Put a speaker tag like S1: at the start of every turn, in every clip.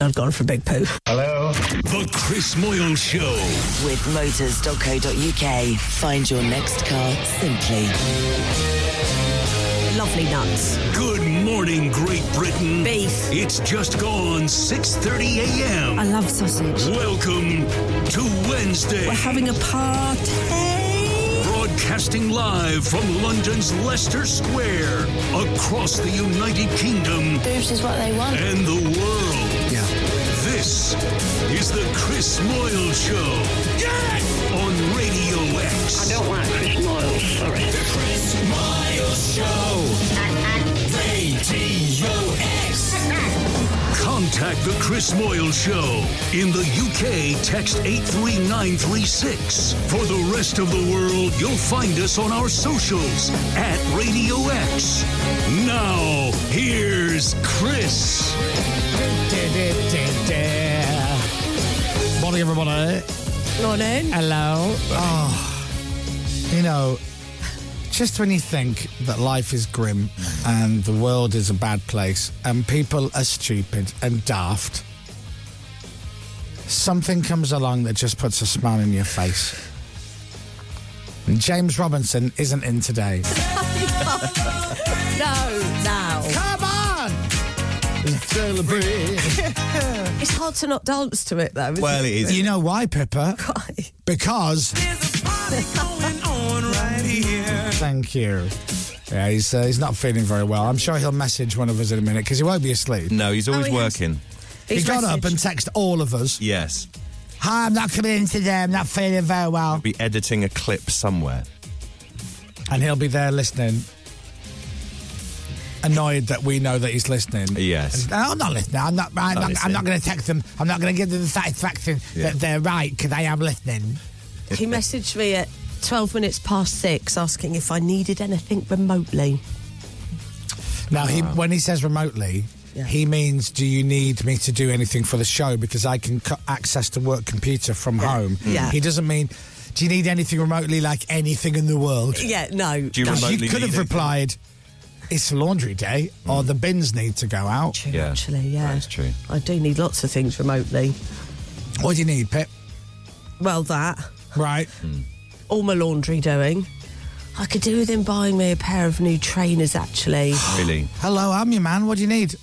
S1: I've gone for a big poo.
S2: Hello.
S3: The Chris Moyle Show.
S4: With motors.co.uk. Find your next car simply.
S5: Lovely nuts.
S3: Good morning, Great Britain.
S5: Beef.
S3: It's just gone 6:30 a.m.
S5: I love sausage.
S3: Welcome to Wednesday.
S5: We're having a party.
S3: Broadcasting live from London's Leicester Square, across the United Kingdom
S6: Boobs is what they want.
S3: and the world.
S7: Yeah.
S3: This is the Chris Moyle Show. Yes! On Radio X.
S8: I don't like Chris Moyle, sorry.
S3: The Chris Moyle Show. Radio X. Contact the Chris Moyle Show. In the UK, text 83936. For the rest of the world, you'll find us on our socials at Radio X. Now, here's Chris.
S7: Morning, everybody.
S1: Morning.
S7: Hello. Oh, you know, just when you think that life is grim and the world is a bad place and people are stupid and daft, something comes along that just puts a smile on your face. And James Robinson isn't in today.
S5: No, now.
S7: Come on!
S1: It's hard to not dance to it, though. isn't
S9: Well, it is.
S7: You know why, Pippa? Because. Thank you. Yeah, he's, uh, he's not feeling very well. I'm sure he'll message one of us in a minute because he won't be asleep.
S9: No, he's always
S1: Oh, yes.
S9: working.
S7: He
S1: He's
S7: got up
S1: messaged.
S7: and texted all of us.
S9: Yes.
S7: Hi, I'm not coming in today. I'm not feeling very well.
S9: Be editing a clip somewhere.
S7: And he'll be there listening, annoyed that we know that he's listening.
S9: Yes.
S7: And, "No, I'm not listening. I'm not. I'm
S9: Not
S7: not, I'm
S9: listening.
S7: not going to text them. I'm not going to give them the satisfaction
S9: Yeah.
S7: that they're right because I am listening.
S1: He messaged me at 12 minutes past six asking if I needed anything remotely.
S7: Now, he, when he says remotely,
S1: Yeah.
S7: he means do you need me to do anything for the show because I can co- access the work computer from home.
S1: Yeah.
S7: He doesn't mean do you need anything remotely like anything in the world.
S1: Yeah, no.
S9: Do you
S1: no.
S9: remotely
S7: You could
S9: need
S7: have
S9: anything?
S7: replied it's laundry day or the bins need to go out.
S1: True,
S9: Yeah,
S1: Actually, yeah.
S9: that is true.
S1: I do need lots of things remotely.
S7: What do you need, Pip?
S1: Well, that.
S7: Right.
S1: All my laundry doing. I could do with him buying me a pair of new trainers, actually.
S9: Really?
S7: Hello, I'm your man. What do you need?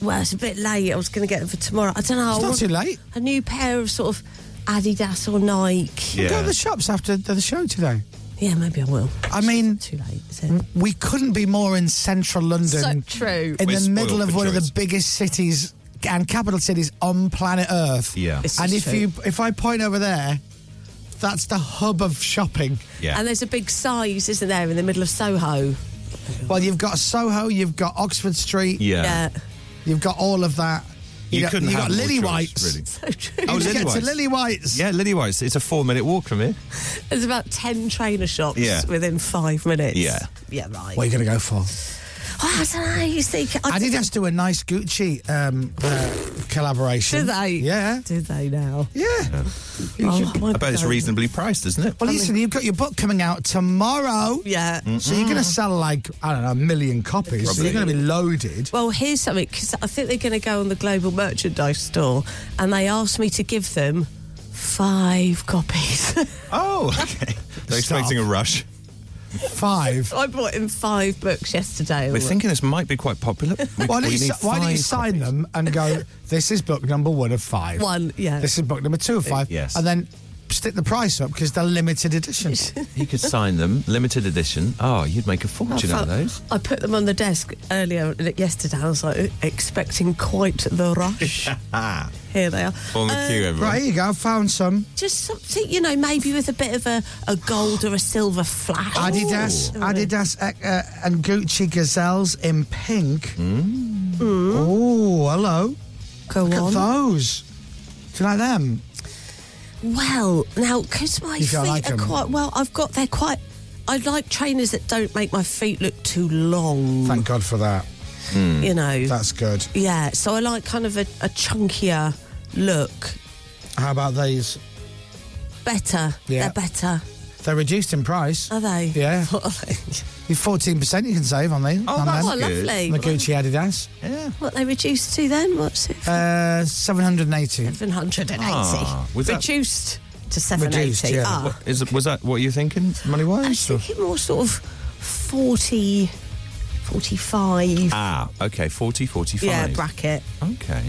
S1: well, it's a bit late. I was going to get them for tomorrow. I don't know.
S7: It's
S1: I
S7: not
S1: want
S7: too late.
S1: A new pair of sort of Adidas or Nike.
S9: Yeah.
S7: Go to the shops after the show today.
S1: Yeah, maybe I will.
S7: I mean,
S1: Too late, is it?
S7: we couldn't be more in central London.
S1: true.
S7: in
S9: We're
S7: the
S9: spoiled
S7: middle of
S9: for
S7: one of
S9: choice.
S7: the biggest cities and capital cities on planet Earth.
S9: Yeah.
S1: It's-
S7: And
S1: so
S7: if
S1: true.
S7: you if I point over there, that's the hub of shopping.
S9: Yeah.
S1: And there's a big size, isn't there, in the middle of Soho?
S7: Well, you've got Soho, you've got Oxford Street,
S9: yeah.
S7: you've got all of that.
S9: You
S7: got,
S9: couldn't
S7: you
S9: have
S7: got
S9: more
S7: Lily
S9: choice,
S7: Whites.
S9: really.
S1: So true.
S9: Oh,
S7: You
S9: Lily
S7: get to
S9: Whites.
S7: Lily Whites.
S9: Yeah, Lily Whites. It's a four minute walk from here.
S1: There's about 10 trainer shops
S9: Yeah.
S1: within five minutes.
S9: Yeah.
S1: Yeah, right.
S7: What are you going to go for?
S1: Oh, I don't know. You see, I,
S7: Adidas do a nice Gucci um, uh, collaboration.
S1: Do they?
S7: Yeah.
S1: Do they now?
S7: Yeah.
S1: Oh, my
S9: I bet it's
S1: God.
S9: reasonably priced, isn't it?
S7: Well, listen, you've got your book coming out tomorrow.
S1: Yeah.
S9: Mm.
S7: So you're going to sell like, I don't know, a million copies. So you're going
S9: Probably.
S7: to be loaded.
S1: Well, here's something because I think they're going to go on the global merchandise store, and they asked me to give them five copies.
S9: Oh, okay. They're
S7: Stop.
S9: expecting a rush.
S7: Five.
S1: I bought in five books yesterday.
S9: We're thinking this might be quite popular. We-
S7: Why don't
S9: we
S7: you,
S9: need
S7: si- why don't you
S9: five
S7: sign
S9: copies.
S7: them and go, this is book number one of five?
S1: One, yeah.
S7: This is book number two of five.
S9: yes.
S7: And then stick the price up because they're limited edition.
S9: He could sign them, limited edition. Oh, you'd make a fortune out of those.
S1: I put them on the desk earlier yesterday. I was like expecting quite the rush.
S9: Ah,
S1: Here they are.
S9: on the
S1: Uh,
S9: queue, everyone.
S7: right, here you go. Found some.
S1: Just something, you know, maybe with a bit of a, a gold or a silver flash.
S7: Adidas,
S1: Ooh.
S7: Adidas uh, uh, and Gucci gazelles in pink.
S1: Mm.
S7: Oh, hello.
S1: Go
S7: Look
S1: on.
S7: at those. Do you like them?
S1: Well, now because my
S7: You
S1: feet
S7: feel like
S1: are
S7: them?
S1: quite well, I've got they're quite. I like trainers that don't make my feet look too long.
S7: Thank God for that.
S1: you know,
S7: That's good.
S1: yeah. So I like kind of a, a chunkier look.
S7: How about these?
S1: Better,
S7: Yeah.
S1: they're better.
S7: They're reduced in price.
S1: Are they? Oh,
S7: Yeah.
S1: Uh, What are they?
S7: You fourteen percent you can save on these.
S9: Oh,
S7: on
S9: that's
S1: Oh,
S7: them.
S9: good.
S1: lovely.
S7: The Gucci Adidas.
S9: Yeah.
S1: What they reduced to then? What's it?
S7: Uh, seven hundred and eighty.
S1: 780.
S9: Ah, was that-
S1: reduced to 780.
S7: Reduced, yeah.
S1: Ah.
S9: What, is, it- was that what you're thinking, money
S1: I was
S9: wise?
S1: thinking more sort of 40, 45.
S9: Ah, okay, 40, 45.
S5: Yeah, bracket.
S9: Okay.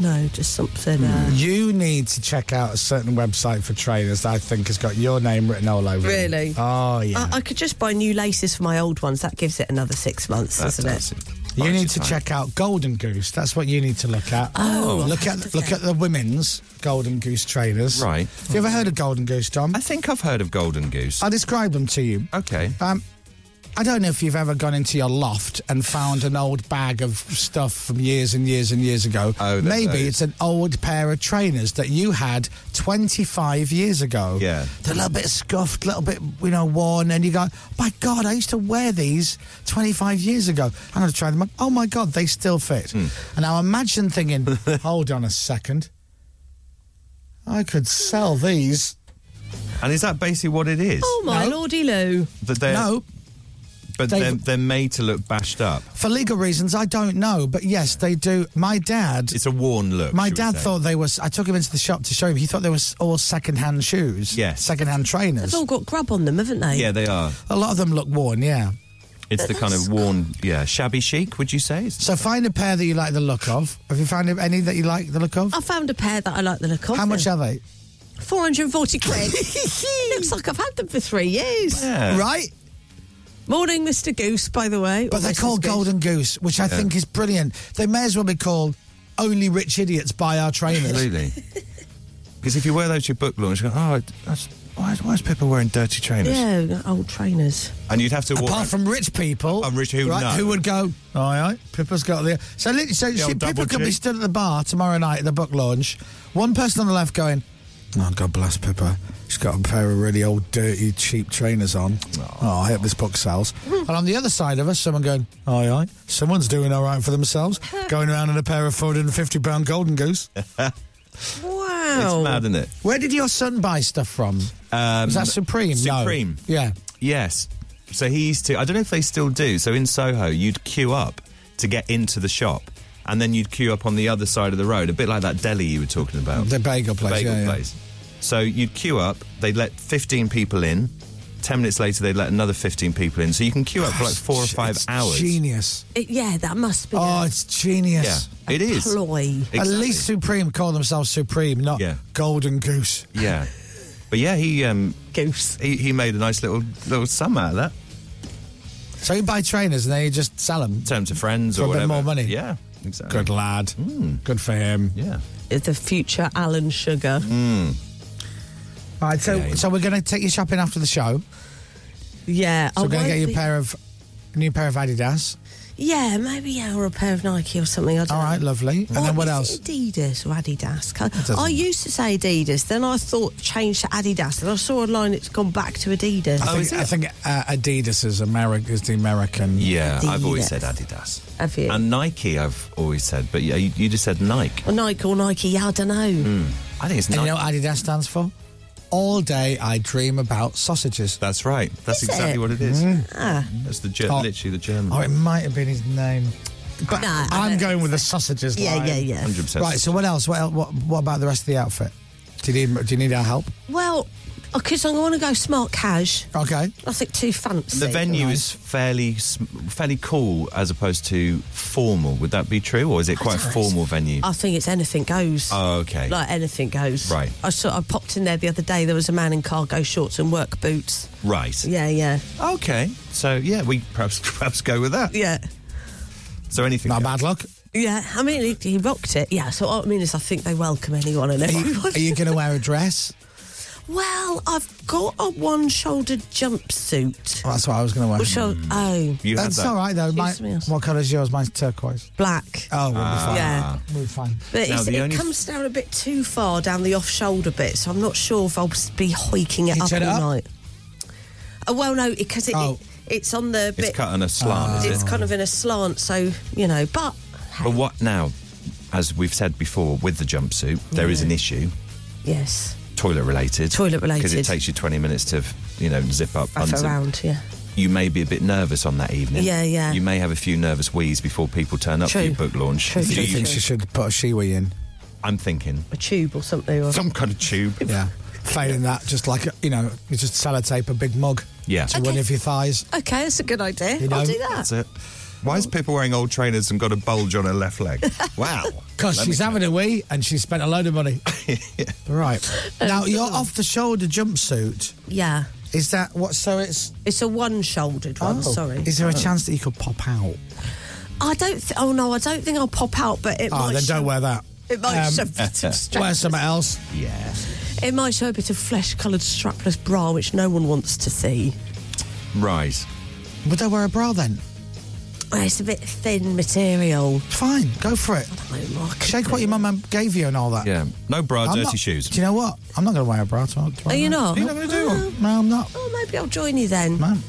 S1: no, just something. Uh,
S7: You need to check out a certain website for trainers that I think has got your name written all over it.
S1: Really? Uh,
S7: Oh yeah.
S1: I, I could just buy new laces for my old ones. That gives it another six months,
S9: That
S1: doesn't
S9: does
S1: it?
S7: you
S9: Buys
S7: need
S9: you
S7: to
S9: time.
S7: check out Golden Goose. That's what you need to look at.
S1: Oh,
S7: look
S1: I'll have
S7: at
S1: to
S7: look
S1: check.
S7: at the women's Golden Goose trainers.
S9: Right.
S7: Have you ever heard of Golden Goose, Tom?
S9: I think I've heard of Golden Goose.
S7: I'll describe them to you.
S9: okay.
S7: Um, I don't know if you've ever gone into your loft and found an old bag of stuff from years and years and years ago.
S9: Oh, there-
S7: Maybe
S9: there is.
S7: it's an old pair of trainers that you had 25 years ago.
S9: Yeah.
S7: They're a little bit scuffed, a little bit, you know, worn. And you go, my God, I used to wear these 25 years ago. I'm going to try them. on. Oh, my God, they still fit.
S9: Hmm.
S7: And now imagine thinking, hold on a second. I could sell these.
S9: And is that basically what it is?
S1: Oh, my
S7: No.
S1: lordy loo.
S9: that they're,
S7: no,
S9: But
S7: they've-
S9: they're, they're made to look bashed up.
S7: for legal reasons, I don't know. But yes, they do. My dad
S9: It's a worn look.
S7: My
S9: should we
S7: dad
S9: say.
S7: thought they were. I took him into the shop to show him. He thought they were all second-hand shoes.
S9: Yes.
S7: second-hand trainers.
S1: They've all got grub on them, haven't they?
S9: Yeah, they are.
S7: A lot of them look worn. Yeah.
S9: It's the kind of worn, yeah, shabby chic, would you say? It's-
S7: So find a pair that you like the look of. Have you found any that you like the look of?
S1: I found a pair that I like the look of.
S7: How much are they?
S1: 440 quid. Looks like I've had them for three years.
S9: Yeah.
S7: Right.
S1: Morning, Mr. Goose, by the way.
S7: But
S1: Or
S7: they're
S1: Mrs.
S7: called
S1: Goose.
S7: Golden Goose, which I think is brilliant. They may as well be called Only Rich Idiots Buy Our Trainers.
S9: Absolutely. Because if you wear those to your book launch, you go, oh, that's, why, is- why is Pippa wearing dirty trainers?
S1: Yeah, old trainers.
S9: And you'd have to walk.
S7: Apart from rich people,
S9: Apart from rich who
S7: right,
S9: know.
S7: who would go, all right, Pippa's got the. So, lit- so
S9: The
S7: see,
S9: old double
S7: Pippa could be
S9: G.
S7: stood at the bar tomorrow night at the book launch. One person on the left going, oh, God bless Pippa. She's got a pair of really old, dirty, cheap trainers on. Oh, I hope this book sells. and on the other side of us, someone going, all right, someone's doing all right for themselves, going around in a pair of £450 Golden Goose.
S1: Wow.
S9: it's mad, isn't it?
S7: Where did your son buy stuff from?
S9: Um,
S7: Was that Supreme? No.
S9: Supreme.
S7: Yeah.
S9: Yes. So he used to. I don't know if they still do. So in Soho, you'd queue up to get into the shop, and then you'd queue up on the other side of the road, a bit like that deli you were talking about,
S7: The bagel place.
S9: bagel
S7: yeah, yeah.
S9: place. So you'd queue up. They'd let fifteen people in. Ten minutes later, they'd let another fifteen people in. So you can queue up for like four or five
S7: It's
S9: hours.
S7: Genius.
S1: It- yeah, that must be.
S7: Oh,
S1: a
S7: it's genius.
S9: Yeah, it is.
S1: Ploy.
S9: Exactly.
S7: At least Supreme call themselves Supreme, not
S9: Yeah.
S7: Golden Goose.
S9: Yeah. But yeah, he um
S1: Goose.
S9: he, he made a nice little little sum out of that.
S7: So you buy trainers and then you just sell them.
S9: Turn to friends
S7: For
S9: or
S7: a bit
S9: whatever.
S7: more money.
S9: Yeah, exactly.
S7: Good lad. Good for him.
S9: Hmm. Yeah.
S1: The future Alan Sugar.
S7: Mm. All right, so,
S9: Yeah.
S7: so we're going to take you shopping after the show.
S1: Yeah. Oh, I
S7: So we're going
S1: won't
S7: to get you a
S1: be-
S7: pair of a new pair of Adidas.
S1: Yeah, maybe yeah, or a pair of Nike or something. I don't
S7: All right,
S1: know.
S7: lovely. And then what
S1: is
S7: else?
S1: it, Adidas or Adidas?
S7: doesn't
S1: Can't- I
S7: matter.
S1: used to say Adidas, then I thought changed to Adidas, and I saw online it's gone back to Adidas.
S7: I think,
S9: Oh, is it?
S7: I think uh, Adidas is America is the American.
S9: Yeah, I've always
S1: Adidas.
S9: said Adidas.
S1: Have you?
S9: And Nike, I've always said, but yeah, you, you just said Nike.
S1: Or Nike or Nike, yeah, I don't know.
S7: Hmm.
S9: I think it's
S7: And
S9: Nike.
S7: you know what Adidas stands for? All day I dream about sausages.
S9: That's right. That's
S1: Is
S9: exactly
S1: it?
S9: what it is.
S1: Ah.
S9: That's the ger-
S7: Oh.
S9: literally the German.
S7: Oh, it might have been his name. But
S1: Nah, I
S7: I'm
S1: don't
S7: going
S1: think
S7: with the sausages.
S1: Yeah,
S7: line.
S1: yeah, yeah.
S9: 100%.
S7: Right. So what else? What, el- what what about the rest of the outfit? Do you need do you need our help?
S1: Well, because I want to go smart cash.
S7: Okay.
S1: Nothing too fancy.
S9: the venue
S7: Nice.
S9: is fairly sm- fairly cool as opposed to formal. Would that be true, or is it quite a formal venue?
S1: I think it's anything goes.
S9: Oh, okay.
S1: Like anything goes.
S9: Right.
S1: I saw. I popped in there the other day. There was a man in cargo shorts and work boots.
S9: right.
S1: Yeah, yeah,
S9: Okay. So yeah, we perhaps perhaps go with that.
S1: yeah,
S9: So anything?
S7: Not
S9: goes.
S7: bad luck.
S1: yeah. I mean, he, he rocked it. Yeah. So what I mean is, I think they welcome anyone and everyone.
S7: Are you going to wear a dress?
S1: well, I've got a one-shouldered jumpsuit.
S7: Well, Oh, that's what I was going to wear.
S1: Which shou- oh,
S9: You had
S7: That's
S9: that.
S7: all right though. Mine-
S1: Something else.
S7: what colour is yours? Mine's turquoise.
S1: black.
S7: Oh, we'll
S9: Ah.
S7: be fine.
S1: Yeah.
S7: we'll be fine.
S1: But it's,
S9: the
S1: it
S9: only-
S1: comes down a bit too far down the off shoulder bit, so I'm not sure if I'll be hiking it up
S7: You
S1: all
S7: turn it up?
S1: night. Oh, well, no, because it,
S7: Oh.
S1: it- it's on the bit.
S9: It's cut on a
S7: Uh,
S9: slant. is it?
S1: it's kind of in a slant, so you know. But
S9: But what now? As we've said before, with the jumpsuit, there is an issue,
S1: yes,
S9: toilet related.
S1: Toilet
S9: because it
S1: related.
S9: takes you twenty minutes to f- you know, zip up,
S1: Wrap
S9: unzip.
S1: around, yeah.
S9: You may be a bit nervous on that evening.
S1: Yeah, yeah.
S9: You may have a few nervous wheeze before people turn up
S1: True.
S9: for your book launch.
S1: True,
S9: Do
S1: true,
S9: you-
S1: true.
S7: think she should put a shiwi in?
S9: I'm thinking
S1: A tube or something. Or...
S9: some kind of tube.
S7: Yeah. Failing that, just like, you know, you just sellotape a big mug
S9: Yeah.
S7: to
S1: Okay.
S7: one of your thighs.
S1: Okay, that's a good idea.
S7: You know,
S1: I'll do that.
S9: That's it. Why is Pippa wearing old trainers and got a bulge on her left leg? Wow.
S7: Because
S9: Let
S7: she's
S9: me-
S7: having a wee and she's spent a load of money. Right.
S1: Oh,
S7: Now, your off the shoulder jumpsuit,
S1: Yeah.
S7: is that what? So it's.
S1: It's a one-shouldered one.
S7: oh.
S1: Sorry.
S7: Is there a chance that you could pop out?
S1: I don't. Th- oh no, I don't think I'll pop out. But it
S7: Oh,
S1: might.
S7: then
S1: show-
S7: don't wear that.
S1: It might
S7: Um,
S1: show bits of strap-
S7: Wear something else.
S9: Yeah.
S1: It might show a bit of flesh-coloured strapless bra, which no one wants to see.
S9: Right.
S7: Would they wear a bra then?
S1: Oh, It's a bit thin material.
S7: Fine, go for it.
S1: Like, Mark.
S7: Shake what your mum gave you and all that.
S9: Yeah. No bra,
S7: I'm
S9: dirty
S7: not-
S9: shoes.
S7: Do you know what? I'm not going to wear a bra tomorrow.
S1: Are you not?
S7: You're not going to do one? No, I'm not.
S1: Oh, maybe I'll join you then.
S7: Man.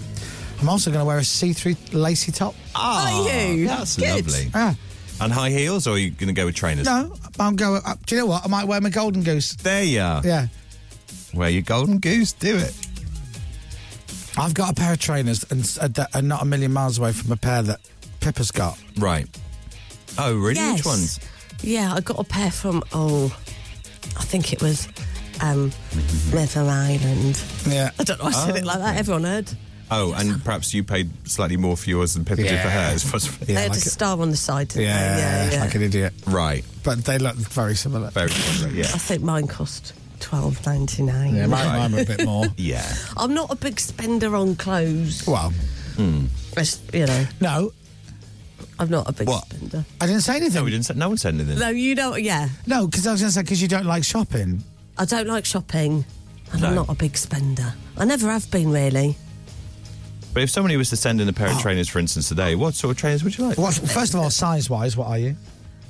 S7: I'm also going to wear a see-through lacy top.
S1: Are you?
S9: Ah, That's
S1: Good.
S9: lovely.
S7: Ah,
S9: And high heels, or are you going to go with trainers?
S7: no, I'll go. Uh, do you know what? I might wear my golden goose.
S9: There you are.
S7: Yeah.
S9: Wear your golden goose. Do it.
S7: I've got a pair of trainers and s- uh, that are not a million miles away from a pair that Pippa's got.
S9: Right. Oh, really?
S1: Yes.
S9: Which ones?
S1: Yeah, I got a pair from oh, I think it was um,
S7: Mm-hmm.
S1: River Island.
S7: Yeah.
S1: I don't know. I said it like that. Everyone heard.
S9: Oh, and perhaps you paid slightly more for yours than Pippa did for
S7: Yeah.
S9: hers. possibly.
S1: they had
S7: like
S1: a
S7: it.
S1: star on the side. Didn't
S7: Yeah,
S1: They? yeah, yeah.
S7: like an idiot.
S9: Right.
S7: But they look very similar.
S9: Very similar. Yeah.
S1: I think mine cost twelve ninety nine.
S7: Yeah, mine,
S9: Right.
S7: mine were a bit more.
S9: Yeah.
S1: I'm not a big spender on clothes.
S7: well,
S1: It's- you know,
S7: no,
S1: I'm not a big
S9: What?
S1: spender.
S7: I didn't say
S9: No, we
S7: anything.
S9: didn't. Say, no one said anything.
S1: No, you don't. Yeah,
S7: No, because I was going to say because you don't like shopping.
S1: I don't like shopping, and I'm
S9: No.
S1: not a big spender. I never have been really.
S9: But if somebody was to send in a
S1: Oh.
S9: pair of trainers, for instance, today, what sort of trainers would you like?
S7: What, first of all, size wise, what are you?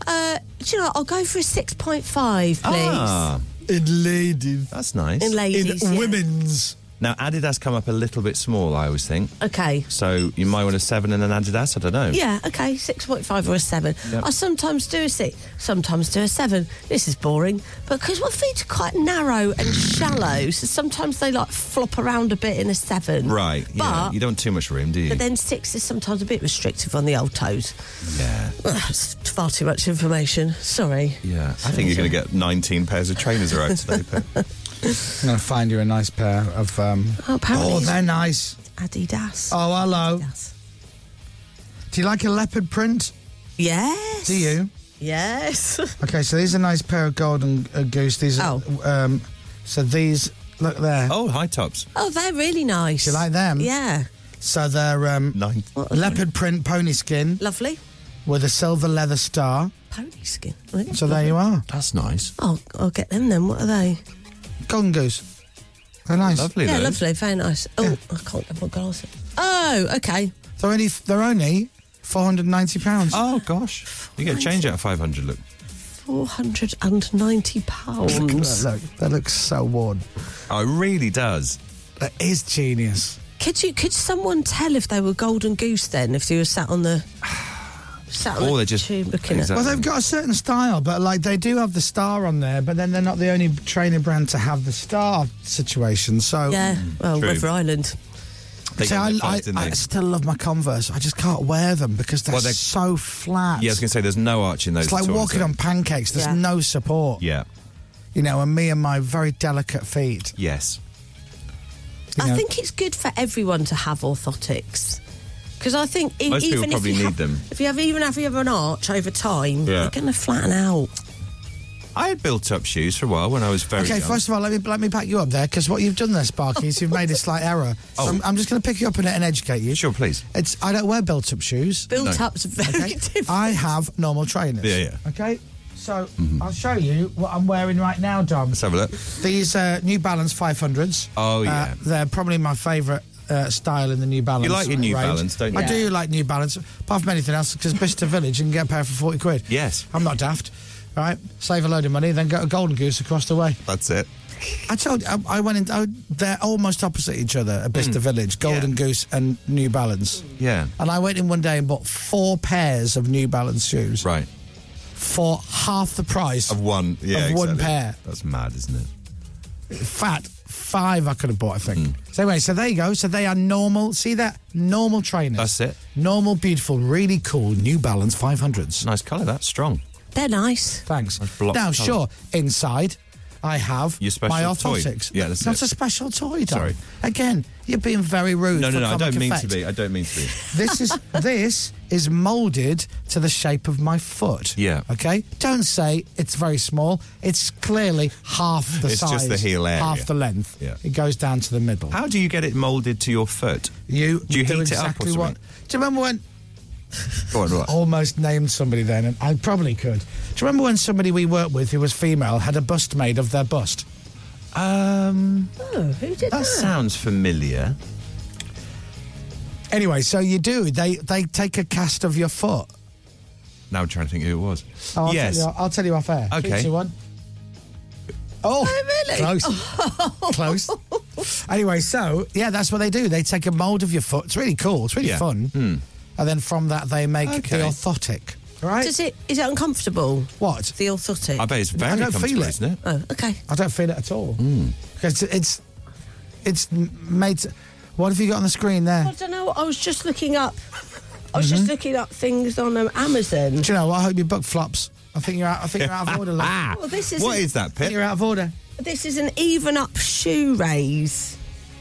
S1: Uh, do you know? what? I'll go for a six point five, please.
S9: Ah,
S7: In ladies.
S9: that's nice.
S1: In ladies, yeah.
S7: women's.
S9: now, Adidas come up a little bit small, I always think.
S1: Okay.
S9: So you might want a seven and an Adidas. I don't know.
S1: Yeah, okay, 6.5 or a 7.
S9: Yep.
S1: I sometimes do a 6, sometimes do a 7. This is boring, but because my feet are quite narrow and shallow, so sometimes they like flop around a bit in a 7.
S9: Right.
S1: But,
S9: yeah. You don't have too much room, do you?
S1: but then 6 is sometimes a bit restrictive on the old toes.
S9: yeah.
S1: Ugh, It's far too much information. Sorry.
S9: Yeah. I think you're going to get 19 pairs of trainers are out today. Pip.
S7: I'm going to find you a nice pair of. Um,
S1: Oh, apparently
S7: oh,
S1: it's-
S7: they're nice.
S1: Adidas.
S7: Oh, hello.
S1: Adidas.
S7: Do you like a leopard print?
S1: Yes.
S7: Do you?
S1: Yes.
S7: Okay, so these are a nice pair of golden uh, goose. These are.
S1: Oh.
S7: Um, so these, look there.
S9: oh, high tops.
S1: oh, they're really nice.
S7: Do you like them?
S1: Yeah.
S7: So they're um,
S9: Nine.
S1: What are they?
S7: leopard print pony skin
S1: Lovely.
S7: with a silver leather star.
S1: Pony skin.
S7: So there you are.
S9: That's nice.
S1: Oh, I'll get them then. What are they?
S7: Golden goose. They're nice.
S9: Lovely.
S1: Yeah,
S9: those.
S1: lovely, very nice. Oh, I can't get my glasses. Oh, okay.
S7: They're only, they're only £490.
S9: Oh gosh, you get change out of five hundred. Look,
S1: Four hundred and ninety pounds.
S7: Look, that looks so worn.
S9: oh, it really does.
S7: That is genius.
S1: Could you could someone tell if they were golden goose then, if they were sat on the sat on
S9: Or
S1: the
S9: they're just-
S1: tube looking
S9: exactly.
S7: Well, they've got a certain style, but like they do have the star on there, but then they're not the only trainer brand to have the star situation. So,
S1: at Yeah, well,
S9: True.
S1: River Island.
S9: They
S7: See,
S9: got
S7: I,
S9: their
S7: I,
S9: fights, didn't
S7: I
S9: they?
S7: still love my Converse. I just can't wear them because they're,
S9: Well, they're-
S7: so flat.
S9: yeah, I was going to say there's no arch in those.
S7: it's like
S9: at all, is
S7: walking
S9: there?
S7: on pancakes. There's
S1: Yeah.
S7: no support.
S9: Yeah.
S7: You know, and me and my very delicate feet.
S9: Yes.
S7: You
S1: I
S7: know,
S1: think it's good for everyone to have orthotics. Because I think e-
S9: Most people
S1: even if
S9: probably
S1: you
S9: need
S1: have,
S9: them.
S1: if you have even if you have an arch over time,
S9: Yeah.
S1: you're going to flatten out.
S9: I had built up shoes for a while when I was very
S7: Okay,
S9: young.
S7: first of all, let me let me back you up there because what you've done there, Sparky, is you've made a slight error.
S9: Oh.
S7: I'm, I'm just going to pick you up on it and educate you.
S9: Sure, please.
S7: It's I don't wear built-up shoes.
S1: Built up's very
S7: okay?
S1: different.
S7: I have normal trainers.
S9: Yeah, yeah. Mm-hmm.
S7: Okay, so I'll show you what I'm wearing right now, Dom.
S9: Let's have a look.
S7: These uh, New Balance 500s.
S9: Oh,
S7: Uh,
S9: yeah.
S7: they're probably my favourite uh, style in the New Balance.
S9: You like your New
S7: range.
S9: Balance, don't you?
S7: I do like New Balance, apart from anything else, because Bicester Village you can get a pair for 40 quid.
S9: Yes.
S7: I'm not daft. All right, save a load of money, then go to Golden Goose across the way.
S9: That's it.
S7: I told you, I, I went in, I, they're almost opposite each other at Bicester Village, Golden
S9: Mm. Yeah.
S7: Goose and New Balance.
S9: Yeah.
S7: And I went in one day and bought four pairs of New Balance shoes
S9: Right.
S7: for half the price.
S9: Of one. Yeah.
S7: Of one
S9: exactly.
S7: pair.
S9: That's mad, isn't it?
S7: Fat, five I could have bought, I think.
S9: Mm.
S7: So anyway, so there you go. So they are normal. See that? Normal trainers.
S9: That's it.
S7: Normal, beautiful, really cool New Balance 500s.
S9: Nice colour, that's strong.
S1: They're nice.
S7: Thanks.
S9: Nice block
S7: Now,
S9: colour.
S7: sure, inside I have
S9: Your special
S7: my
S9: toy.
S7: orthotics.
S9: Yeah, that's
S7: That's
S9: it.
S7: a special toy, Dan.
S9: Sorry.
S7: Again, you're being very rude.
S9: No,
S7: for
S9: no, no, I
S7: comic
S9: don't mean to
S7: effect.
S9: be. I don't mean to be.
S7: This is this is molded to the shape of my foot.
S9: Yeah.
S7: Okay. Don't say it's very small. It's clearly half the
S9: It's
S7: size.
S9: just the heel area.
S7: Half the length.
S9: Yeah.
S7: It goes down to the middle.
S9: How do you get it moulded to your foot?
S7: you
S9: do you
S7: do
S9: heat
S7: exactly
S9: it up or
S7: what?
S9: something?
S7: Do you remember when?
S9: Go on, what?
S7: Almost named somebody then, and I probably could. Do you remember when somebody we worked with who was female had a bust made of their bust?
S9: Um,
S1: Oh, who did
S9: that
S1: that?
S9: sounds familiar.
S7: Anyway, so you do. They they take a cast of your foot.
S9: Now I'm trying to think who it was.
S7: Oh, I'll
S9: yes.
S7: Tell you, I'll tell you off air.
S9: Okay.
S7: Three, two, one. Oh,
S1: really?
S7: Close. Close. anyway, so, yeah, that's what they do. They take a mould of your foot. It's really cool. It's really
S9: Yeah.
S7: fun. And then from that, they make
S9: Okay.
S7: the orthotic. All right?
S1: Does it? Is it uncomfortable?
S7: what?
S1: The orthotic.
S9: I bet it's very
S7: I don't feel
S9: comfortable,
S7: it.
S9: isn't it?
S1: Oh, okay.
S7: I don't feel it at all. Because it's, it's made. to- what have you got on the screen there?
S1: I don't know. I was just looking up. I was just looking up things on um, Amazon.
S7: Do you know? what? I hope your book flops. I think you're out. I think you're out of order. love. I
S1: Well, this is
S9: What is that,
S7: think
S9: Pip?
S7: you're out of order.
S1: This is an even up shoe raise.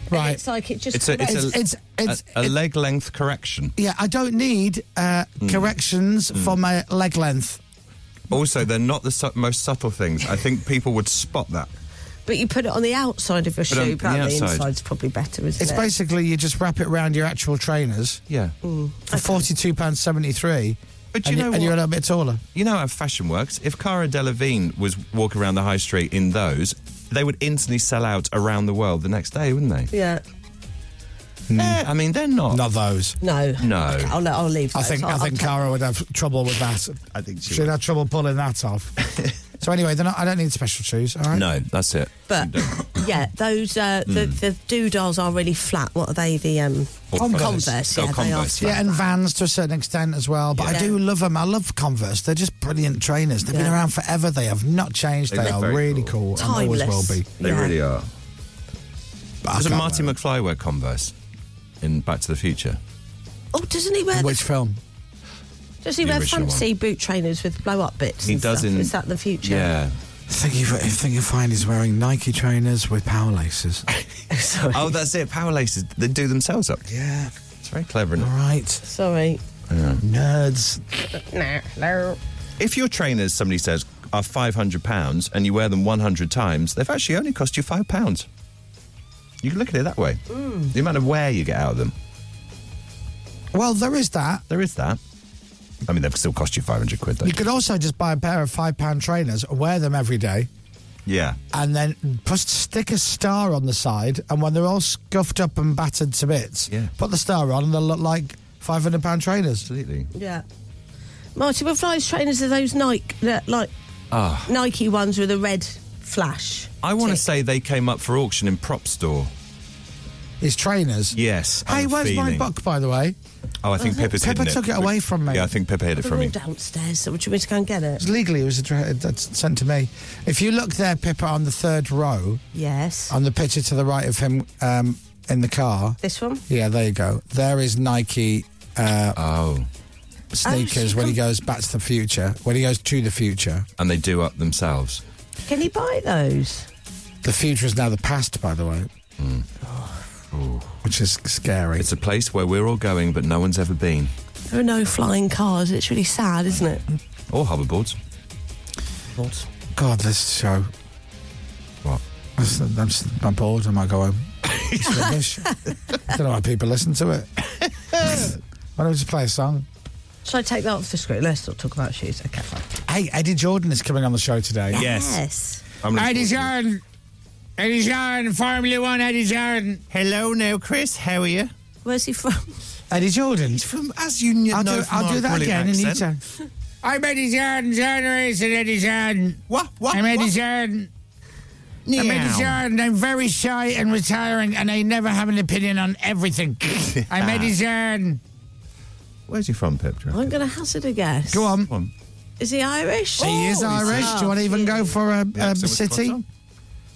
S1: And
S7: Right.
S1: it's like it just.
S9: It's a, it's a,
S1: corrects-
S7: It's- it's-
S9: a, a
S7: it's-
S9: leg length correction.
S7: Yeah, I don't need uh, corrections for my leg length.
S9: Also, they're not the su- most subtle things. I think people would spot that.
S1: but you put it on the outside of your
S9: on
S1: shoe.
S9: the
S1: Probably the
S9: outside.
S1: inside's probably better, isn't
S7: It's
S1: it?
S7: basically you just wrap it around your actual trainers
S9: Yeah.
S1: Mm.
S7: for forty-two pounds seventy-three.
S9: But you
S7: and
S9: know
S7: and you're a little
S9: what?
S7: bit taller.
S9: You know how fashion works. If Cara Delevingne was walking around the high street in those, they would instantly sell out around the world the next day, wouldn't they?
S1: Yeah.
S9: They're- I mean, they're not.
S7: Not those.
S1: No.
S9: No.
S1: Okay, I'll, I'll leave.
S7: I
S1: those.
S7: think
S1: I'll-
S7: I think
S1: I'll-
S7: Cara would have trouble with that.
S9: I think she
S7: she'd
S9: would.
S7: have trouble pulling that off. so anyway, they're not, I don't need special shoes. All right.
S9: No, that's it.
S1: But yeah, those uh, the
S9: Hmm.
S1: the doodles are really flat. What are they? The um,
S9: Converse.
S1: Converse.
S9: Oh,
S1: Yeah, they are
S9: Converse,
S1: flat.
S7: Yeah, and Vans to a certain extent as well. But I
S1: Yeah.
S7: do love them. I love Converse. They're just brilliant trainers. They've been
S1: Yeah.
S7: around forever. They have not changed. They,
S9: They're
S7: are
S9: very
S7: really cool.
S9: cool.
S7: and always will
S1: Timeless.
S7: be.
S9: They
S1: Yeah.
S9: really are.
S7: But I
S9: Doesn't
S7: can't
S9: Marty
S7: wear them.
S9: McFly wear Converse in Back to the Future?
S1: Oh, doesn't he
S9: Uh,
S1: wear?
S7: Which
S1: The,
S7: film?
S1: does he
S9: the
S1: wear
S9: original
S1: fancy boot trainers with blow up bits?
S9: He
S1: and
S9: does
S1: stuff?
S9: in.
S1: Is that the future?
S9: Yeah.
S7: I think you, I think you find he's wearing Nike trainers with power laces.
S1: Sorry.
S9: Oh, that's it. Power laces. They do themselves up.
S7: yeah.
S9: It's very clever. Isn't
S7: All
S9: it?
S7: right.
S1: Sorry.
S7: Nerds.
S1: Nah, no.
S9: If your trainers, somebody says, are five hundred pounds, and you wear them one hundred times, they've actually only cost you five pounds. You can look at it that way. The amount of wear you get out of them.
S7: Well, there is that.
S9: There is that. I mean, they've still cost you five hundred quid. Though.
S7: You could also just buy a pair of five pound trainers, wear them every day,
S9: yeah.
S7: and then put, stick a star on the side. And when they're all scuffed up and battered to bits,
S9: Yeah.
S7: put the star on, and they'll look like five hundred pound trainers.
S9: Absolutely.
S1: Yeah. Marty McFly's trainers are those Nike, that, like Nike ones with a red flash.
S9: Ah. I want to
S1: tick.
S9: say they came up for auction in prop store.
S7: It's trainers.
S9: Yes.
S7: Hey,
S9: I'm
S7: where's my
S9: feeling-
S7: book, by the way?
S9: Oh, I think Pippa's
S7: Pippa
S9: hidden
S7: took it away from me.
S9: Yeah, I think Pippa hid it
S1: They're
S9: from
S1: all
S9: me.
S1: downstairs. So would you want me to go and get it?
S7: It's legally it was a, that's sent to me. If you look there, Pippa, on the third row,
S1: Yes.
S7: on the picture to the right of him um, in the car.
S1: this one.
S7: Yeah, there you go. There is Nike uh,
S9: Oh.
S7: sneakers
S1: she
S7: when he
S1: com-
S7: goes back to the future. When he goes to the future,
S9: And they do up themselves.
S1: Can you buy those?
S7: the future is now the past. By the way, which is scary.
S9: It's a place where we're all going, but no one's ever been.
S1: There are no flying cars. It's really sad, isn't it?
S9: Or hoverboards.
S7: God, this show.
S9: What?
S7: I'm, s- I'm, s- I'm bored. I might go home. It's rubbish. I don't know why people listen to it. why don't we just play a song?
S1: Shall I take that off the screen? Let's not talk about shoes. Okay, fine.
S7: Hey, Eddie Jordan is coming on the show today.
S1: Yes.
S9: I'm looking
S7: Eddie
S9: forward to it.
S7: Jordan. Eddie Jordan, Formula One, Eddie Jordan.
S9: Hello now, Chris. How are you?
S1: Where's he from?
S7: Eddie Jordan.
S9: From as you kn-
S7: I'll,
S9: know,
S7: do,
S9: from
S7: I'll
S9: our
S7: do that
S9: brilliant
S7: again in each
S9: accent.
S7: time. I'm Eddie Jordan, generation Eddie Jordan.
S9: What? What?
S7: I'm Eddie
S9: what?
S7: Jordan. I'm Eddie
S9: Meow.
S7: Jordan. I'm very shy and retiring, and I never have an opinion on everything. I'm Eddie Jordan.
S9: Where's you from, Pip? do you
S1: I'm
S9: reckon?
S1: going to hazard a guess.
S7: Go on.
S9: Come on.
S1: Is he Irish? Oh,
S7: He is Irish. Do you want to even go for a,
S9: Oh, Yeah,
S7: a
S9: so what's-
S7: city?
S9: what's on?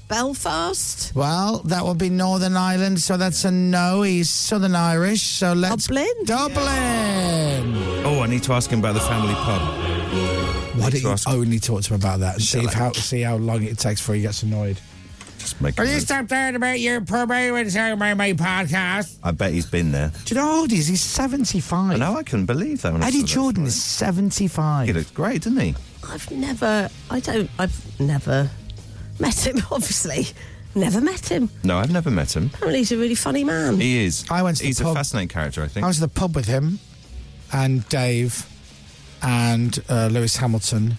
S1: Belfast,
S7: Well, that would be Northern Ireland, so that's a no. He's Southern Irish, so let's.
S1: Dublin?
S7: Dublin!
S9: Oh, I need to ask him about the family pub.
S7: Why
S9: Need
S7: don't
S9: to
S7: you
S9: ask-
S7: only talk to him about that and see,
S9: Shall
S7: if
S9: I?
S7: how, see how long it takes before he gets annoyed?
S9: Just make a
S7: Are you
S9: note.
S7: stop talking about your performance my, my podcast?
S9: I bet he's been there.
S7: Do you know how old he is? He's 75.
S9: I know, I couldn't believe that. when I
S7: Eddie
S9: saw that
S7: Jordan
S9: story.
S7: is
S9: He
S7: 75.
S9: looked great, didn't he?
S1: I've never, I don't, I've never met him, obviously. Never met him.
S9: No, I've never met him.
S1: Apparently, he's a really funny man.
S9: He is.
S7: I went to the
S9: He's
S7: pub-
S9: a fascinating character, I think.
S7: I was at the pub with him and Dave and uh, Lewis Hamilton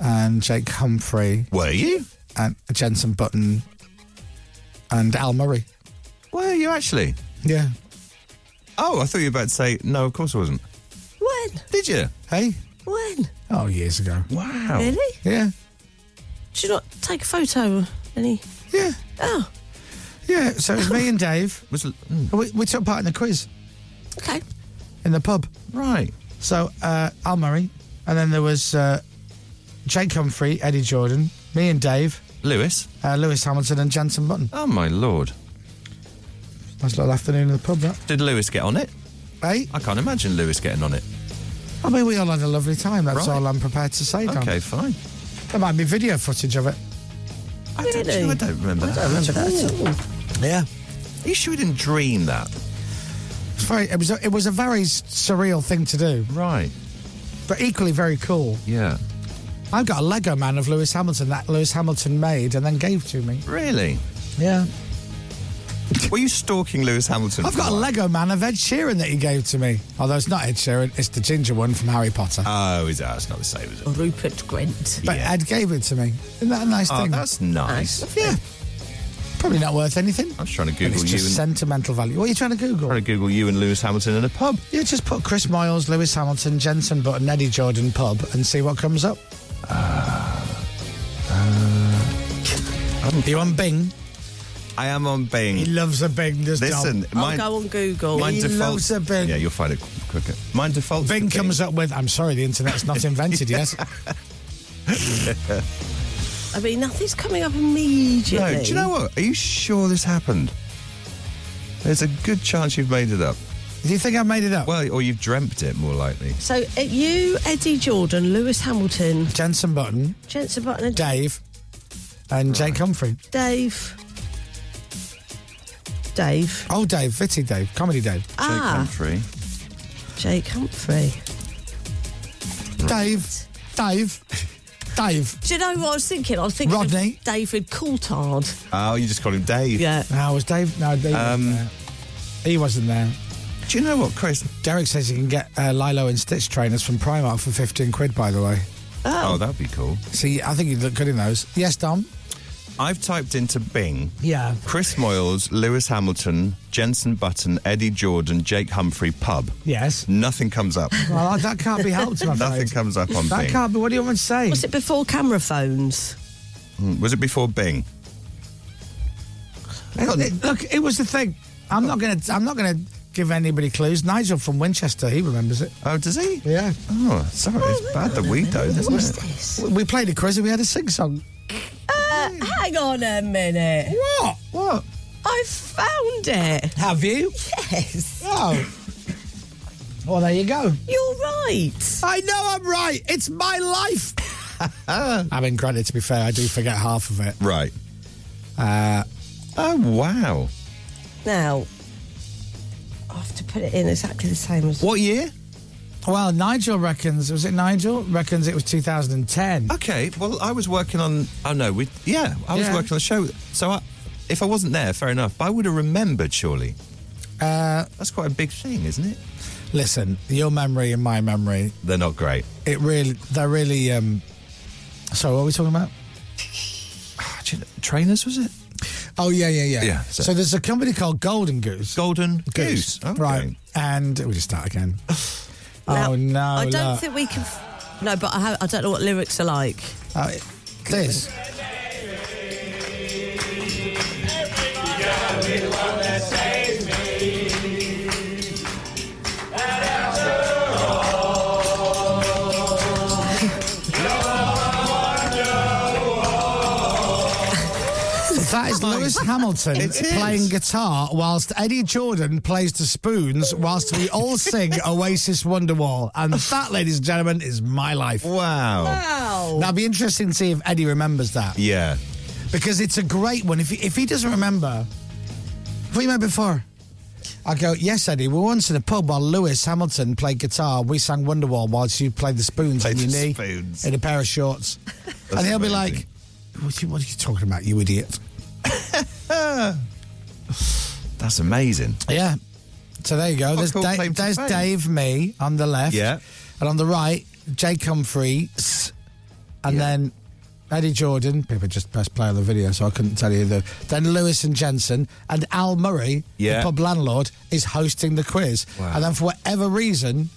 S7: and Jake Humphrey
S9: Were you?
S7: and Jensen Button and Al Murray.
S9: Were you actually?
S7: Yeah.
S9: Oh, I thought you were about to say, no, of course I wasn't.
S1: When?
S9: Did you?
S7: Hey?
S1: When?
S7: Oh, years ago.
S9: Wow.
S1: Really?
S7: Yeah.
S1: Did you not take a photo? Any?
S7: Yeah.
S1: Oh,
S7: Yeah. So it was me and Dave.
S9: Was, mm,
S7: We, we took part in the quiz
S1: okay.
S7: in the pub.
S9: right.
S7: So uh, Al Murray, and then there was uh, Jake Humphrey, Eddie Jordan, me and Dave,
S9: Lewis?
S7: uh, Lewis Hamilton, and Jensen Button.
S9: Oh, my lord.
S7: Nice little afternoon in the pub, that.
S9: Did Lewis get on it?
S7: Hey,
S9: I can't imagine Lewis getting on it.
S7: I mean, we all had a lovely time. That's
S9: Right.
S7: all I'm prepared to say, Dom.
S9: Okay, fine.
S7: There might be video footage of it.
S9: I don't,
S1: Really?
S9: I don't remember that.
S1: I don't remember that at all.
S7: Yeah.
S9: Are you sure we didn't dream that?
S7: It's very, it, was a, it was a very s- surreal thing to do,
S9: Right.
S7: but equally very cool.
S9: Yeah.
S7: I've got a Lego man of Lewis Hamilton that Lewis Hamilton made and then gave to me.
S9: Really?
S7: Yeah.
S9: Were you stalking Lewis Hamilton?
S7: I've
S9: for
S7: got a
S9: while?
S7: Lego man of Ed Sheeran that he gave to me. Although it's not Ed Sheeran, it's the ginger one from Harry Potter.
S9: Oh, is that? That's not the same, is it?
S7: Oh,
S1: Rupert Grint.
S7: but
S9: yeah.
S7: Ed gave it to me. Isn't that a nice
S9: Oh,
S7: thing?
S9: that's nice.
S7: yeah. Probably not worth anything.
S9: I was trying to
S7: And
S9: Google
S7: it's
S9: you
S7: just
S9: and
S7: sentimental value. What are you trying to Google?
S9: trying to Google you and Lewis Hamilton in a pub.
S7: You just put Chris Miles, Lewis Hamilton, Jensen Button, Eddie Jordan pub and see what comes up.
S9: Uh,
S7: Are you on Bing?
S9: I am on
S7: He
S9: Bing.
S7: loves a Bing, does
S9: Listen,
S7: Dom.
S1: I'll
S9: mine,
S1: go on Google.
S9: mine
S7: He loves
S9: defaults.
S7: a Bing.
S9: Yeah, you'll find it qu- quicker. Mine defaults. to
S7: Bing comes up with, I'm sorry, the internet's not invented yet.
S1: I mean, nothing's coming up immediately.
S9: No, do you know what? Are you sure this happened? There's a good chance you've made it up.
S7: Do you think I made it up?
S9: Well, or you've dreamt it, more likely.
S1: So, uh, you, Eddie Jordan, Lewis Hamilton,
S7: Jensen Button,
S1: Jensen Button, and
S7: Dave, and Jake Humphrey.
S1: Dave. Dave.
S7: Oh, Dave, Vitty Dave, Comedy Dave.
S9: Jake
S1: ah,
S9: Humphrey.
S1: Jake Humphrey.
S7: Dave, Dave, Dave.
S1: Do you know what I was thinking? I was thinking of
S7: Rodney.
S1: David Coulthard.
S9: Oh, you just call him Dave.
S1: Yeah.
S7: No, was Dave. No, Dave
S9: Um,
S7: wasn't there. He wasn't there.
S9: Do you know what, Chris?
S7: Derek says he can get uh, Lilo and Stitch trainers from Primark for 15 quid, by the way.
S9: Oh, that'd be cool.
S7: See, I think he'd look good in those. Yes, Dom?
S9: I've typed into Bing
S7: Yeah.
S9: Chris Moyles, Lewis Hamilton, Jensen Button, Eddie Jordan, Jake Humphrey pub.
S7: Yes.
S9: Nothing comes up.
S7: Well, that can't be helped, my
S9: Nothing comes up on
S7: That
S9: Bing.
S7: can't be. What do you want me to say?
S1: Was it before camera phones?
S9: Hmm, Was it before Bing?
S7: It- look, it was the thing. I'm not gonna. I'm not gonna give anybody clues. Nigel from Winchester, he remembers it.
S9: Oh, does he?
S7: Yeah.
S9: Oh, sorry. It's bad that we don't, isn't
S1: What's
S9: it?
S1: this?
S7: We played a quiz and we had a sing song.
S1: Uh, hang on a minute.
S7: What? What?
S1: I found it.
S7: Have you?
S1: Yes.
S7: Oh. well, there you go.
S1: You're right.
S7: I know I'm right. It's my life. I mean, granted, to be fair, I do forget half of it.
S9: Right. Uh, oh, wow.
S1: Now, I have to put it in exactly the same as.
S9: What year?
S7: Well, Nigel reckons. Was it Nigel? Reckons it was 2010.
S9: Okay. Well, I was working on. Oh no. We, yeah, I was
S7: Yeah.
S9: working on the show. So I, if I wasn't there, fair enough. But I would have remembered. Surely. Uh, That's quite a big thing, isn't it?
S7: Listen, your memory and my memory.
S9: They're not great.
S7: It really. They're really. Um, so, what are we talking about?
S9: Ah, do you know- trainers was it?
S7: Oh yeah, yeah, yeah.
S9: Yeah,
S7: So,
S9: so-
S7: there's a company called Golden Goose.
S9: Golden Goose. Okay.
S7: Right. And we just start again.
S1: Now,
S7: oh no!
S1: I don't
S7: look.
S1: think we can. F- no, but I, have, I don't know what lyrics are like.
S7: Oh, it- this. That is Lewis Hamilton
S9: It is.
S7: playing guitar whilst Eddie Jordan plays the spoons whilst we all sing Oasis Wonderwall. And that, ladies and gentlemen, is my life.
S9: Wow.
S1: Wow.
S7: That'll be interesting to see if Eddie remembers that
S9: Oh. Yeah.
S7: because it's a great one. If he, if he doesn't remember, have you met before? I go, yes, Eddie. We were once in a pub while Lewis Hamilton played guitar. We sang Wonderwall whilst you played the spoons
S9: Played
S7: in your
S9: the
S7: knee
S9: spoons.
S7: in a pair of shorts. and
S9: That's
S7: he'll be
S9: amazing.
S7: like, what are, you, what are you talking about, you idiot?
S9: That's amazing.
S7: Yeah. So there you go. There's,
S9: cool
S7: Da-
S9: claim to
S7: there's
S9: fame.
S7: Dave, me on the left.
S9: Yeah.
S7: And on the right, Jake Humphries. And then Eddie Jordan. People just pressed play on the video, so I couldn't tell you. The, then Lewis and Jensen. And Al Murray,
S9: Yeah.
S7: the pub landlord, is hosting the quiz.
S9: Wow.
S7: And then for whatever reason,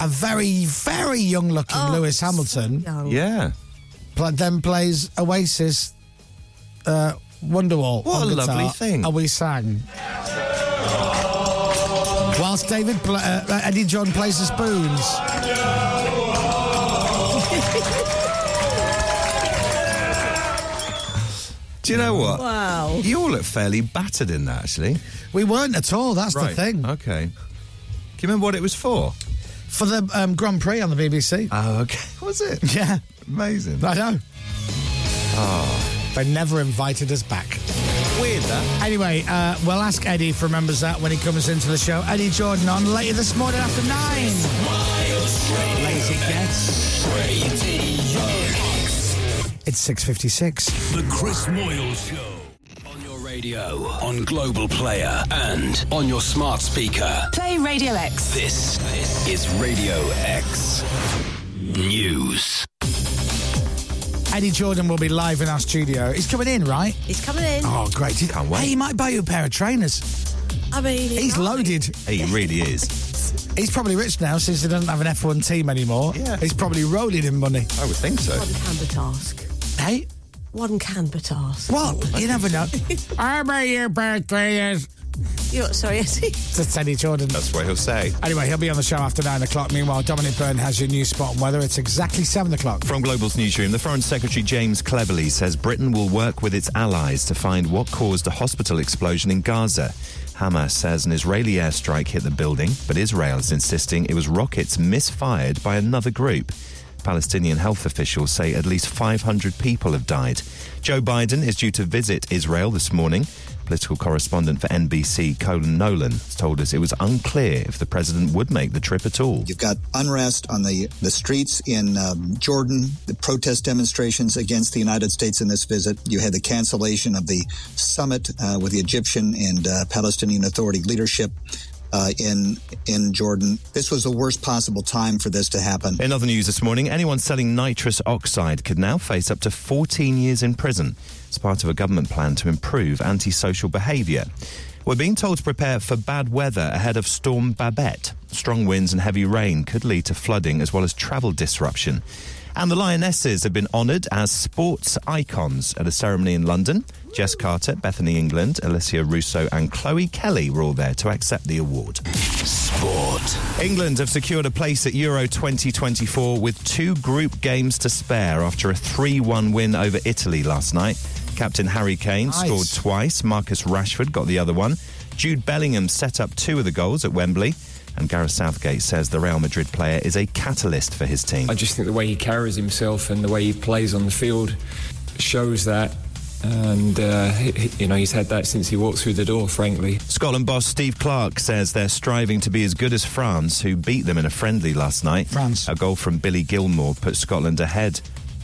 S7: a very, very young looking
S9: Oh,
S7: Lewis Hamilton
S1: Oh, Young.
S9: Yeah.
S7: pl- then plays Oasis uh, Wonderwall.
S9: What
S7: on
S9: a
S7: guitar,
S9: lovely thing.
S7: And we sang. Whilst David pl- uh, uh, Eddie John plays the spoons.
S9: Do you know what?
S1: Wow.
S9: You all look fairly battered in that, actually.
S7: We weren't at all, that's the thing.
S9: Okay. Do you remember what it was for?
S7: For the um, Grand Prix on the BBC.
S9: Oh, okay. Was it?
S7: yeah,
S9: Amazing.
S7: I know. They never invited us back.
S9: Weird that.
S7: Anyway, uh, we'll ask Eddie if he remembers that when he comes into the show. Eddie Jordan on later this morning after nine. Late it gets. It's six fifty-six.
S3: The Chris Moyle Show. On your radio, on Global Player, and on your smart speaker.
S2: Play Radio X.
S3: This is Radio X News.
S7: Eddie Jordan will be live in our studio. He's coming in, right?
S1: He's coming in.
S7: Oh, great. Can't
S9: wait.
S7: Hey, he might buy you a pair of trainers.
S1: I mean,
S7: He's loaded.
S9: He really is.
S7: He's probably rich now since he doesn't have an F1 team anymore.
S9: Yeah.
S7: He's probably rolling in money.
S9: I would think so.
S1: One can but ask.
S7: Hey,
S1: One can but ask.
S7: what? You never know. Remember your birthday is.
S1: You're, sorry, Eddie.
S7: That's Eddie Jordan.
S9: That's what he'll say.
S7: Anyway, he'll be on the show after nine o'clock. Meanwhile, Dominic Byrne has your new spot on weather. It's exactly seven o'clock.
S9: From Global's newsroom, the Foreign Secretary James Cleverly says Britain will work with its allies to find what caused a hospital explosion in Gaza. Hamas says an Israeli airstrike hit the building, but Israel is insisting it was rockets misfired by another group. Palestinian health officials say at least 500 people have died. Joe Biden is due to visit Israel this morning. Political correspondent for NBC, Colin Nolan, has told us it was unclear if the president would make the trip at all.
S6: You've got unrest on the, the streets in um, Jordan, the protest demonstrations against the United States in this visit. You had the cancellation of the summit uh, with the Egyptian and uh, Palestinian Authority leadership uh, in in Jordan. This was the worst possible time for this to happen.
S9: In other news this morning, anyone selling nitrous oxide could now face up to 14 years in prison. It's part of a government plan to improve antisocial behaviour. We're being told to prepare for bad weather ahead of Storm Babette. Strong winds and heavy rain could lead to flooding as well as travel disruption. And the Lionesses have been honoured as sports icons at a ceremony in London. Jess Carter, Bethany England, Alicia Russo, and Chloe Kelly were all there to accept the award.
S3: Sport.
S9: England have secured a place at Euro 2024 with two group games to spare after a 3 1 win over Italy last night. Captain Harry Kane
S7: Nice.
S9: scored twice, Marcus Rashford got the other one, Jude Bellingham set up two of the goals at Wembley, and Gareth Southgate says the Real Madrid player is a catalyst for his team.
S10: I just think the way he carries himself and the way he plays on the field shows that. And, uh, he- he- you know, he's had that since he walked through the door, frankly.
S9: Scotland boss Steve Clark says they're striving to be as good as France, who beat them in a friendly last night.
S7: France.
S9: A goal from Billy Gilmore put Scotland ahead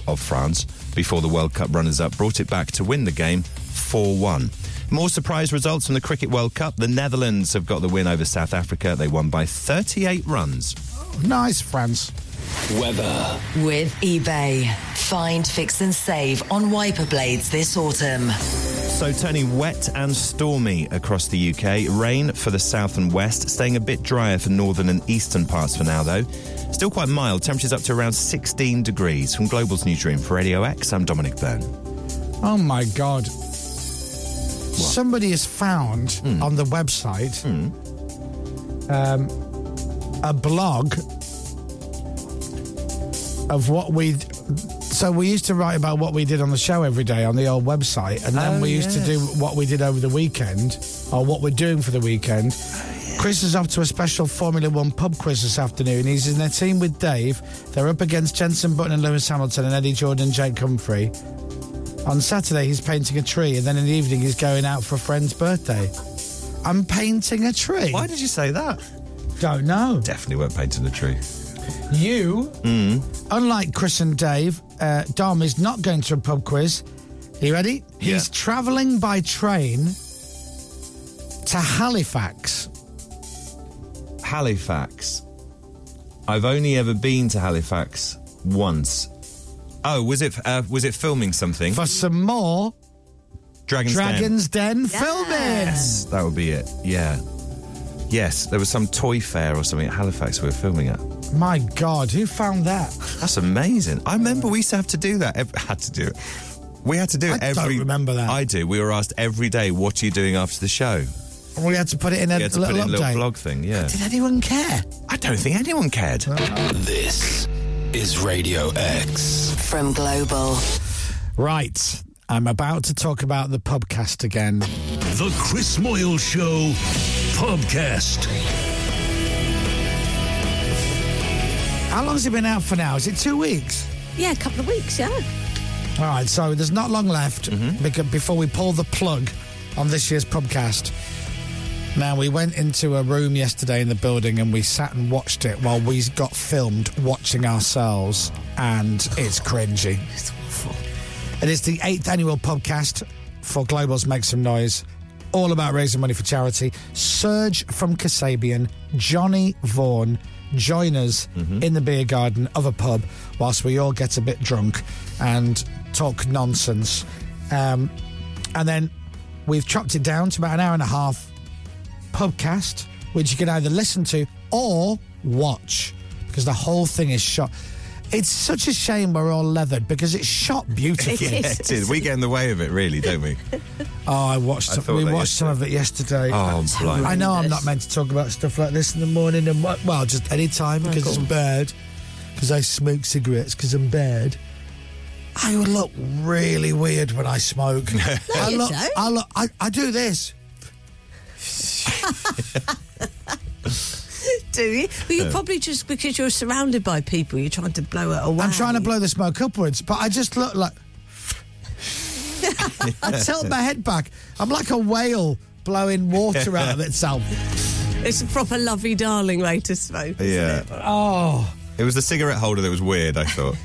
S9: of France before the World Cup runners up brought it back to win the game 4 1. More surprise results from the Cricket World Cup. The Netherlands have got the win over South Africa. They won by 38 runs.
S7: Nice, France.
S3: Weather.
S4: With eBay. Find, fix, and save on wiper blades this autumn.
S9: So turning wet and stormy across the UK. Rain for the south and west, staying a bit drier for northern and eastern parts for now, though. Still quite mild. Temperatures up to around 16 degrees. From Global's newsroom for Radio X, I'm Dominic Byrne.
S7: Oh my God. Somebody has found on the website um, a blog of what we So we used to write about what we did on the show every day on the old website, and then
S9: Oh,
S7: we used to
S9: yes.
S7: do what we did over the weekend or what we're doing for the weekend.
S9: Oh,
S7: Chris is off to a special Formula One pub quiz this afternoon. He's in a team with Dave. They're up against Jensen Button and Lewis Hamilton and Eddie Jordan and Jake Humphrey. On Saturday, he's painting a tree, and then in the evening, he's going out for a friend's birthday. I'm painting a tree.
S9: Why did you say that?
S7: Don't know.
S9: Definitely weren't painting the tree.
S7: You, unlike Chris and Dave, uh, Dom is not going to a pub quiz. Are you ready?
S9: Yeah.
S7: He's travelling by train to Halifax.
S9: Halifax. I've only ever been to Halifax once. Oh, was it uh, was it filming something?
S7: for some more
S9: Dragon's Den.
S7: Dragon's Den filming.
S9: Yes, that would be it. Yeah. Yes, there was some toy fair or something at Halifax we were filming at.
S7: My God, who found that?
S9: That's amazing. I remember we used to have to do that. Ev- had to do it. We had to do it
S7: I don't
S9: every.
S7: remember that.
S9: I do. We were asked every day, "What are you doing after the show?"
S7: We had to put it in a
S9: We had to put
S7: little
S9: in a
S7: update.
S9: little blog thing. Yeah.
S7: Did anyone care?
S9: I don't think anyone cared.
S3: This is Radio X.
S4: From Global.
S7: Right, I'm about to talk about the pubcast again.
S3: The Chris Moyle Show Podcast.
S7: How long's it been out for now? Is it two weeks?
S1: Yeah, a couple of weeks, yeah.
S7: All right, so there's not long left beca- before we pull the plug on this year's podcast. Now, we went into a room yesterday in the building and we sat and watched it while we got filmed watching ourselves, and it's cringy.
S1: It's awful.
S7: It is the eighth annual podcast for Global's Make Some Noise, all about raising money for charity. Serge from Kasabian, Johnny Vaughan join us in the beer garden of a pub whilst we all get a bit drunk and talk nonsense. Um, and then we've chopped it down to about an hour and a half podcast, which you can either listen to or watch because the whole thing is shot. It's such a shame we're all leathered because it's shot beautifully.
S1: It is.
S9: It is. We get in the way of it, really, don't we?
S7: Oh, I watched.
S9: I
S7: some-
S9: thought
S7: we
S9: that
S7: watched some of it yesterday.
S9: Oh, blimey.
S7: I know I'm not meant to talk about stuff like this in the morning and what, well, just any time because it's bad. Because I smoke cigarettes because I'm bad. I would look really weird when I smoke. I
S1: you
S7: look.
S1: don't.
S7: I look. I, I do this.
S1: Do you? Well, you probably just because you're surrounded by people, you're trying to blow it away.
S7: I'm trying to blow the smoke upwards, but I just look like. I tilt my head back. I'm like a whale blowing water out of itself.
S1: It's a proper lovey darling way to smoke. Isn't
S9: Yeah.
S1: It?
S7: Oh.
S9: It was the cigarette holder that was weird, I thought.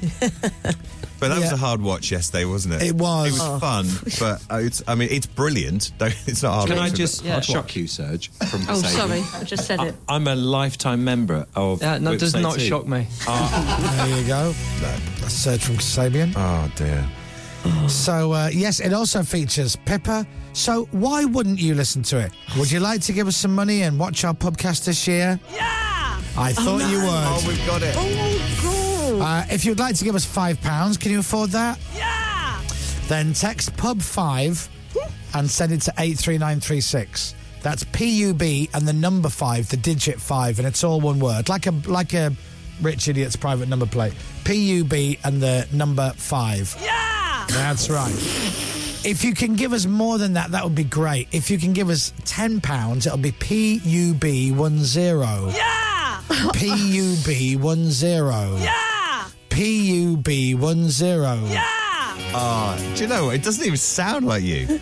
S9: but that was
S7: Yeah.
S9: a hard watch yesterday, wasn't it?
S7: It was.
S9: It was
S7: Oh.
S9: fun, but uh, it's, I mean, it's brilliant. Don't- It's not hard.
S2: Can I
S9: watch,
S2: just
S9: but-
S2: shock you, Serge? From
S11: Oh,
S2: Kasabian?
S11: sorry, I just said it.
S2: I'm a lifetime member of.
S11: That no,
S2: Whip
S11: does
S2: State
S11: not
S2: Tea.
S11: shock me.
S7: There you go. That's Serge from Kasabian.
S9: Oh dear.
S7: So, uh, yes, it also features Pippa. So, why wouldn't you listen to it? Would you like to give us some money and watch our podcast this year? Yeah! I thought you
S9: Oh,
S7: would.
S9: we've got it.
S1: Oh,
S7: Uh, if you'd like to give us £5, pounds, can you afford that? Yeah! Then text pub5 and send it to 83936. That's PUB and the number 5, the digit 5, and it's all one word, like a, like a rich idiot's private number plate. PUB and the number 5. That's right. If you can give us more than that, that would be great. If you can give us ten pounds, it'll be PUB one zero. Yeah. PUB one zero. Yeah. PUB one zero. Yeah.
S9: Ah, do you know what? It doesn't even sound like you.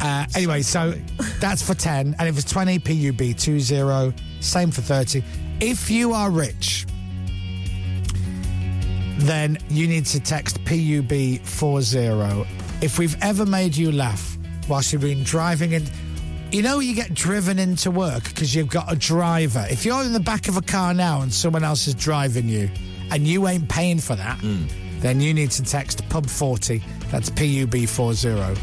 S7: Uh, anyway, so that's for ten, and if it's twenty, PUB two zero. Same for thirty. If you are rich, then you need to text PUB40. If we've ever made you laugh whilst you've been driving in, you know, you get driven into work because you've got a driver. If you're in the back of a car now and someone else is driving you and you ain't paying for that, then you need to text PUB40. That's PUB40.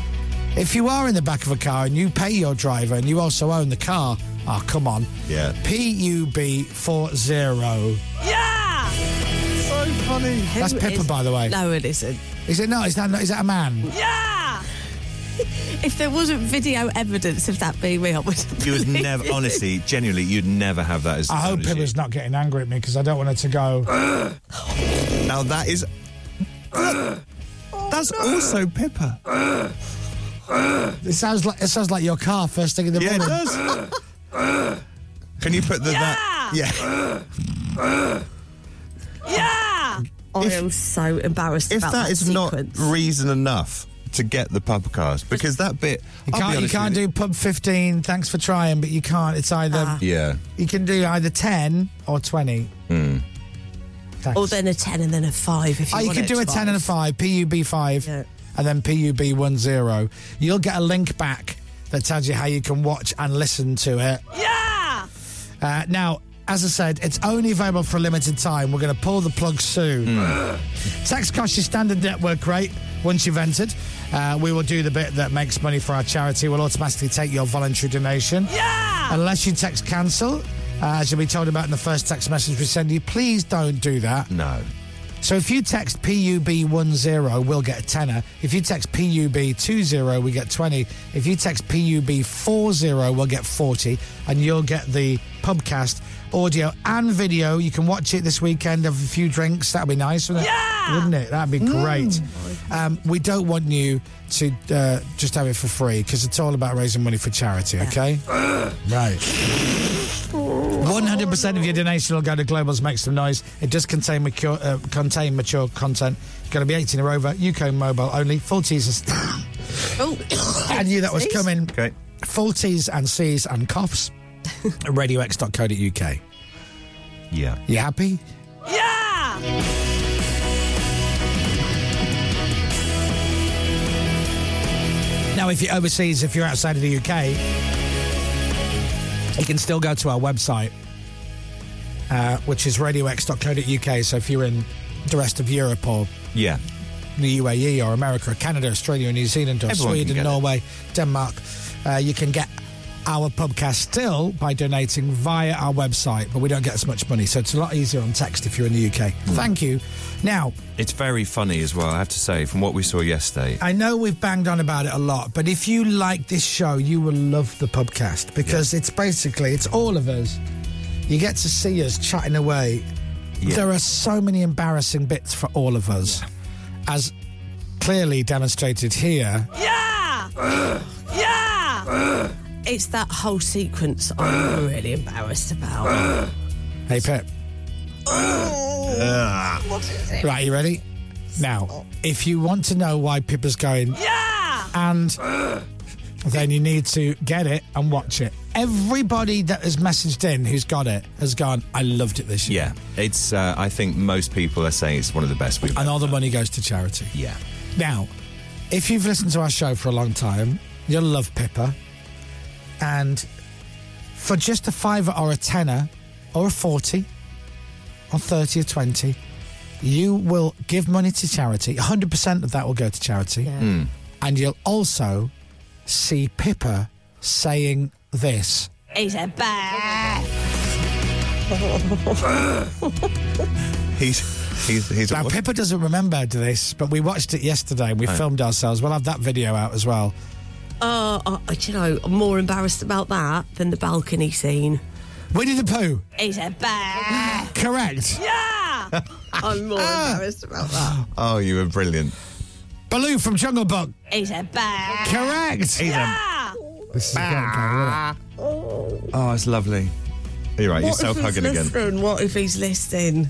S7: If you are in the back of a car and you pay your driver and you also own the car, oh, come on.
S9: Yeah.
S7: PUB40.
S9: so funny.
S7: That's
S1: Who
S7: Pippa,
S1: is-
S7: by the way.
S1: No, it isn't.
S7: Is it not? Is that not? Is that a man?
S1: If there wasn't video evidence of that being me, I would.
S9: You would never, honestly, genuinely, you'd never have that as.
S7: I hope
S9: as you.
S7: Pippa's not getting angry at me because I don't want her to go.
S9: Now that is Oh, That's also Pippa.
S7: It sounds like it sounds like your car first thing in the
S9: Yeah, it
S7: morning.
S9: does. Can you put the that? Yeah.
S1: Yeah! I am so embarrassed
S9: if
S1: about
S9: that
S1: that
S9: is
S1: sequence.
S9: not reason enough to get the pub cast, because that bit
S7: You
S9: I'll be
S7: can't, you
S9: honest
S7: can't
S9: with
S7: do pub 15, thanks for trying, but you can't. It's either.
S1: Ah.
S9: you. Yeah.
S7: You can do either 10 or 20.
S9: Mm.
S1: Or then a 10 and then a 5 if you
S7: Oh, you
S1: want
S7: could
S1: it
S7: do a
S1: to
S7: 10 and a 5, PUB 5, and then PUB 1 0. You'll get a link back that tells you how you can watch and listen to it.
S1: Yeah!
S7: Uh, now, as I said, it's only available for a limited time. We're going to pull the plug soon. Tax costs your standard network rate once you've entered. Uh, we will do the bit that makes money for our charity. We'll automatically take your voluntary donation. Yeah! Unless you text cancel, uh, as you'll be told about in the first text message we send you, please don't do that.
S9: No.
S7: So if you text PUB10, we'll get a tenner. If you text PUB20, we get 20. If you text PUB40, we'll get 40. And you'll get the pubcast audio and video. You can watch it this weekend, have a few drinks. That'd be nice, wouldn't it? Yeah! Wouldn't it? That'd be great. Um, we don't want you to uh, just have it for free because it's all about raising money for charity, okay? right. One hundred percent of your donation will go to Global's Make Some Noise. It does contain mature, uh, contain mature content. Going to be eighteen or over. UK mobile only. Full T's. And oh, I knew that was coming.
S9: Okay.
S7: Full T's and C's and coughs. at RadioX.co.uk.
S9: Yeah.
S7: You happy? Yeah. Now, if you're overseas, if you're outside of the UK, you can still go to our website, uh, which is radiox.co.uk. So if you're in the rest of Europe or
S9: Yeah.
S7: the UAE or America or Canada, Australia or New Zealand or
S9: Everyone can
S7: Sweden,
S9: get it.
S7: Norway, Denmark, uh, you can get our podcast still by donating via our website, but we don't get as much money. So it's a lot easier on text if you're in the UK. Thank you. Now,
S9: It's very funny as well, I have to say, from what we saw yesterday.
S7: I know we've banged on about it a lot, but if you like this show, you will love the podcast because it's basically it's all of us. You get to see us chatting away.
S9: Yeah.
S7: There are so many embarrassing bits for all of us, as clearly demonstrated here.
S1: Yeah! yeah! it's that whole sequence I'm really embarrassed about.
S7: Hey, Pip.
S1: what is it? Oh.
S7: Right, you ready? Now, if you want to know why Pippa's going,
S1: yeah,
S7: and then you need to get it and watch it. Everybody that has messaged in who's got it has gone, I loved it this year.
S9: Yeah. It's, uh, I think most people are saying it's one of the best we've
S7: And all the money goes to charity.
S9: Yeah.
S7: Now, if you've listened to our show for a long time, you'll love Pippa. And for just a fiver or a tenner or a 40 or 30 or 20, you will give money to charity. 100% of that will go to charity.
S9: Mm.
S7: And you'll also see Pippa saying this.
S1: he's a bear.
S9: He's, he's, he's
S7: Now, Pippa doesn't remember this, but we watched it yesterday and we
S9: Oh.
S7: filmed ourselves. We'll have that video out as well.
S1: Oh, oh, do you know, I'm more embarrassed about that than the balcony scene.
S7: Winnie the Pooh,
S1: He's a bear.
S7: correct.
S1: yeah, I'm more
S9: Ah.
S1: embarrassed about that.
S9: Oh, you were brilliant.
S7: Baloo from Jungle Book,
S1: He's a bear.
S7: correct.
S9: He's a-
S1: Yeah.
S7: This is getting
S9: Oh, it's lovely. You're right, you're
S1: What if
S9: self
S1: he's
S9: hugging again.
S1: listening? What if he's listening?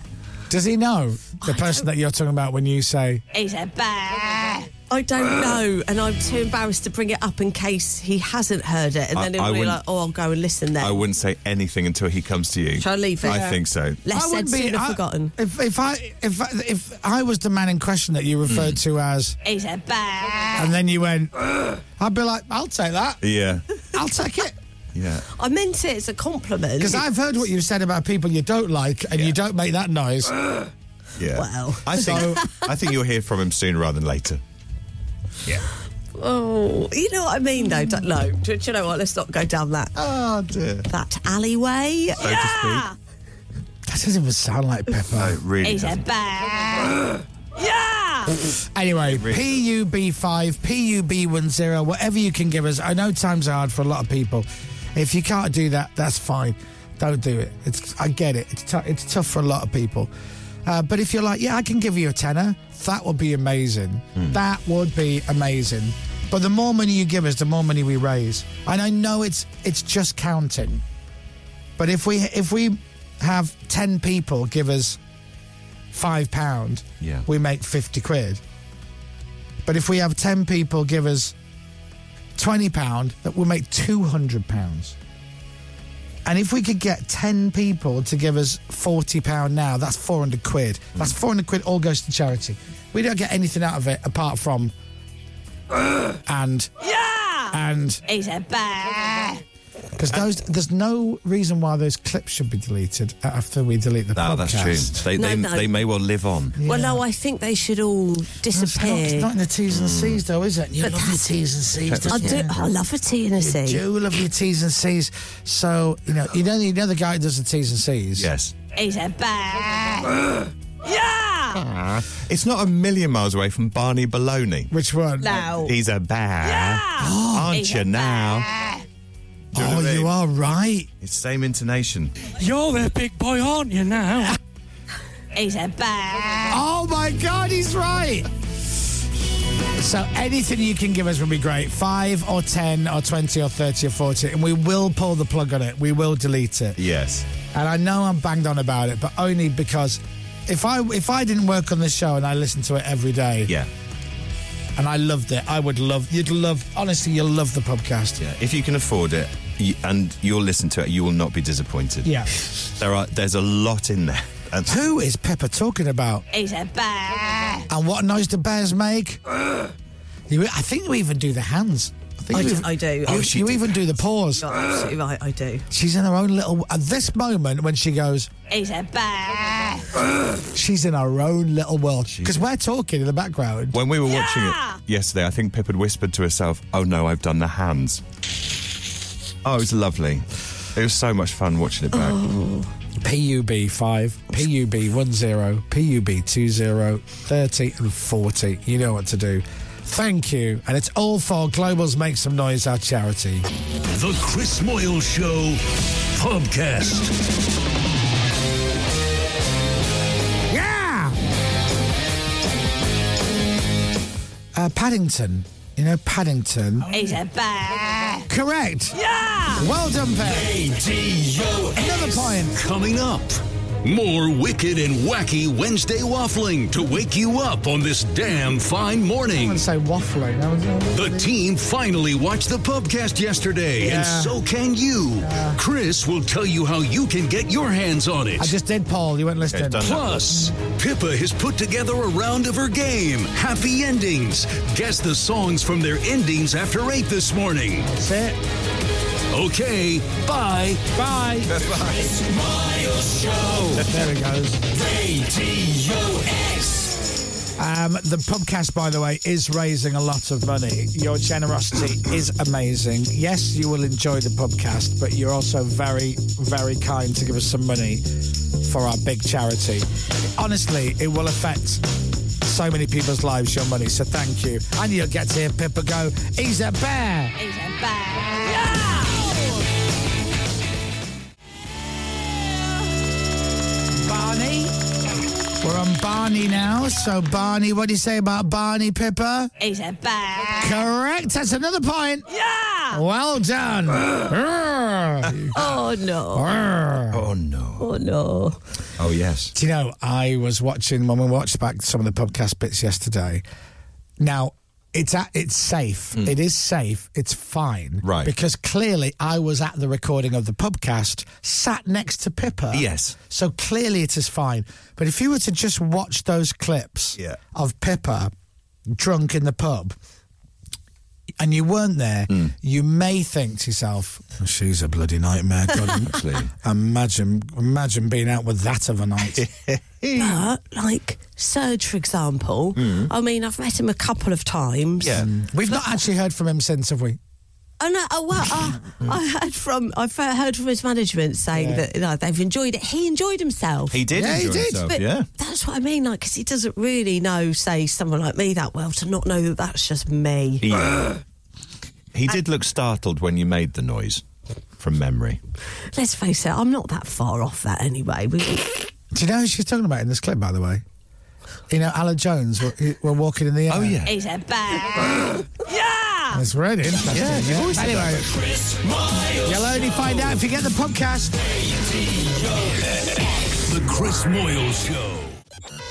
S7: Does he know the person that you're talking about when you say
S1: He's a bear. I
S9: Ah.
S1: don't know, and I'm too embarrassed to bring it up in case he hasn't heard it, and
S9: I-
S1: then he'll
S9: I
S1: be
S9: wouldn't-
S1: like, "Oh, I'll go and listen then."
S9: I wouldn't say anything until he comes to you.
S1: Shall I leave it?
S9: I
S1: Yeah.
S9: think so.
S1: Less
S7: I
S1: said,
S7: wouldn't
S1: sooner
S7: I-
S1: forgotten.
S7: If, if I if I- if I was the man in question that you referred to as,
S1: He's a bear.
S7: and then you went, I'd be like, I'll take that.
S9: Yeah.
S7: I'll take it
S9: Yeah.
S1: I meant it as a compliment.
S7: because I've heard what you've said about people you don't like, and you don't make that noise.
S9: Yeah.
S1: Wow.
S9: I think I think you'll hear from him sooner rather than later. Yeah.
S1: Oh, you know what I mean, though. Don't, no, do, do you know what? Let's not go down that
S9: Oh dear.
S1: that alleyway.
S9: So to
S7: That doesn't even sound like Pepper.
S9: speak. Really.
S1: He's a
S9: doesn't.
S1: bear. yeah.
S7: Anyway, PUB5, PUB10, whatever you can give us. I know times are hard for a lot of people. If you can't do that, that's fine. Don't do it. It's I get it. It's tou- it's tough for a lot of people. Uh, but if you're like, yeah, I can give you a tenner, that would be amazing. That would be amazing. But the more money you give us, the more money we raise. And I know it's it's just counting. But if we if we have ten people give us five pound,
S9: Yeah.
S7: we make fifty quid. But if we have ten people give us twenty pound, that will make two hundred pounds. And if we could get 10 people to give us £40 now, that's 400 quid. That's 400 quid all goes to charity. We don't get anything out of it apart from. and. Yeah! And.
S1: He's a bear.
S7: Because those, there's no reason why those clips should be deleted after we delete the
S9: Oh,
S7: podcast.
S9: that's true. They,
S1: No,
S9: they,
S1: no.
S9: they may well live on.
S1: Well, no, I think they should all
S7: It's not,
S1: disappear.
S7: it's not in the T's
S9: Hmm.
S7: and C's, though, is it? You love your T's and C's,
S1: I
S7: don't
S1: do.
S7: you?
S1: I love a T and a C.
S7: You do love your T's and C's. So, you know, you know, you know the guy who does the T's and C's?
S9: Yes.
S1: He's a bear. yeah.
S9: It's not a million miles away from Barney Baloney.
S7: Which one?
S1: No.
S9: He's a bear.
S1: Oh. He's
S9: Aren't
S1: a
S9: you now?
S1: bear.
S9: Do you know
S7: Oh,
S9: what I mean?
S7: you are right.
S9: It's same intonation.
S11: You're their big boy, aren't you now?
S1: He's a bear.
S7: Oh my God, he's right. So anything you can give us would be great. Five or ten or twenty or thirty or forty, and we will pull the plug on it. We will delete it.
S9: Yes.
S7: And I know I'm banged on about it, but only because if I if I didn't work on this show and I listened to it every day,
S9: Yeah.
S7: and I loved it, I would love. You'd love. Honestly, you'll love the podcast.
S9: Yeah. If you can afford it y- and you'll listen to it, you will not be disappointed.
S7: Yeah.
S9: There are there's a lot in there. And
S7: Who is Pepper talking about?
S1: He's a bear.
S7: And what noise do bears make? You, I think we even do the hands. I, think
S5: I
S7: you
S5: do-
S7: even-
S5: I do.
S7: You,
S5: Oh, she
S7: you
S5: did
S7: even do the paws.
S5: You're absolutely right, I do.
S7: She's in her own little. At this moment, when she goes,
S1: He's a bear.
S7: she's in her own little world. Because we're talking in the background.
S9: when we were watching
S1: Yeah.
S9: it yesterday, I think Pip had whispered to herself, "Oh no, I've done the hands." Oh, it was lovely. It was so much fun watching it back.
S1: Oh.
S7: PUB 5, PUB 10, PUB 20, 30, and 40. You know what to do. Thank you. And it's all for Globals Make Some Noise, our charity.
S3: The Chris Moyle Show podcast.
S7: Yeah! Uh, Paddington. You know, Paddington.
S1: He's a bear.
S7: Correct.
S1: Yeah.
S7: Well done, Pep.
S3: ADO.
S7: Another point.
S3: Coming up, more wicked and wacky Wednesday waffling to wake you up on this damn fine
S7: I
S3: morning.
S7: would say waffling. I was-
S3: The team finally watched the podcast yesterday, and
S7: Yeah.
S3: so can you. Chris will tell you how you can get your hands on it.
S7: I just did, Paul. You weren't listening.
S9: it's done.
S3: Plus, Pippa has put together a round of her game, Happy Endings. Guess the songs from their endings after 8 this morning.
S7: That's it.
S3: Okay, bye.
S7: Bye. There he goes. Um, the podcast, by the way, is raising a lot of money. Your generosity is amazing. Yes, you will enjoy the podcast, but you're also very, very kind to give us some money for our big charity. Honestly, it will affect so many people's lives, your money, so thank you. And you'll get to hear Pippa go, he's a bear.
S1: He's a bear. Yeah.
S7: Barney. We're on Barney now. So, Barney, what do you say about Barney, Pippa?
S1: He's a bear.
S7: Correct. That's another point.
S1: Yeah.
S7: Well done. Urgh.
S1: Oh no.
S7: Urgh.
S9: Oh no.
S1: Oh no.
S9: Oh yes.
S7: Do you know, I was watching when we watched back some of the podcast bits yesterday. Now, it's at, it's safe. It is safe. It's fine.
S9: Hmm. Right.
S7: Because clearly I was at the recording of the podcast, sat next to Pippa.
S9: Yes.
S7: So clearly it is fine. But if you were to just watch those clips
S9: Yeah.
S7: of Pippa drunk in the pub and you weren't there,
S9: Hmm.
S7: you may think to yourself, "Oh, she's a bloody nightmare. God, imagine, imagine being out with that of a night.
S1: But like Serge, for example, I mean, I've met him a couple of times.
S9: Yeah.
S7: We've not actually heard from him since, have we?
S1: And I, oh, well, I, I heard from I've heard from his management saying
S7: Yeah.
S1: that you know, they've enjoyed it. He enjoyed himself.
S9: He did
S7: Yeah, he
S9: enjoy
S7: did.
S9: himself,
S1: But
S9: yeah.
S1: that's what I mean, like, because he doesn't really know, say, someone like me that well, to not know that that's just me.
S9: He, he did look startled when you made the noise from memory.
S1: Let's face it, I'm not that far off that anyway. We,
S7: Do you know who she's talking about in this clip, by the way? You know, Alan Jones, were, he- were walking in the air. Oh,
S1: He's a bad. yeah.
S7: That's really interesting.
S1: Yeah, you've always said that.
S7: anyway, you'll only find out if you get the podcast.
S3: The Chris Moyle Show.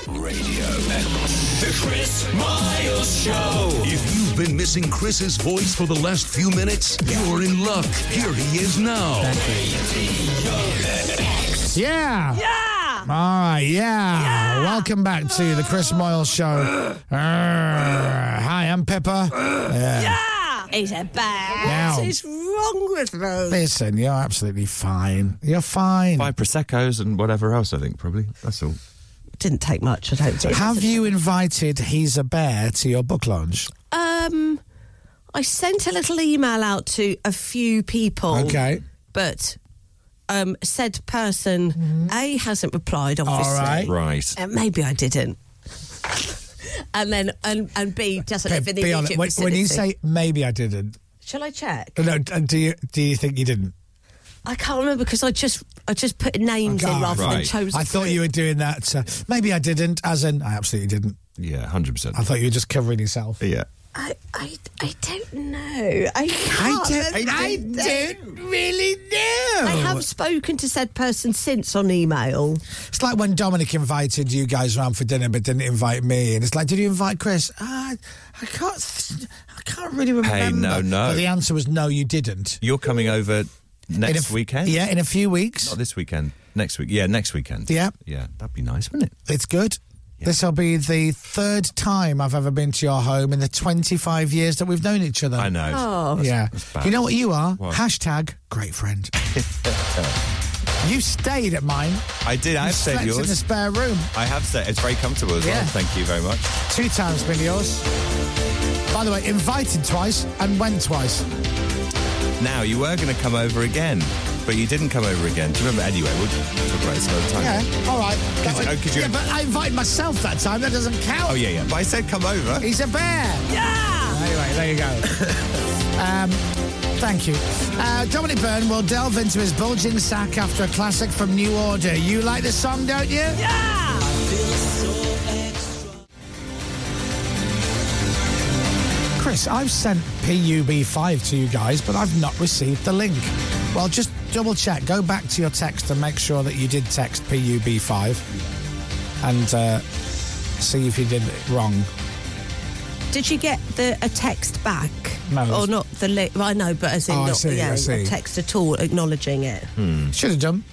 S3: Radio X. The Chris Miles Show. If you've been missing Chris's voice for the last few minutes, you're in luck. Here he is now.
S7: Yeah. Yeah. All right. Yeah. Welcome back to the Chris Moyle Show. Arr. Hi, I'm Pippa. Yeah.
S1: He's a bad.
S7: Now-
S1: What is wrong with me?
S7: Listen, you're absolutely fine. You're fine.
S9: Five Prosecco's and whatever else, I think, probably. That's all.
S1: Didn't take much, I don't think.
S7: Have you invited He's a Bear to your book launch?
S1: Um, I sent a little email out to a few
S7: Oh,
S1: people.
S7: Okay.
S1: But um, said person A hasn't replied. Obviously,
S7: Mm-hmm. right. Right.
S1: Uh, maybe I didn't. and then and and B doesn't live in the
S7: Be
S1: immediate
S7: honest. When, when you
S1: vicinity.
S7: say maybe I didn't,
S1: shall I check?
S7: no, and do you do you think you didn't?
S1: I can't remember because I just I just put names in rather than chose.
S7: Ah, I thought you were doing that. Uh, maybe I didn't, as in I absolutely didn't.
S9: Yeah, 100%.
S7: I thought you were just covering yourself.
S9: Yeah.
S1: I, I, I don't know. I
S7: I
S1: can't.
S7: don't- I really know.
S1: I have spoken to said person since on email.
S7: It's like when Dominic invited you guys round for dinner, but didn't invite me. And it's like, did you invite Chris? Ah, I can't. Th- I can't really remember.
S9: Hey, no, no.
S7: But the answer was no, you didn't.
S9: You're coming over next
S7: In a f-
S9: weekend?
S7: Yeah, in a few weeks.
S9: Not this weekend. Next week. Yeah, next weekend.
S7: Yeah.
S9: Yeah, that'd be nice, wouldn't it?
S7: It's good. This will be the third time I've ever been to your home in the 25 years that we've known each other. I
S9: know. Oh. That's-
S7: yeah.
S9: that's bad.
S7: You know what you are?
S9: What?
S7: Hashtag great friend. you stayed at mine.
S9: I did. I
S7: You slept
S9: have said
S7: in the
S9: yours.
S7: spare room.
S9: I have said it's very comfortable as
S7: Yeah.
S9: well. Thank you very much.
S7: Two times been yours. By the way, invited twice and went twice.
S9: Now you were going to come over again, but you didn't come over again. Do you remember? Anyway, we'll talk about this another time.
S7: Yeah, all right. That
S9: Could you-
S7: was-
S9: oh, could you-
S7: yeah, but I invited myself that time. That doesn't count.
S9: Oh yeah, yeah. But I said come over.
S7: He's a bear. Yeah. Anyway, there you go. um, thank you. Uh, Dominic Byrne will delve into his bulging sack after a classic from New Order. You like this song, don't you? Yeah. Chris, I've sent PUB5 to you guys, but I've not received the link. Well, just double check. Go back to your text and make sure that you did text PUB5 and uh, see if you did it wrong.
S1: Did you get the a text back?
S7: No.
S1: Or not the li- well, I know, but as in
S7: Oh, I
S1: not
S7: see,
S1: yeah,
S7: I see.
S1: a
S7: Hmm.
S1: text at all acknowledging it.
S7: Should have done.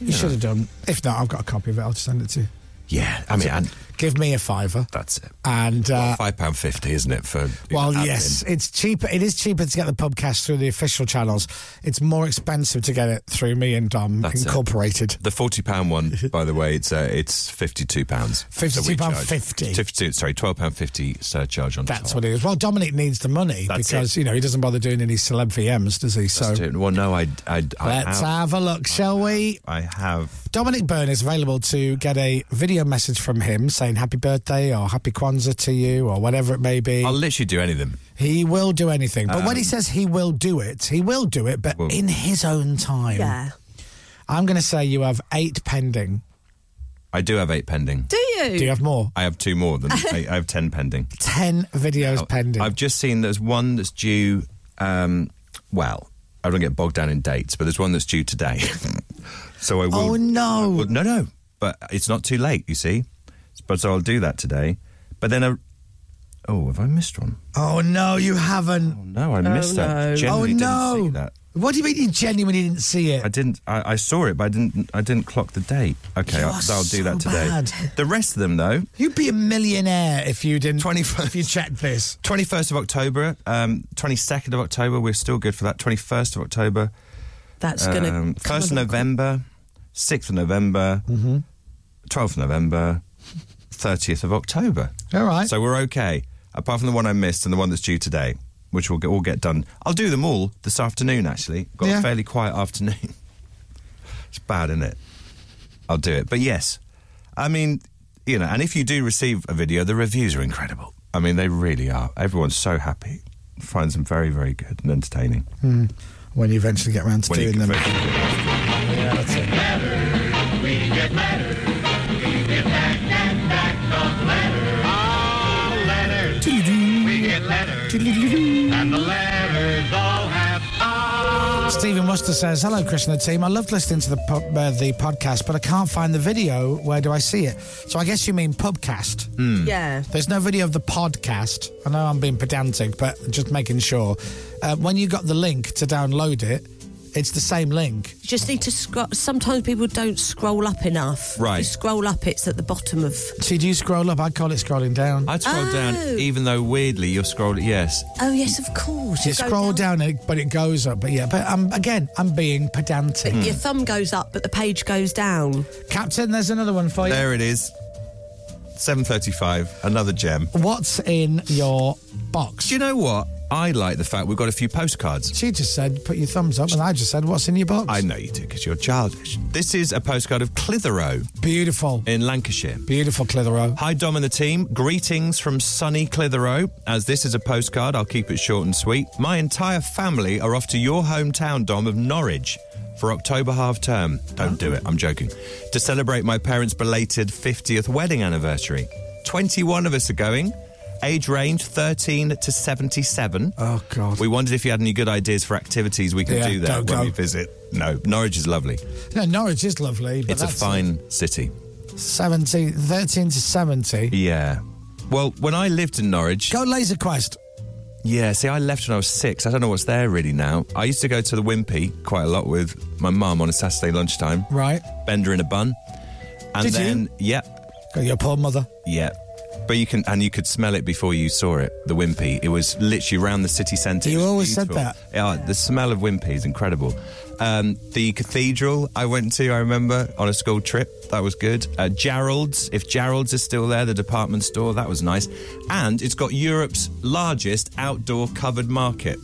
S7: You should have done. If not, I've got a copy of it. I'll just send it to you.
S9: Yeah, I mean, and
S7: Give me a fiver.
S9: that's it.
S7: And uh,
S9: Five pound fifty, isn't it? For
S7: well,
S9: admin?
S7: yes, it's cheaper. It is cheaper to get the podcast through the official channels. It's more expensive to get it through me and Dom
S9: That's it.
S7: Incorporated.
S9: The forty pound one, by the way, it's uh, it's fifty two pounds.
S7: £52.50.
S9: Fifty two. Sorry, twelve pound fifty surcharge on
S7: That's
S9: top.
S7: what it is. Well, Dominic needs the money
S9: That's
S7: because you know he doesn't bother doing any celeb VMs, does he? So
S9: Well, no, I, I, I
S7: let's
S9: have,
S7: have a look, shall we?
S9: I have.
S7: Dominic Byrne is available to get a video message from him saying happy birthday or happy Kwanzaa to you or whatever it may be.
S9: I'll literally do any of them.
S7: He will do anything. But when he
S9: Um,
S7: says he will do it, he will do it, but
S9: Well-
S7: in his own time.
S1: Yeah.
S7: I'm going to say you have eight pending.
S9: I do have eight pending.
S1: Do you?
S7: Do you have more?
S9: I have two more than I, I have ten pending.
S7: Ten videos pending.
S9: I've just seen there's one that's due. Um, well, I don't get bogged down in dates, but there's one that's due today. so I will.
S7: Oh, no.
S9: I will- no, no. But it's not too late, you see. But so I'll do that today. But then I. Oh, have I missed one?
S7: oh, no, you haven't.
S9: Oh, No, I missed that.
S7: Oh,
S9: Genuinely
S7: no.
S9: didn't see that.
S7: What do you mean you genuinely didn't see it?
S9: I didn't. I, I saw it, but I didn't. I didn't clock the date. Okay,
S7: You
S9: I,
S7: are
S9: will do that
S7: so
S9: today.
S7: bad.
S9: The rest of them, though,
S7: You'd be a millionaire if you didn't.
S9: 21st.
S7: If you checked this.
S9: 21st of October, um, 22nd of October, we're still good for that. 21st of October,
S1: That's gonna come
S9: um, 1st of
S1: along.
S9: November, 6th of November,
S7: Mm-hmm.
S9: 12th of November, 30th of October.
S7: All right.
S9: So we're okay, apart from the one I missed and the one that's due today, which will get, all get done. I'll do them all this afternoon, actually. Got
S7: Yeah.
S9: a fairly quiet afternoon. it's bad, isn't it? I'll do it. But yes, I mean, you know, and if you do receive a video, the reviews are incredible. I mean, they really are. Everyone's so happy. Finds them very, very good and entertaining.
S7: When you eventually get round to
S9: When you
S7: doing them.
S9: get-
S7: Yeah, that's it.
S12: And the letters all have
S7: Stephen Worcester says, "Hello, Chris and the team. I loved listening to the pub, uh, the podcast, but I can't find the video. Where do I see it? So I guess you mean pubcast.
S9: Hmm.
S1: Yeah.
S7: There's no video of the podcast. I know I'm being pedantic, but just making sure. Uh, when you got the link to download it, it's the same link.
S1: You just need to scroll. Sometimes people don't scroll up enough.
S9: Right.
S1: You scroll up, it's at the bottom of.
S7: See, do you scroll up? I call it scrolling down.
S9: I'd scroll
S1: Oh.
S9: down, even though weirdly you're scrolling. Yes.
S1: Oh yes, of course.
S7: You
S1: go
S7: scroll down, it, but it goes up. But yeah, but um, again, I'm being pedantic.
S9: Hmm.
S1: Your thumb goes up, but the page goes down.
S7: Captain, there's another one for you.
S9: There it is. 7.35, another gem.
S7: What's in your box?
S9: Do you know what? I like the fact we've got a few postcards.
S7: She just said, "Put your thumbs up," and I just said, "What's in your box?"
S9: I know you do because you're childish. This is a postcard of Clitheroe.
S7: Beautiful.
S9: In Lancashire.
S7: Beautiful Clitheroe.
S9: Hi, Dom and the team. Greetings from sunny Clitheroe. As this is a postcard, I'll keep it short and sweet. My entire family are off to your hometown, Dom, of Norwich for October half term. Don't do it, I'm joking. To celebrate my parents' belated 50th wedding anniversary. 21 of us are going. Age range 13 to 77.
S7: Oh, God.
S9: We wondered if you had any good ideas for activities we could
S7: Yeah,
S9: do there
S7: don't
S9: when
S7: go.
S9: we visit. No, Norwich is lovely.
S7: No, Norwich is lovely. But
S9: It's a
S7: that's
S9: fine city.
S7: 70, 13 to 70.
S9: Yeah. Well, when I lived in Norwich.
S7: Go Laser Quest.
S9: Yeah, see, I left when I was six. I don't know what's there really now. I used to go to the Wimpy quite a lot with my mum on a Saturday lunchtime.
S7: Right.
S9: Bender in a bun. And
S7: Did you?
S9: then, yeah,
S7: Got your poor mother.
S9: yeah. But you can, and you could smell it before you saw it, the Wimpy. It was literally round the city centre.
S7: You
S9: It was
S7: always said
S9: beautiful.
S7: that.
S9: Yeah, the smell of Wimpy is incredible. Um, the cathedral I went to, I remember, on a school trip. That was good. Uh, Gerald's, if Gerald's is still there, the department store, that was nice. And it's got Europe's largest outdoor covered market.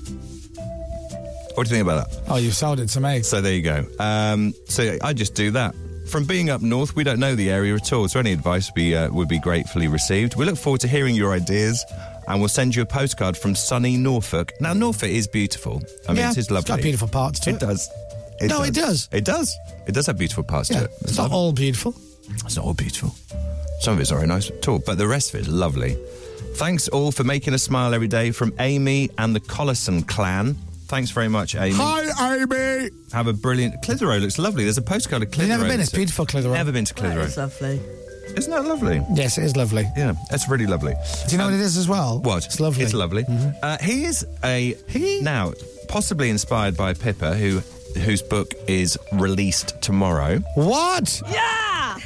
S9: What do you think about that?
S7: Oh, you sold it to me.
S9: So there you go. Um, so I just do that. From being up north, we don't know the area at all, so any advice we, uh, would be gratefully received. We look forward to hearing your ideas, and we'll send you a postcard from sunny Norfolk. Now, Norfolk is beautiful. I mean,
S7: Yeah,
S9: it is
S7: it's
S9: lovely.
S7: got beautiful parts to it.
S9: does.
S7: No, it does.
S9: It does. It does have beautiful parts
S7: Yeah,
S9: to it.
S7: it's not all beautiful.
S9: It's not all beautiful. Some of it's not very nice at all, but the rest of it is lovely. Thanks all for making us smile every day from Amy and the Collison clan. Thanks very much, Amy.
S7: Hi, Amy.
S9: Have a brilliant. Clitheroe looks lovely. There's a postcard of
S7: You've
S9: Clitheroe.
S7: never been. It's
S9: It's-
S7: beautiful Clitheroe.
S9: Never been to Clitheroe.
S1: lovely.
S9: Isn't that lovely?
S7: Yes, it is lovely.
S9: Yeah, that's really lovely.
S7: Do you know what it is as well?
S9: What? It's lovely. It's lovely. Uh, he is a now possibly inspired by Pippa, who whose book is released tomorrow.
S7: What?
S1: Yeah.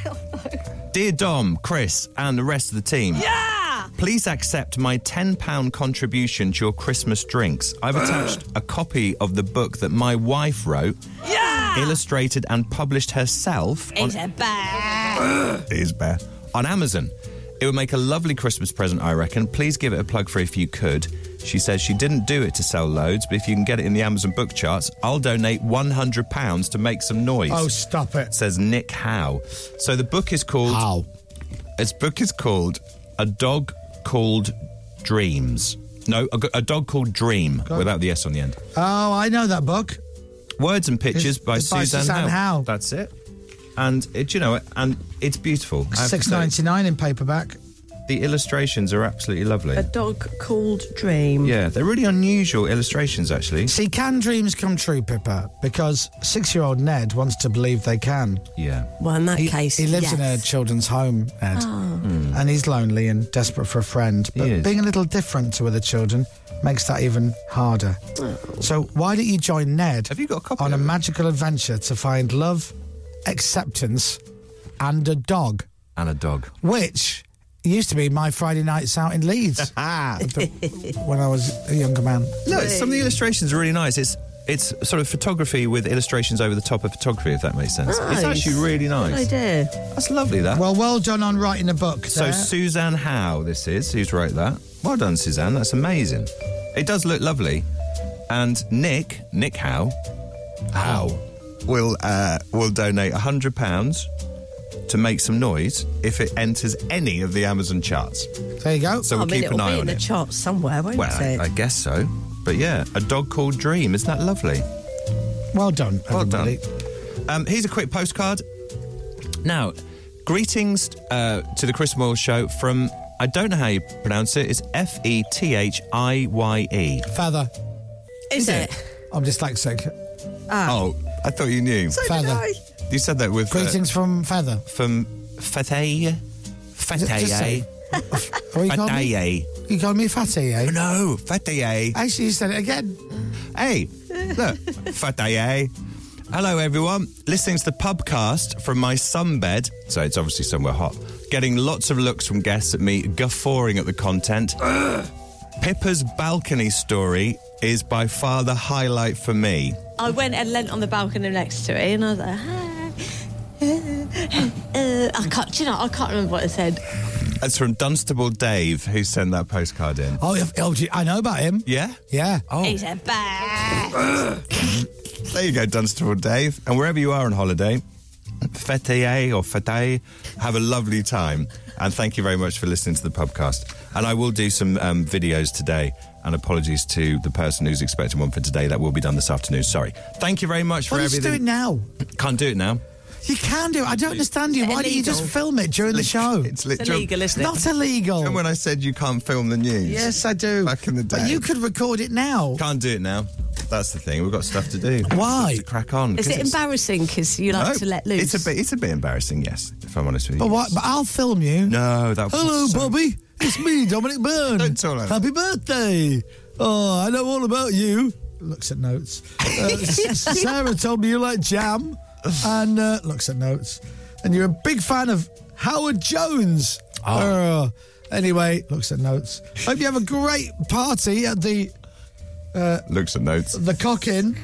S9: Dear Dom, Chris, and the rest of the team. Yeah. Please accept my £10 contribution to your Christmas drinks. I've attached a copy of the book that my wife wrote, yeah! illustrated and published herself on
S13: a bear.
S9: It is bear. On Amazon. It would make a lovely Christmas present, I reckon. Please give it a plug for if you could. She says she didn't do it to sell loads, but if you can get it in the Amazon book charts, I'll donate £100 to make some noise.
S7: Oh, stop it.
S9: Says Nick Howe. So the book is called. How? Its book is called A Dog Called Dreams. No, a, a dog called Dream, without the S on the end.
S7: Oh, I know that book.
S9: Words and Pictures
S7: It's-
S9: by,
S7: it's by
S9: Suzanne,
S7: Suzanne
S9: Howe.
S7: Howe.
S9: That's it. And it, you know, and it's beautiful. I have to
S7: Six
S9: say.
S7: ninety nine in paperback.
S9: The illustrations are absolutely lovely.
S1: A dog called Dream.
S9: Yeah, they're really unusual illustrations, actually.
S7: See, can dreams come true, Pippa? Because six year old Ned wants to believe they can.
S9: Yeah.
S1: Well, in that
S7: he,
S1: case,
S7: he lives in a
S1: yes.
S7: children's home, Ed,
S1: Oh.
S7: and he's lonely and desperate for a friend.
S9: Hmm. He
S7: But
S9: is.
S7: being a little different to other children makes that even harder.
S1: Oh.
S7: So why don't you join Ned Have
S9: you got a
S7: on a magical adventure to find love, acceptance, and a dog,
S9: And a dog.
S7: which used to be my Friday nights out in Leeds but when I was a younger man.
S9: No, it's- some of the illustrations are really nice. It's it's sort of photography with illustrations over the top of photography, if that makes sense. It's actually really nice.
S1: idea.
S9: That's lovely, that.
S7: Well, well done on writing a book.
S9: So
S7: there.
S9: Suzanne Howe, this is who's wrote that. Well done, Suzanne. That's amazing. It does look lovely. And Nick, Nick Howe, Howe, will uh, will donate hundred pounds to make some noise if it enters any of the Amazon charts.
S7: There you go.
S9: So
S1: I
S9: we'll
S1: mean,
S9: keep
S1: Oh, it'll
S9: an eye
S1: be in
S9: on
S1: the
S9: it.
S1: chart somewhere, won't
S9: well, I,
S1: it?
S9: I guess so. But yeah, a dog called Dream. Isn't that lovely?
S7: Well done.
S9: Well done. Um, here's a quick postcard. Now, greetings uh, to the Chris Moyle Show from I don't know how you pronounce it. It's F E T H I Y E.
S7: Feather.
S1: Is, it?
S7: I'm dyslexic.
S9: Oh, I thought you knew.
S7: Ah. So did Feather. I.
S9: You said that with uh,
S7: Greetings from Feather.
S9: from Fatay.
S7: Just say-
S9: Fatay.
S7: Oh, you called me-
S9: Fatay.
S7: You called me fatty, eh?
S9: No, Fatay.
S7: Actually, you said it again.
S9: Hey, look, Fatay. Hello, everyone. Listening to the pubcast from my sunbed. So it's obviously somewhere hot. Getting lots of looks from guests at me, guffawing at the content. Pippa's balcony story is by far the highlight for me.
S1: I went and leant on the balcony next to it, and I was like, hi. Uh, I can't, do you know, I can't remember what it said.
S9: That's from Dunstable Dave, who sent that postcard in.
S7: Oh, if- oh, gee, I know about him.
S9: Yeah?
S7: Yeah.
S9: Oh.
S1: He said, bah.
S9: There you go, Dunstable Dave. And wherever you are on holiday, fete or fete, have a lovely time. And thank you very much for listening to the podcast. And I will do some um, videos today. And apologies to the person who's expecting one for today. That will be done this afternoon. Sorry. Thank you very much for
S7: Why don't you just do it
S9: everything.
S7: now?
S9: Can't do it now.
S7: You can do it. I don't understand you.
S1: Is it
S7: Why don't you just
S1: illegal?
S7: film it during the show?
S9: It's lit-
S1: illegal, isn't it?
S7: Not illegal.
S9: And when I said you can't film the news,
S7: Yes, I do.
S9: back in the day,
S7: But you could record it now.
S9: can't do it now. That's the thing. We've got stuff to do.
S7: Why?
S9: Stuff to crack on.
S1: Is
S9: 'Cause
S1: it
S9: it's-
S1: embarrassing because you like
S9: No,
S1: to let loose?
S9: It's a bit. It's a bit embarrassing. Yes, if I'm honest with you.
S7: But what? But I'll film you.
S9: No, that.
S7: Hello,
S9: was so-
S7: Bobby. It's me, Dominic Byrne.
S9: Don't talk like that.
S7: Happy birthday. Oh, I know all about you. Looks at notes. Uh, S- Sarah told me you like jam and uh, looks at notes. And you're a big fan of Howard Jones. Oh. anyway, looks at notes. Hope you have a great party at the
S9: Looks at notes.
S7: the Cock Inn.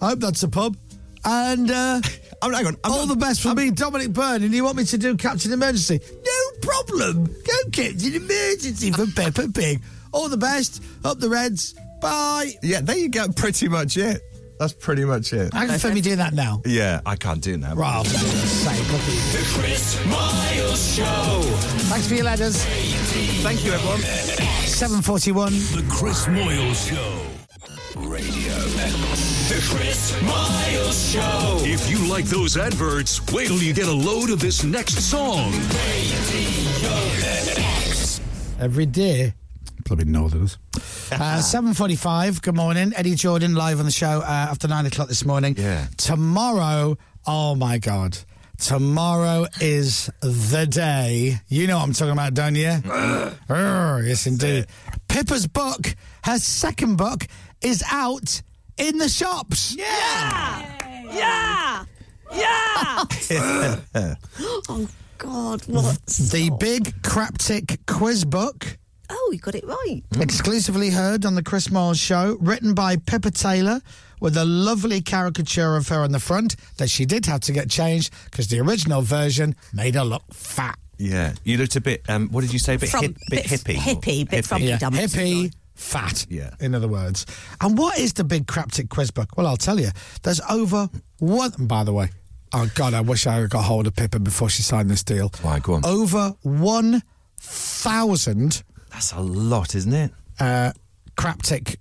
S7: I hope that's a pub. And uh,
S9: Oh, hang on. I'm
S7: all
S9: not-
S7: the best for me, Dominic Byrne. And you want me to do Captain Emergency? No problem. Go Captain Emergency for Peppa Pig. All the best. Up the Reds. Bye.
S9: Yeah, there you go. Pretty much it. That's pretty much it.
S7: I can film you doing that now.
S9: Yeah, I can't do it now.
S7: Right, for goodness sake, look at you.
S3: The Chris Miles Show.
S7: Thanks for your letters.
S9: Thank you, everyone.
S7: 7.41.
S3: The Chris Miles Show. Radio. The Chris Miles Show. If you like those adverts, wait till you get a load of this next song.
S7: Every day. Bloody northerners. Uh, 7.45, good morning. Eddie Jordan live on the show uh, after 9 o'clock this morning.
S9: Yeah.
S7: Tomorrow, oh my God. Tomorrow is the day. You know what I'm talking about, don't you? Urgh, yes, indeed. Pippa's book, her second book, is out in the shops.
S1: yeah! Yeah! oh, God, what?
S7: The Big Craptic Quiz Book.
S1: Oh, you got it right.
S9: Hmm.
S7: Exclusively heard on the Chris Miles show, written by Pippa Taylor, with a lovely caricature of her on the front that she did have to get changed because the original version made her look fat.
S9: Yeah, you looked a bit. Um, what did you say? A bit,
S1: From-
S9: hip, bit,
S1: bit
S9: hippie.
S1: hippie, bit from-
S7: Yeah,
S1: Dumb.
S7: hippie, fat.
S9: Yeah.
S7: in other words. And what is the big craptic quiz book? Well, I'll tell you. There's over one. and By the way, oh God, I wish I had got hold of Pippa before she signed this deal.
S9: Why, go on.
S7: Over one thousand
S9: That's a lot, isn't it?
S7: uh, craptic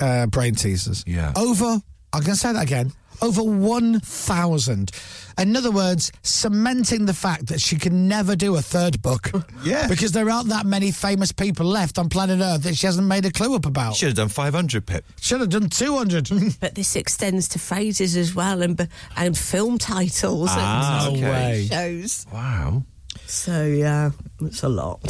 S7: uh, brain teasers.
S9: Yeah.
S7: Over, I'm going to say that again, over 1,000. In other words, cementing the fact that she can never do a third book.
S9: Yeah.
S7: Because there aren't that many famous people left on planet Earth that she hasn't made a clue up about.
S9: Should have done 500, Pip.
S7: Should have done 200.
S1: But this extends to phrases as well and and film titles
S9: Ah,
S1: and
S9: okay.
S1: shows.
S9: Wow.
S1: So, yeah, it's a lot.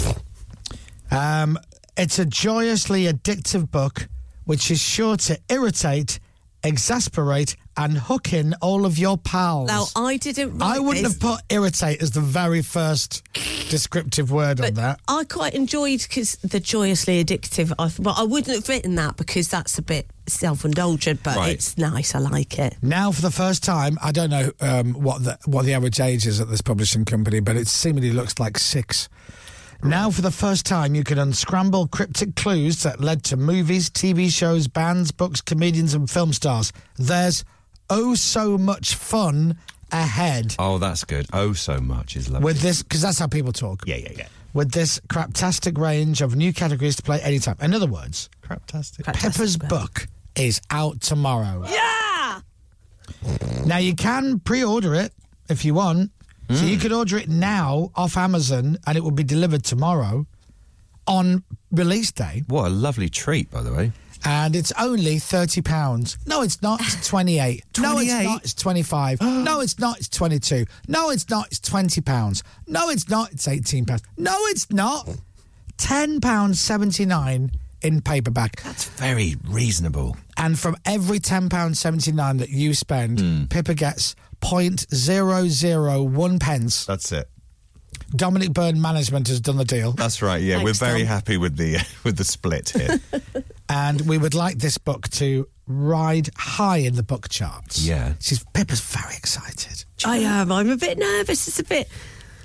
S7: Um, it's a joyously addictive book which is sure to irritate, exasperate, and hook in all of your pals.
S1: Now, I didn't write
S7: I wouldn't
S1: this,
S7: have put irritate as the very first descriptive word on
S1: but
S7: that.
S1: I quite enjoyed because the joyously addictive. I, well, I wouldn't have written that because that's a bit self indulgent, but
S9: Right.
S1: it's nice. I like it.
S7: Now, for the first time, I don't know um, what the what the average age is at this publishing company, but it seemingly looks like six. Now, for the first time, you can unscramble cryptic clues that led to movies, TV shows, bands, books, comedians, and film stars. There's oh so much fun ahead
S9: Oh, that's good. Oh, so much is lovely.
S7: with this, because that's how people talk.
S9: yeah, yeah, yeah.
S7: With this craptastic range of new categories to play anytime. In other words,
S9: Craptastic.
S7: Pepper's book is out tomorrow. Yeah! Now, you can pre order it Hmm. if you want. So you could order it now off Amazon and it will be delivered tomorrow. on release day.
S9: What a lovely treat, by the way.
S7: And it's only thirty pounds. No, it's not. It's twenty-eight. No, it's
S9: 28?
S7: not. It's twenty-five. no, it's not. It's twenty-two. No, it's not. It's twenty pounds. No, it's not. It's eighteen pounds. No, it's not. Ten pounds seventy-nine in paperback. That's
S9: Very reasonable.
S7: and from every ten pound seventy nine that you spend,
S9: Hmm.
S7: Pippa gets point zero zero one pence.
S9: That's it.
S7: Dominic Byrne Management has done the deal,
S9: That's right. Yeah,
S7: Thanks,
S9: we're very
S7: Tom.
S9: happy with the with the split here.
S7: and we would like this book to ride high in the book charts.
S9: yeah.
S7: She's Pippa's very excited.
S1: I am. I'm a bit nervous. It's a bit.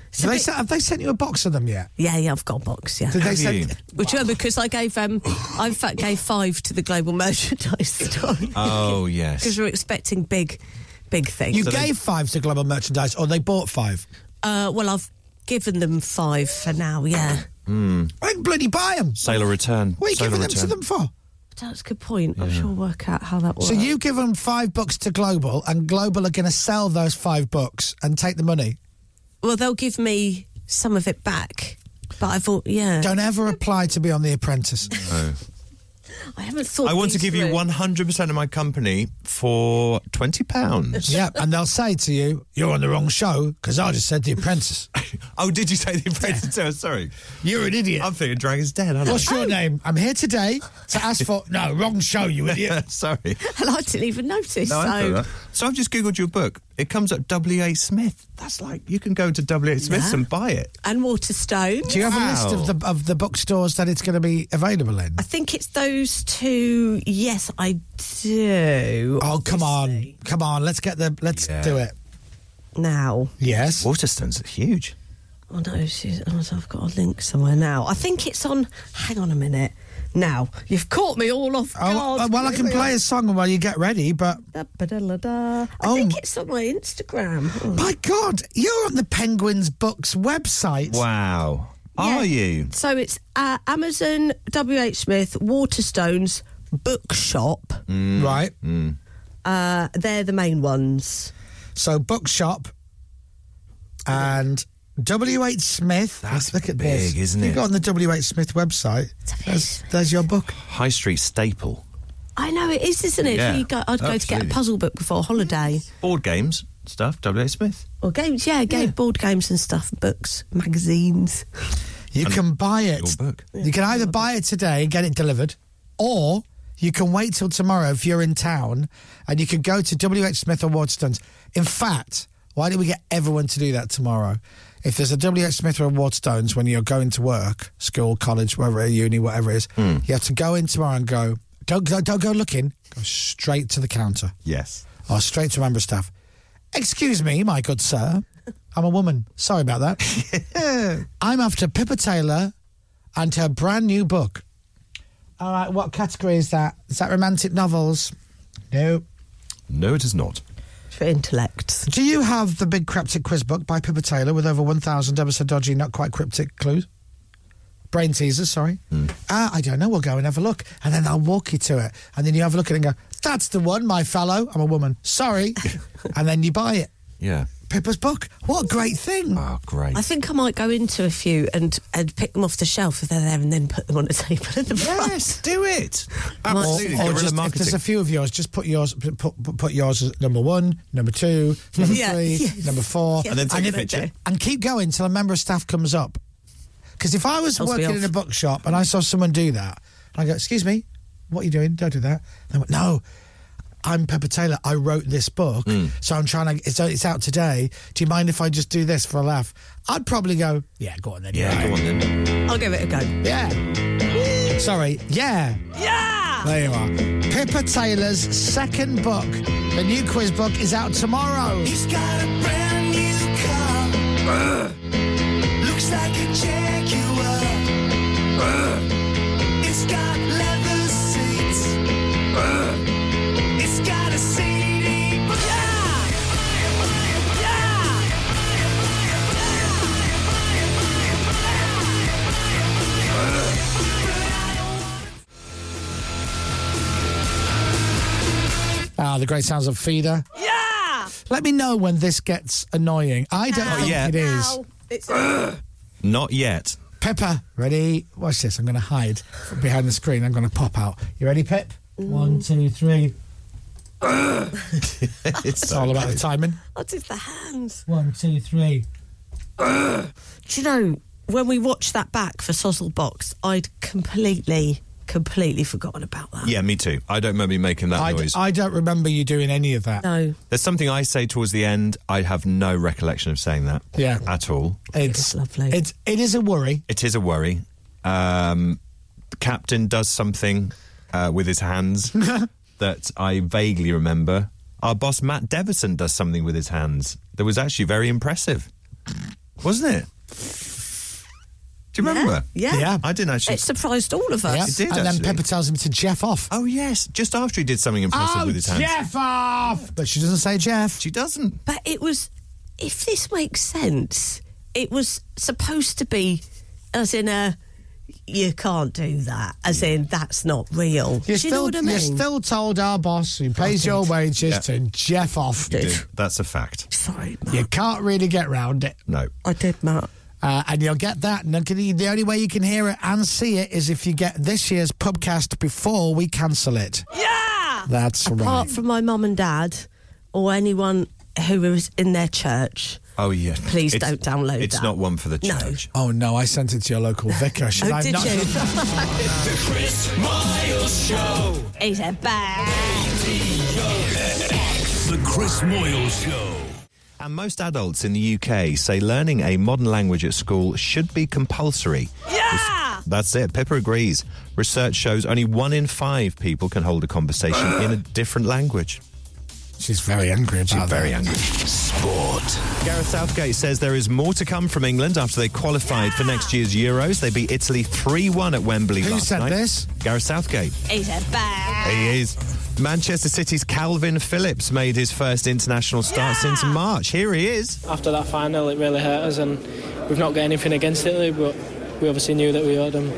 S1: It's
S7: Have
S1: a
S7: they,
S1: bit-
S7: sent, have they sent you a box of them yet?
S1: Yeah, yeah, I've got a box. Yeah.
S7: Did they send?
S1: Which one? Because I gave um, I in fact gave five to the global merchandise store.
S9: Oh yes.
S1: Because we're expecting big, big things.
S7: You gave five to Global Merchandise, or they bought five?
S1: Uh, well, I've given them five for now. Yeah.
S9: Mm.
S7: I can bloody buy them.
S9: Sale or return.
S7: What are you
S9: Sale or
S7: giving them to
S9: return.
S7: them for?
S1: That's a good point. I'm sure we'll work out how that works.
S7: So
S9: uh,
S7: you give them five bucks to Global, and Global are going to sell those five bucks and take the money.
S1: Well, they'll give me some of it back, but I thought, yeah,
S7: Don't ever apply to be on The Apprentice.
S1: I haven't thought.
S9: I want to
S1: these
S9: give you
S1: through.
S9: 100% of my company for 20 pounds.
S7: yeah, and they'll say to you, "You're on the wrong show," because I just said The Apprentice.
S9: Oh, did you say the apprentice? Oh, Sorry. You're an idiot. I'm thinking Dragon's Dead, aren't I?
S7: What's your name? I'm here today to ask for. No, wrong show, you idiot.
S9: Sorry.
S1: And I didn't even notice.
S9: No, I
S1: so.
S9: know that. So I've just Googled your book. It comes up W.H. Smith. That's like, you can go to W.H. Smith's
S1: Yeah.
S9: and buy it.
S1: and Waterstone.
S7: Do you have a list of the of the bookstores that it's going to be available in?
S1: I think it's those two. Yes, I do.
S7: Oh, come on, come on! Let's get the let's
S9: Yeah.
S7: do it
S1: now.
S7: Yes,
S9: Waterstones are huge.
S1: Oh no, she's, oh, so I've got a link somewhere now. I think it's on. Hang on a minute. Now you've caught me all off
S7: Oh,
S1: guard.
S7: uh, well, I can play a song while you get ready, but
S1: Da, ba, da, la, da. I
S7: Oh,
S1: think
S7: m-
S1: it's on my Instagram. Oh.
S7: my God, you're on the Penguins Books website.
S9: Wow. Are you?
S1: So it's uh, Amazon, WH Smith, Waterstones, Bookshop.
S7: Mm. Right.
S1: Uh, they're the main ones.
S7: So Bookshop and W.H. Smith. That's Look at this.
S9: big, isn't
S7: you
S9: it?
S7: go on the W.H. Smith website. There's, there's your book.
S9: High Street staple.
S1: I know it is, isn't it?
S9: Yeah,
S1: You go, I'd go to get a
S9: absolutely.
S1: puzzle book before holiday.
S9: Board games, stuff, W.H. Smith.
S1: Or games, yeah, game, board games and stuff, books, magazines.
S7: You can buy it.
S9: book.
S7: You can either buy it today and get it delivered, or you can wait till tomorrow if you're in town and you can go to WH Smith or Waterstones. In fact, why don't we get everyone to do that tomorrow? If there's a WH Smith or Waterstones when you're going to work, school, college, wherever, uni, whatever it is, you have to go in tomorrow and go, don't, go- don't go looking, go straight to the counter
S9: Yes.
S7: or Oh, straight to member staff. Excuse me, my good sir. I'm a woman. Sorry about that. I'm after Pippa Taylor and her brand new book. All right, what category is that? Is that romantic novels? No.
S9: No, it is not.
S1: For intellects.
S7: Do you have the big cryptic quiz book by Pippa Taylor with over 1,000 ever so dodgy, not quite cryptic clues? Brain teasers, sorry. Ah, I don't know. We'll go and have a look. And then I'll walk you to it. And then you have a look at it and go, that's the one, my fellow. I'm a woman. Sorry. and then you buy it.
S9: Yeah.
S7: Pippa's book. What a great thing.
S1: Ah,
S9: Oh, great.
S1: I think I might go into a few and, and pick them off the shelf if they're there and then put them on a table at the front.
S9: Yes, do it.
S1: Or-
S9: Absolutely.
S7: Or
S9: Guerrilla
S7: just, if
S9: marketing.
S7: there's a few of yours, just put yours put, put, put yours as number one, number two, number
S1: Yeah,
S7: three,
S1: yes.
S7: number four.
S1: Yeah, And then
S9: take a
S7: if-
S9: picture.
S7: And keep going till a member of staff comes up. Because if I was
S1: Tells me
S7: working
S1: off.
S7: in a bookshop and I saw someone do that, and I go, excuse me, what are you doing? Don't do that. And I went, no, I'm Pepper Taylor. I wrote this book,
S1: Hmm.
S7: so I'm trying to, it's, it's out today. Do you mind if I just do this for a laugh? I'd probably go, yeah, go on then.
S9: yeah, go on then.
S1: I'll give it a go.
S7: Yeah. Sorry. Yeah. Yeah. There you are. Pippa Taylor's second book. The new quiz book is out tomorrow.
S14: He's got a brand new car. Looks like a Jaguar. It's got leather seats. It's got a CD. Yeah! Yeah!
S7: Ah, the great sounds of Feeder. Yeah. Let me know when this gets annoying. I don't
S9: Not
S7: think
S1: oh,
S9: yet.
S7: it is.
S1: Ow. It's a-
S9: Not yet.
S7: Pippa, ready? Watch this. I'm going to hide from behind the screen. I'm going to pop out. You ready, Pip? One, two, three. it's
S9: uh,
S7: all about the timing.
S1: What is the hands?
S7: One, two, three.
S1: Do you know when we watched that back for Sozzle Box, I'd completely, completely forgotten about that.
S9: Yeah, me too. I don't remember you making that
S7: I,
S9: noise.
S7: I don't remember you doing any of that.
S1: No.
S9: There's something I say towards the end. I have no recollection of saying that.
S7: Yeah.
S9: At all.
S7: It's lovely. It's it is a worry.
S9: It is a worry. Um, the captain does something uh, with his hands that I vaguely remember. Our boss Matt Deverson does something with his hands that was actually very impressive, wasn't it? Do you remember?
S1: Yeah. Yeah.
S9: I didn't actually.
S1: It surprised all of
S9: Yeah.
S1: us.
S9: It did
S7: and then
S9: actually.
S7: Pepper tells him to Jeff off.
S9: Oh yes, just after he did something impressive
S7: Oh,
S9: with his hands.
S7: Jeff off. But she doesn't say Jeff.
S9: She doesn't.
S1: But it was, if this makes sense, it was supposed to be as in a, you can't do that, as in that's not real.
S7: You're
S1: do you
S7: still,
S1: know what I mean?
S7: you're still told our boss who pays your wages
S9: Yeah.
S7: to Jeff off.
S9: You did. That's a fact.
S1: Sorry.
S7: You can't really get round it.
S9: No.
S1: I did, Matt.
S7: Uh, and you'll get that. And the only way you can hear it and see it is if you get this year's pubcast before we cancel it.
S1: Yeah!
S7: That's
S1: Apart
S7: right.
S1: from my mum and dad or anyone who is in their church.
S9: Oh yeah.
S1: Please don't download
S9: It's
S1: that.
S9: not one for the
S1: No.
S9: church.
S7: Oh no, I sent it to your local vicar. Should
S1: Oh,
S7: I have
S1: did
S7: not?
S1: you?
S12: The Chris Miles Show.
S1: He's a bad.
S3: The Chris Moyle Show.
S9: And most adults in the UK say learning a modern language at school should be compulsory. Yeah! That's it. Pippa agrees. Research shows only one in five people can hold a conversation in a different language.
S7: She's very angry about
S9: She's very
S7: that.
S9: angry. Sport. Gareth Southgate says there is more to come from England after they qualified for next year's Euros. They beat Italy 3 1 at Wembley
S7: Who
S9: last
S7: said
S9: night.
S7: this?
S9: Gareth Southgate.
S1: He's a bad.
S9: He is. Manchester City's Calvin Phillips made his first international start since March. Here he is.
S15: After that final, it really hurt us, and we've not got anything against Italy, but we obviously knew that we owed them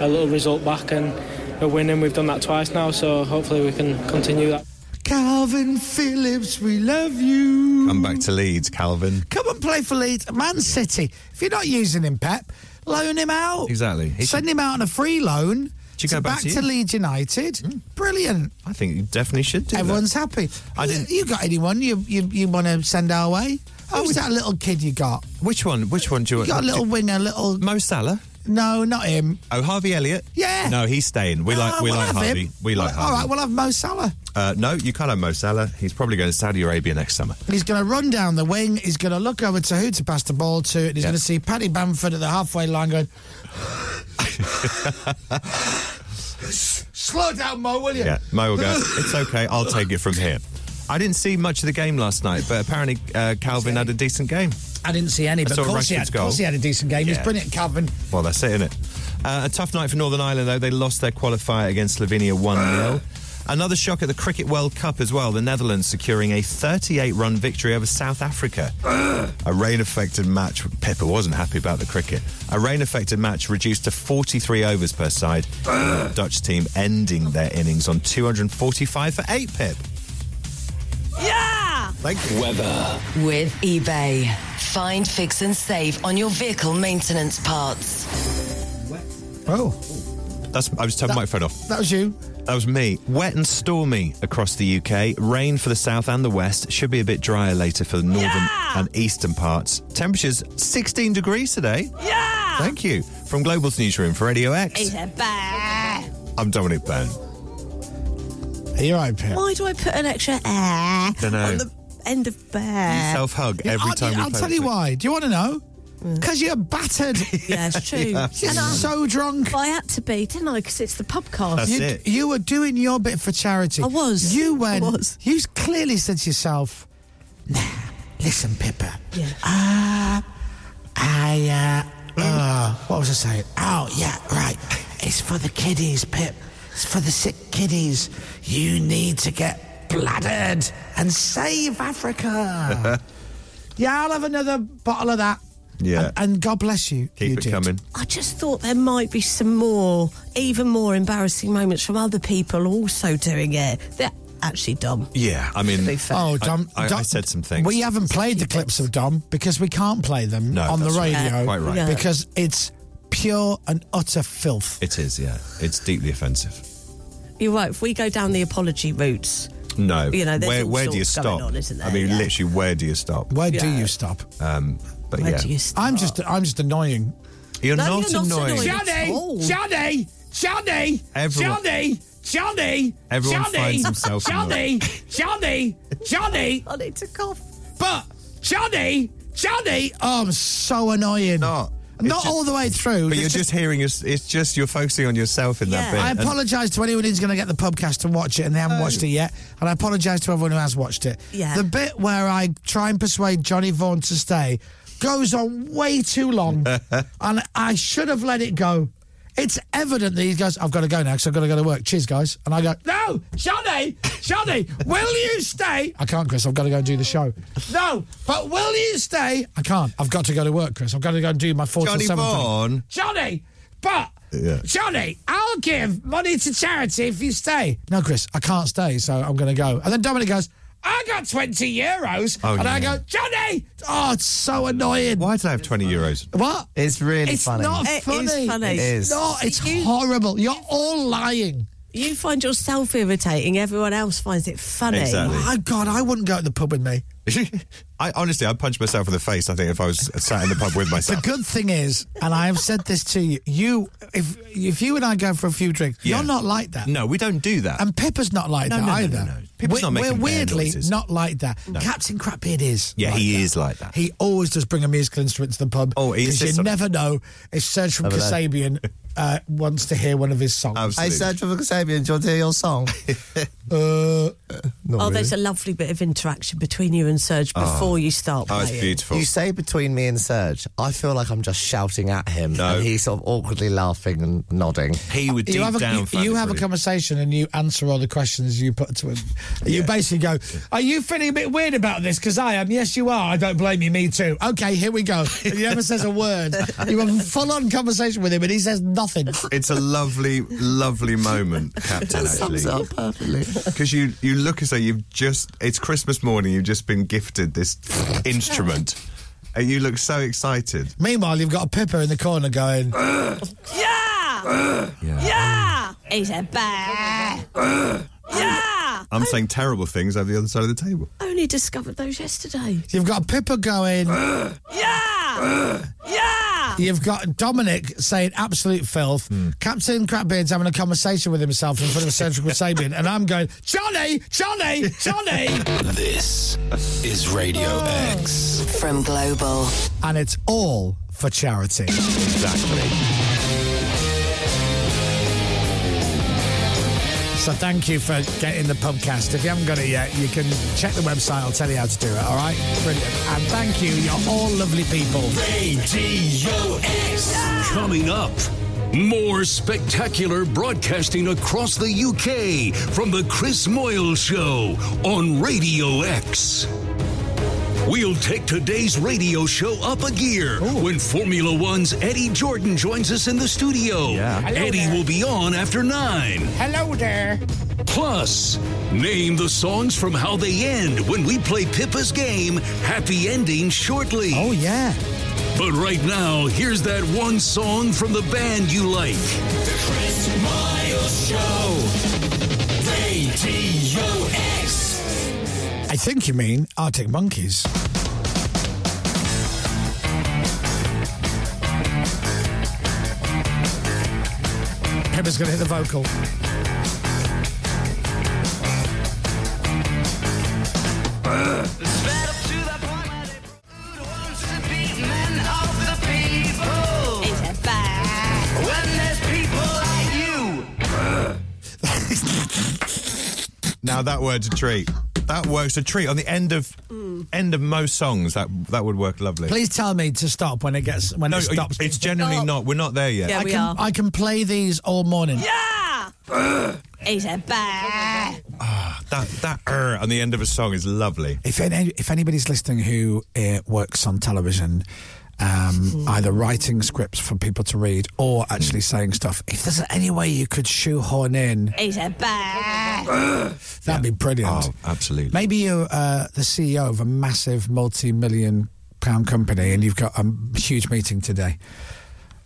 S15: a little result back and a win, and we've done that twice now, so hopefully we can continue that.
S7: Calvin Phillips, we love you.
S9: Come back to Leeds, Calvin.
S7: Come and play for Leeds, Man City. If you're not using him, Pep, loan him out.
S9: Exactly. He
S7: Send him out on a free loan.
S9: Should
S7: to
S9: go back
S7: back
S9: to you.
S7: to Leeds United. Brilliant.
S9: I think you definitely should do that.
S7: Everyone's happy. I didn't. You, you got anyone you you, you want to send our way? Oh, was that little kid you got?
S9: Which one? Which one do you
S7: You
S9: want?
S7: got a little winger, little
S9: Mo Salah.
S7: No, not him.
S9: Oh, Harvey Elliott.
S7: Yeah.
S9: No, he's staying. We like
S7: Oh,
S9: we
S7: we'll
S9: like
S7: have him.
S9: Harvey. We like
S7: All
S9: Harvey.
S7: right, we'll have Mo Salah.
S9: uh, no, you can't have Mo Salah. He's probably going to Saudi Arabia next summer.
S7: He's going to run down the wing. He's going to look over to who to pass the ball to, and he's going to see Paddy Bamford at the halfway line going. Slow down, Mo, will you?
S9: Yeah, Mo will go. it's okay. I'll take it from here. I didn't see much of the game last night, but apparently uh, Calvin had a decent game.
S7: I didn't see any,
S9: I
S7: but
S9: saw
S7: of course, he
S9: Rashford's
S7: had, of
S9: goal.
S7: course he had a decent game. He's
S9: Yeah.
S7: brilliant, Calvin.
S9: Well, that's it, isn't it? Uh, a tough night for Northern Ireland, though. They lost their qualifier against Slovenia 1 0. Another shock at the Cricket World Cup as well. The Netherlands securing a 38 run victory over South Africa. a rain affected match. Pepper wasn't happy about the cricket. A rain affected match reduced to 43 overs per side. the Dutch team ending their innings on 245 for 8 pip.
S4: Yeah!
S9: Thank you. Weather.
S4: With eBay. Find, fix, and save on your vehicle maintenance parts.
S7: Oh.
S9: That's, I was turning my microphone off.
S7: That was you.
S9: That was me. Wet and stormy across the UK. Rain for the south and the west. Should be a bit drier later for the northern and eastern parts. Temperatures 16 degrees today. Yeah! Thank you. From Global's newsroom for Radio X,
S1: He's a bad.
S9: I'm Dominic Byrne.
S1: Uh,
S7: Are you all right, Pip?
S1: Why do I put an extra air
S9: Dunno.
S1: on the end of bear?
S9: Self hug
S7: Yeah,
S9: every
S7: I'll,
S9: time we
S7: I'll
S9: play
S7: tell
S9: the
S7: you
S9: thing.
S7: why. Do you want to know? Because you're battered.
S1: Yeah, it's true.
S9: Yeah.
S7: You're so drunk.
S1: I had to be, didn't I? Because it's the podcast.
S9: That's
S7: you,
S9: it.
S7: you were doing your bit for charity. I was. You went. You clearly said to yourself, "Nah, listen, Pippa.
S1: Yeah.
S7: Uh, I. Uh, uh, what was I saying? Oh yeah, right. It's for the kiddies, Pip. It's for the sick kiddies. You need to get bladdered and save Africa. yeah, I'll have another bottle of that.
S9: Yeah.
S7: And, and God bless you.
S9: Keep
S7: you
S9: it
S7: did.
S9: coming.
S1: I just thought there might be some more, even more embarrassing moments from other people also doing it. They're actually dumb.
S9: Yeah, I mean,
S1: To be fair.
S7: Oh, Dom,
S9: I, I, I
S7: Dom-
S9: said some things.
S7: We haven't played the clips of Dom because we can't play them
S9: No,
S7: on the
S9: that's right.
S7: radio.
S9: Quite right. No.
S7: Because it's pure and utter filth.
S9: It is, yeah. It's deeply offensive.
S1: You're right. If we go down the apology routes,
S9: No.
S1: You know, there's
S9: where,
S1: all
S9: where do you
S1: sorts going
S9: stop?
S1: on, isn't
S9: I
S1: there?
S9: mean,
S1: Yeah.
S9: literally, where do you stop?
S7: Where do you stop?
S9: Um, but yeah.
S7: I'm
S9: uh,
S7: just, I'm just annoying.
S9: You're No, not you're not annoying.
S14: Johnny!
S9: annoying.
S14: Johnny! Johnny!
S9: Everyone-
S14: Johnny! Johnny!
S9: Everyone
S14: Johnny!
S9: finds himself
S14: Johnny! Johnny! Johnny!
S1: I need to cough.
S14: But Johnny! Johnny!
S7: Oh, I'm so annoying.
S9: Not,
S7: Not all the way through.
S9: But you're
S7: It's
S9: just hearing. us- It's just you're focusing on yourself in that bit.
S7: I
S9: And-
S7: apologise to anyone who's going to get the podcast and watch it and they haven't watched it yet. And I apologise to everyone who has watched it.
S1: Yeah.
S7: The bit where I try and persuade Johnny Vaughan to stay goes on way too long. and I should have let it go. It's evident that he goes, I've got to go now because I've got to go to work. Cheers, guys. And I go,
S14: No! Johnny! Johnny! Will you stay?
S7: I can't, Chris. I've got to go and do the show.
S14: No! But will you stay?
S7: I can't. I've got to go to work, Chris. I've got to go and do my four
S14: Johnny
S7: till seven. thing."
S9: Vaughan.
S14: Johnny! But
S9: Yeah.
S14: Johnny, I'll give money to charity if you stay.
S7: No, Chris, I can't stay, so I'm going to go. And then Dominic goes,
S14: I got 20 euros.
S9: Oh,
S14: and I
S9: yeah.
S14: go, Johnny!
S7: Oh, it's so annoying.
S9: Why did I have twenty euros?
S7: What?
S16: It's really
S7: it's
S16: funny.
S7: not funny.
S1: funny.
S7: It's
S1: It is.
S7: not. It's horrible. You're all lying.
S1: You find yourself irritating. Everyone else finds it funny.
S9: Exactly.
S7: My God, I wouldn't go to the pub with me.
S9: I honestly, I'd punch myself in the face. I think if I was sat in the pub with
S7: The
S9: myself.
S7: good thing is, and I have said this to you, you if if you and I go for a few drinks,
S9: Yeah.
S7: you're not like that.
S9: No, we don't do that.
S7: And Pippa's not like
S9: No,
S7: that
S9: no, no, no,
S7: either.
S9: no. Pippa's not
S7: we're
S9: making bear
S7: weirdly
S9: noises.
S7: not like that. Captain Crapbeard is.
S9: yeah,
S7: like
S9: he
S7: that.
S9: is like that.
S7: He always does bring a musical instrument to the pub.
S9: Oh, he
S7: because
S9: insists
S7: you
S9: on it.
S7: never know if Serge from
S16: Never know.
S7: Kasabian uh, wants to hear one of his songs.
S16: I search for Kasabian. Do you want to hear your song?
S7: uh,
S1: oh, there's a lovely bit of interaction between you and Serge
S16: Oh.
S1: before you start playing.
S16: You say between me and Serge, I feel like I'm just shouting at him.
S9: No.
S16: And he's sort of awkwardly laughing and nodding.
S9: He would
S7: you have, a, you- you have a conversation and you answer all the questions you put to him. You basically go, Are you feeling a bit weird about this? Because I am. Yes, you are. I don't blame you. Me too. Okay, here we go. And he never says a word. You have a full on conversation with him and he says nothing.
S9: It's a lovely, lovely moment, Captain. Actually,
S16: perfectly.
S9: because you you look as though you've just it's Christmas morning. You've just been gifted this instrument, and you look so excited.
S7: Meanwhile, you've got a Pippa in the corner going,
S9: Yeah,
S17: Yeah! He's a bear!
S1: yeah!
S9: I'm saying terrible things over the other side of the table.
S1: I only discovered those yesterday.
S7: You've got Pippa going,
S1: Yeah! yeah!
S7: You've got Dominic saying absolute filth. Captain Crapbeard's having a conversation with himself in front of Central Sabian, and I'm going, Johnny, Johnny, Johnny.
S3: This is Radio X.
S4: From Global.
S7: and it's all for charity.
S9: Exactly.
S7: So thank you for getting the podcast. If you haven't got it yet, you can check the website. I'll tell you how to do it. All right, brilliant. And thank you. You're all lovely people.
S3: Radio X. Coming up, more spectacular broadcasting across the UK from the Chris Moyle Show on Radio X. We'll take today's radio show up a gear when Formula One's Eddie Jordan joins us in the studio.
S14: Hello
S3: Eddie
S14: there.
S3: will be on after nine.
S14: Hello there.
S3: Plus, name the songs from How They End when we play Pippa's game, Happy Ending, shortly. Oh,
S7: yeah.
S3: But right now, here's that one song from the band you like.
S12: The Chris Miles Show. Radio X.
S7: I think you mean Arctic Monkeys. Pippa's going to hit the vocal.
S17: He's a bear!
S9: Now that word's a treat. That works a treat on the end of
S1: Mm.
S9: end of most songs. That that would work lovely.
S7: Please tell me to stop when it gets when
S9: no,
S7: it stops.
S9: it's generally not. We're not there yet.
S7: I can, I can play these all morning.
S17: He's a bear!
S9: That that er on the end of a song is lovely.
S7: If any, if anybody's listening who uh, works on television, um, either writing scripts for people to read or actually
S9: Hmm.
S7: saying stuff, if there's any way you could shoehorn in,
S17: He's a bear!
S7: that'd be brilliant.
S9: Oh, absolutely.
S7: Maybe you're uh, the CEO of a massive multi-million pound company and you've got a huge meeting today.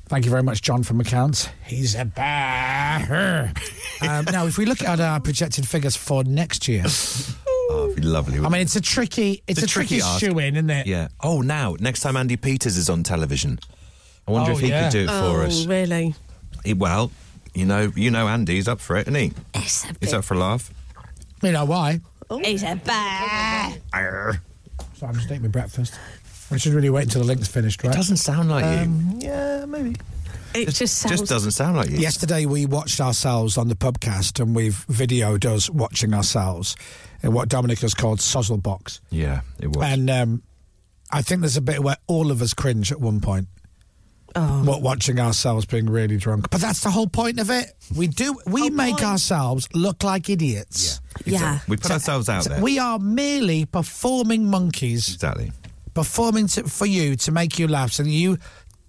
S7: Thank you very much, John from accounts. He's a bear. um, now, if we look at our projected figures for next year,
S9: Oh, it'd be lovely.
S7: I mean, it's a tricky, it's a tricky,
S9: ask.
S7: shoe in, isn't it?
S9: Yeah. Oh, now next time Andy Peters is on television, I wonder
S7: Oh,
S9: if he
S7: yeah.
S9: could do it for
S1: oh,
S9: us.
S1: really?
S9: He- well, you know, you know, Andy's up for it, isn't he?
S1: It's a
S9: He's up for a laugh.
S7: You know why?
S17: He's a bear.
S9: Arr.
S7: So I'm just eating my breakfast. I should really wait until the link's finished, right? It
S9: doesn't sound like you.
S7: Yeah, maybe.
S1: It just,
S9: Just doesn't sound like you.
S7: Yesterday, we watched ourselves on the pubcast and we've videoed us watching ourselves in what Dominic has called Sozzle Box.
S9: Yeah, it was.
S7: And um, I think there's a bit where all of us cringe at one point.
S1: Oh.
S7: What watching ourselves being really drunk, but that's the whole point of it. We do we make ourselves look like idiots.
S1: Yeah.
S9: We put ourselves out
S7: So
S9: there.
S7: We are merely performing monkeys.
S9: Exactly.
S7: Performing to, for you to make you laugh. So you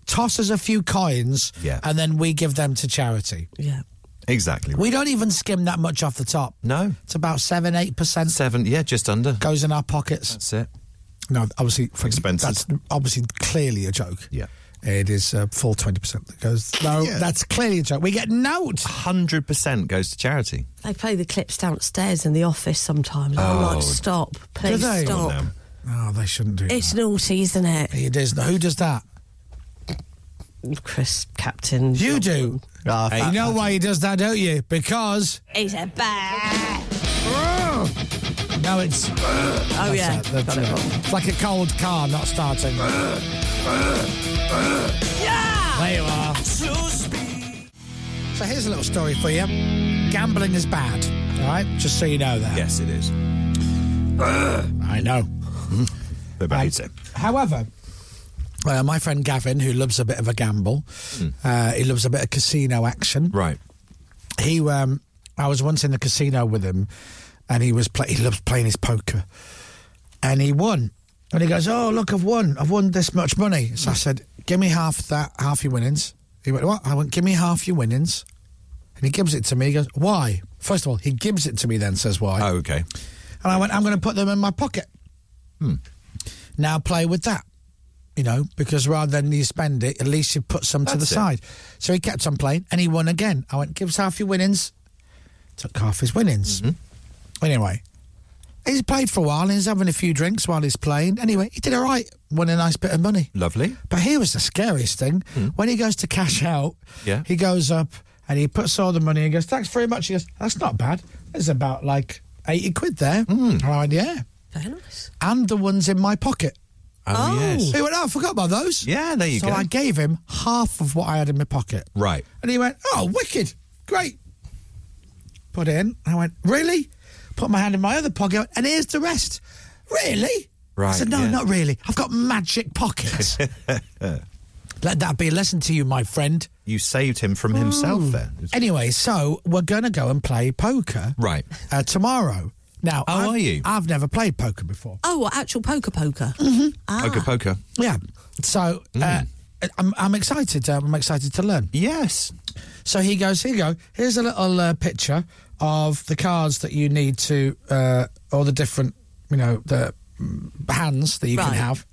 S7: toss us a few coins
S9: Yeah.
S7: and then we give them to charity.
S1: Yeah.
S9: exactly.
S7: We don't even skim that much off the top.
S9: No.
S7: It's about 7 8%.
S9: Seven, yeah, just under.
S7: Goes in our pockets.
S9: That's it.
S7: No, obviously, for
S9: Expenses.
S7: That's obviously clearly a joke.
S9: Yeah.
S7: It is a full 20% that goes. No, that's clearly a joke. We get note.
S9: 100% goes to charity.
S1: They play the clips downstairs in the office sometimes. I'm
S9: Oh.
S1: like, stop,
S7: Do
S1: please
S7: they?
S1: stop.
S7: Oh, they shouldn't do
S1: It's naughty, isn't it?
S7: that. It is. Who does that?
S1: Chris Captain.
S7: You do.
S9: Ah,
S7: you know why he does that, don't you? Because.
S17: He's a bear.
S7: No, it's. Oh,
S17: yeah.
S7: That's it. It's like a cold car not starting.
S12: Yeah!
S7: There you are. So here's a little story for you. Gambling is bad, all right? Just so you know that.
S9: Yes, it is.
S7: I know. Um,
S9: They hate it.
S7: However, uh, my friend Gavin, who loves a bit of a gamble, uh, he loves a bit of casino action.
S9: Right.
S7: He, um, I was once in the casino with him, and he was play- he loves playing his poker, and he won. And he goes, "Oh, look, I've won! I've won this much money." So I said, "Give me half that, half your winnings." He went, "What?" I went, "Give me half your winnings," and he gives it to me. He goes, "Why?" First of all, he gives it to me, then says, "Why?"
S9: Oh, okay.
S7: And I went, I'm going to put them in my pocket.
S9: Hmm.
S7: Now play with that, you know, because rather than you spend it, at least you put some to the
S9: That's it.
S7: side. So he kept on playing and he won again. I went, give us half your winnings. Took half his winnings.
S9: Mm-hmm.
S7: Anyway, he's played for a while and he's having a few drinks while he's playing. Anyway, he did all right, won a nice bit of money.
S9: Lovely.
S7: But here was the scariest thing. When he goes to cash out,
S9: Yeah.
S7: he goes up and he puts all the money and goes, Thanks very much. He goes, That's not bad. There's about like 80 quid there. All right, yeah.
S1: Very nice.
S7: And the ones in my pocket.
S9: Oh, yes.
S7: He went, Oh, I forgot about those.
S9: Yeah, there you
S7: so
S9: go.
S7: I gave him half of what I had in my pocket.
S9: Right.
S7: And he went, Oh, wicked. Great. Put it in. I went, Really? Put my hand in my other pocket and here's the rest. Really? I
S9: Right,
S7: said, No,
S9: yeah.
S7: not really. I've got magic pockets. Let that be a lesson to you, my friend.
S9: You saved him from himself there.
S7: Anyway, so we're going to go and play poker
S9: Right.
S7: uh, tomorrow. Now,
S9: How
S7: I've,
S9: are you?
S7: I've never played poker before.
S1: Oh, what, actual poker poker? Mm-hmm. Ah.
S9: Poker, poker.
S7: Yeah. So
S9: Hmm.
S7: uh, I'm, I'm excited. Um, I'm excited to learn.
S9: Yes.
S7: So he goes, here you go. Here's a little uh, picture of the cards that you need to, uh, all the different, you know, the mm, hands that you can
S1: Right.
S7: have.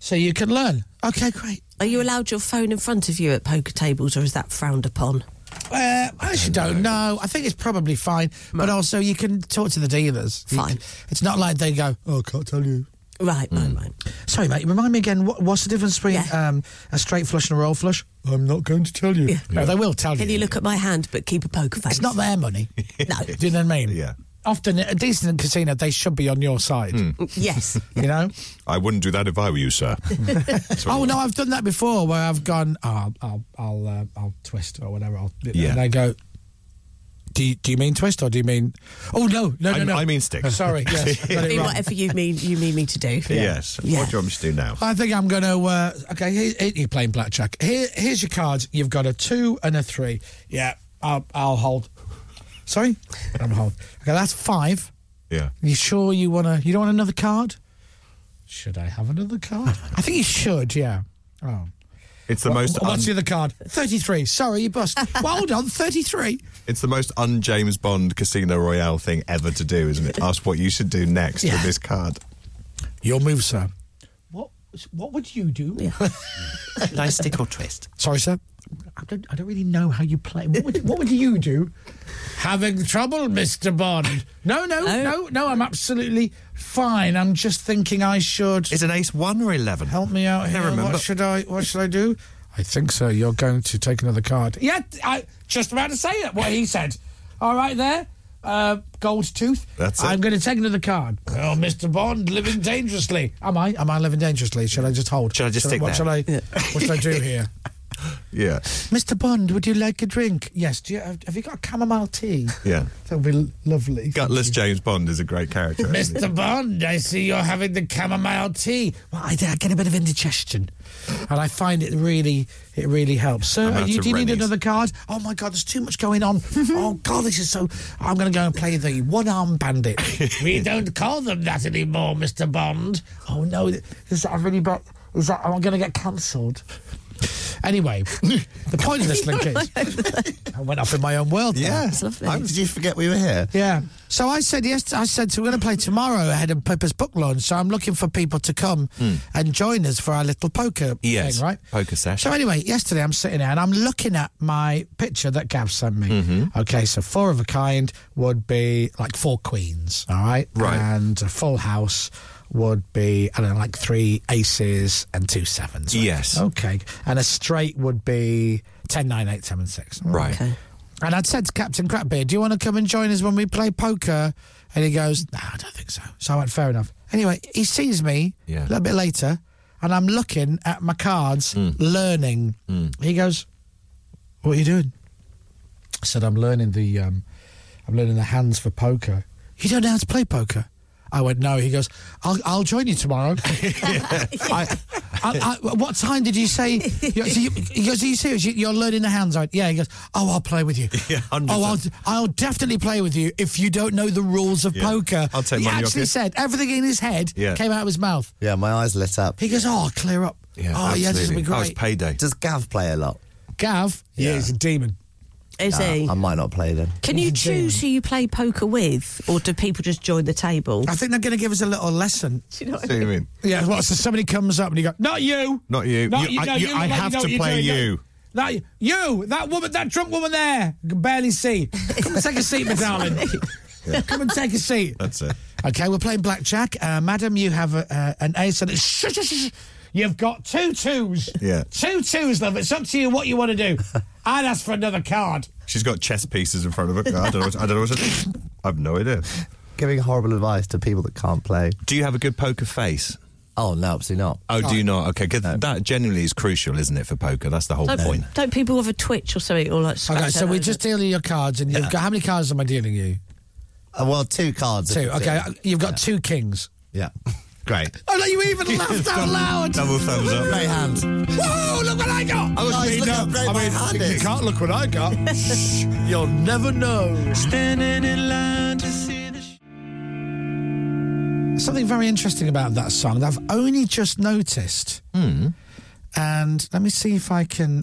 S7: So you can learn. Okay, great.
S1: Are you allowed your phone in front of you at poker tables or is that frowned upon?
S7: Uh, I actually don't know. I think it's probably fine. But also, you can talk to the dealers. You
S1: Fine.
S7: can- it's not like they go, oh, I can't tell you.
S1: Right, right, right.
S7: Sorry, mate. Remind me again. What, what's the difference between um, a straight flush and a roll flush? I'm not going to tell you. No, they will tell
S1: Can you look at my hand but keep a poker face?
S7: It's not their money.
S1: No.
S7: Do you know what I mean?
S9: Yeah. Hmm.
S7: Often, at a decent casino, they should be on your side.
S1: yes.
S7: You know?
S9: I wouldn't do that if I were you, sir.
S7: oh no, I've done that before where I've gone, oh, I'll, I'll, uh, I'll twist or whatever. I'll,
S9: Yeah.
S7: And I go, do you, do you mean twist or do you mean? Oh no, no, no,
S9: I-
S7: no.
S9: I mean stick.
S7: Sorry, yes, got
S1: I
S7: it
S1: mean,
S7: wrong.
S1: whatever you mean, you mean me to do.
S9: Yes.
S1: Yeah.
S9: What do you want me to do now?
S7: I think I'm going to. Uh, okay, here, here- you're playing blackjack. Here, here's your cards. You've got a two and a three. Yeah, I'll, I'll hold. Sorry, I'm hold. Okay, that's five.
S9: Yeah.
S7: You sure you want to? You don't want another card? Should I have another card? I think you should. Yeah. Oh.
S9: It's the
S7: Wha-
S9: most.
S7: wha- What's the
S9: un-
S7: other card? Thirty-three. Sorry, you bust. well, hold on, thirty-three.
S9: It's the most un James Bond Casino Royale thing ever to do, isn't it? Ask what you should do next
S7: Yeah.
S9: with this card.
S7: Your move, sir. What What would you do?
S18: nice tickle twist. Sorry, sir.
S7: I don't, I don't really know how you play. What would, what would you do?
S19: Having trouble, Mr. Bond.
S7: No, no, no, no. I'm absolutely fine. I'm just thinking I should.
S9: Is an ace one or eleven?
S7: Help me out here.
S19: Never mind,
S7: What
S19: but-
S7: should I? What should I do?
S18: I think so. You're going to take another card.
S7: Yeah, I just about to say it. What he said. All right, there. Uh, gold tooth.
S18: That's it.
S7: I'm going to take another card.
S19: Oh, Mr. Bond, living dangerously.
S18: Am I? Am I living dangerously? Should I just hold? Should I
S19: just stick
S18: What
S19: there?
S18: shall I? What should I do here?
S9: Yeah.
S18: Mr. Bond, would you like a drink?
S7: Yes. Do you have, have you got a chamomile tea?
S9: Yeah.
S7: That would be lovely.
S9: Gutless James Bond is a great character. isn't he?
S19: Mr. Bond, I see you're having the chamomile tea.
S7: Well, I, I get a bit of indigestion, and I find it really, it really helps. Sir,
S19: I'm
S7: are
S19: out
S7: you,
S19: of
S7: do you need
S19: Rennies.
S7: another card? Oh my God, there's too much going on. oh God, this is so. I'm going to go and play the one armed bandit.
S19: we don't call them that anymore, Mr. Bond.
S7: oh no, is that a really bad? Is that am I going to get cancelled? Anyway, the point of this link is I went off in my own world. there.
S9: Yeah. How did you forget we were here?
S7: Yeah. So I said yes. I said so we're going to play tomorrow ahead of Pippa's book launch. So I'm looking for people to come and join us for our little poker
S9: Hmm. Yes.
S7: thing, right?
S9: Poker session.
S7: So anyway, yesterday I'm sitting there and I'm looking at my picture that Gav sent me.
S9: Mm-hmm.
S7: Okay, so four of a kind would be like four queens, all right?
S9: Right.
S7: And a full house would be I don't know, like three aces and two sevens. right?
S9: Yes.
S7: Okay. And a straight would be ten, nine, eight, seven, six.
S9: Right.
S7: And I'd said to Captain Crapbeard, "Do you want to come and join us when we play poker?" And he goes, "No, I don't think so." So I went, "Fair enough." Anyway, he sees me
S9: Yeah.
S7: a little bit later, and I'm looking at my cards, learning. He goes, "What are you doing?" I said, "I'm learning the, um, I'm learning the hands for poker." You don't know how to play poker? I went, "No." He goes, "I'll, I'll join you tomorrow." I, I, I, what time did you say? You, so you, he goes, "Are you serious? You, you're learning the hands, right?" Yeah. He goes, "Oh, I'll play with you."
S9: Yeah,
S7: Oh, I'll, I'll definitely play with you if you don't know the rules of
S9: Yeah.
S7: poker.
S9: I'll take
S7: he
S9: money off
S7: actually
S9: you.
S7: said everything in his head
S9: Yeah.
S7: came out of his mouth.
S20: Yeah, my eyes lit up.
S7: He goes, "Oh, I'll clear up." oh, yeah, this will be
S9: Oh, it's
S7: great.
S9: payday.
S20: Does Gav play a lot?
S7: Gav, yeah, he's a demon.
S1: Is he?
S20: I might not play then.
S1: Can you choose who you play poker with, or do people just join the table?
S7: I think they're going to give us a little lesson.
S1: Do you know what I
S9: See
S1: mean?
S9: what I mean?
S7: Yeah, well, so somebody comes up and you go, "Not you,
S9: Not you.
S7: not
S9: You-
S7: you,
S9: I-
S7: no,
S9: you-
S7: you
S9: I
S7: look like
S9: have
S7: know
S9: to
S7: what you're
S9: play
S7: doing.
S9: you."
S7: That you, that woman, that drunk woman there, I can barely see. Come and take a seat, my darling. Come and take a seat.
S9: That's it.
S7: Okay, we're playing blackjack. Uh, madam, you have a, uh, an ace and a. Shh, shh, shh, shh. You've got two twos.
S9: Yeah.
S7: Two twos, love. It's up to you what you want to do. I'd ask for another card.
S9: She's got chess pieces in front of her. I don't know. What, I don't know. What it- I've no idea.
S20: Giving horrible advice to people that can't play.
S9: Do you have a good poker face?
S20: Oh, no, absolutely not.
S9: Oh, do you not? Okay, 'cause that genuinely is crucial, isn't it, for poker? That's the whole
S1: Don't,
S9: point.
S1: don't people have a twitch or something, or like?
S7: Okay,
S1: scratch
S7: so
S1: their
S7: we're
S1: nose
S7: just dealing your cards, and you've got how many cards am I dealing you?
S20: Uh, well, two cards.
S7: Two. Okay, uh, you've got two kings.
S20: Yeah.
S9: Great.
S7: Oh, no, you even laughed out loud.
S9: Double thumbs up. Oh,
S20: Great hand.
S7: Whoa, look what I got!
S20: I was Nice, reading look up. how great I my mean, hand you is. can't
S7: look what I got. You'll never know. Standing in line to see the Something very interesting about that song that I've only just noticed.
S9: Hmm.
S7: And let me see if I can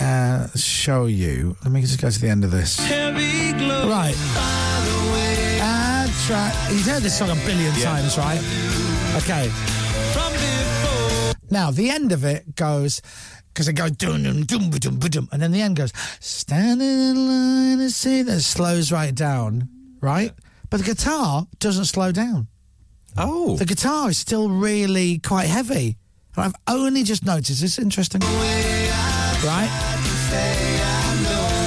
S7: uh, show you. Let me just go to the end of this. Right. And track. You've heard this song a billion times, right? Okay. Now the end of it goes because it goes dum dum dum ba, dum ba, dum, and then the end goes standing in line to see that slows right down, right? But the guitar doesn't slow down.
S9: Oh.
S7: The guitar is still really quite heavy. And I've only just noticed. It's interesting, right?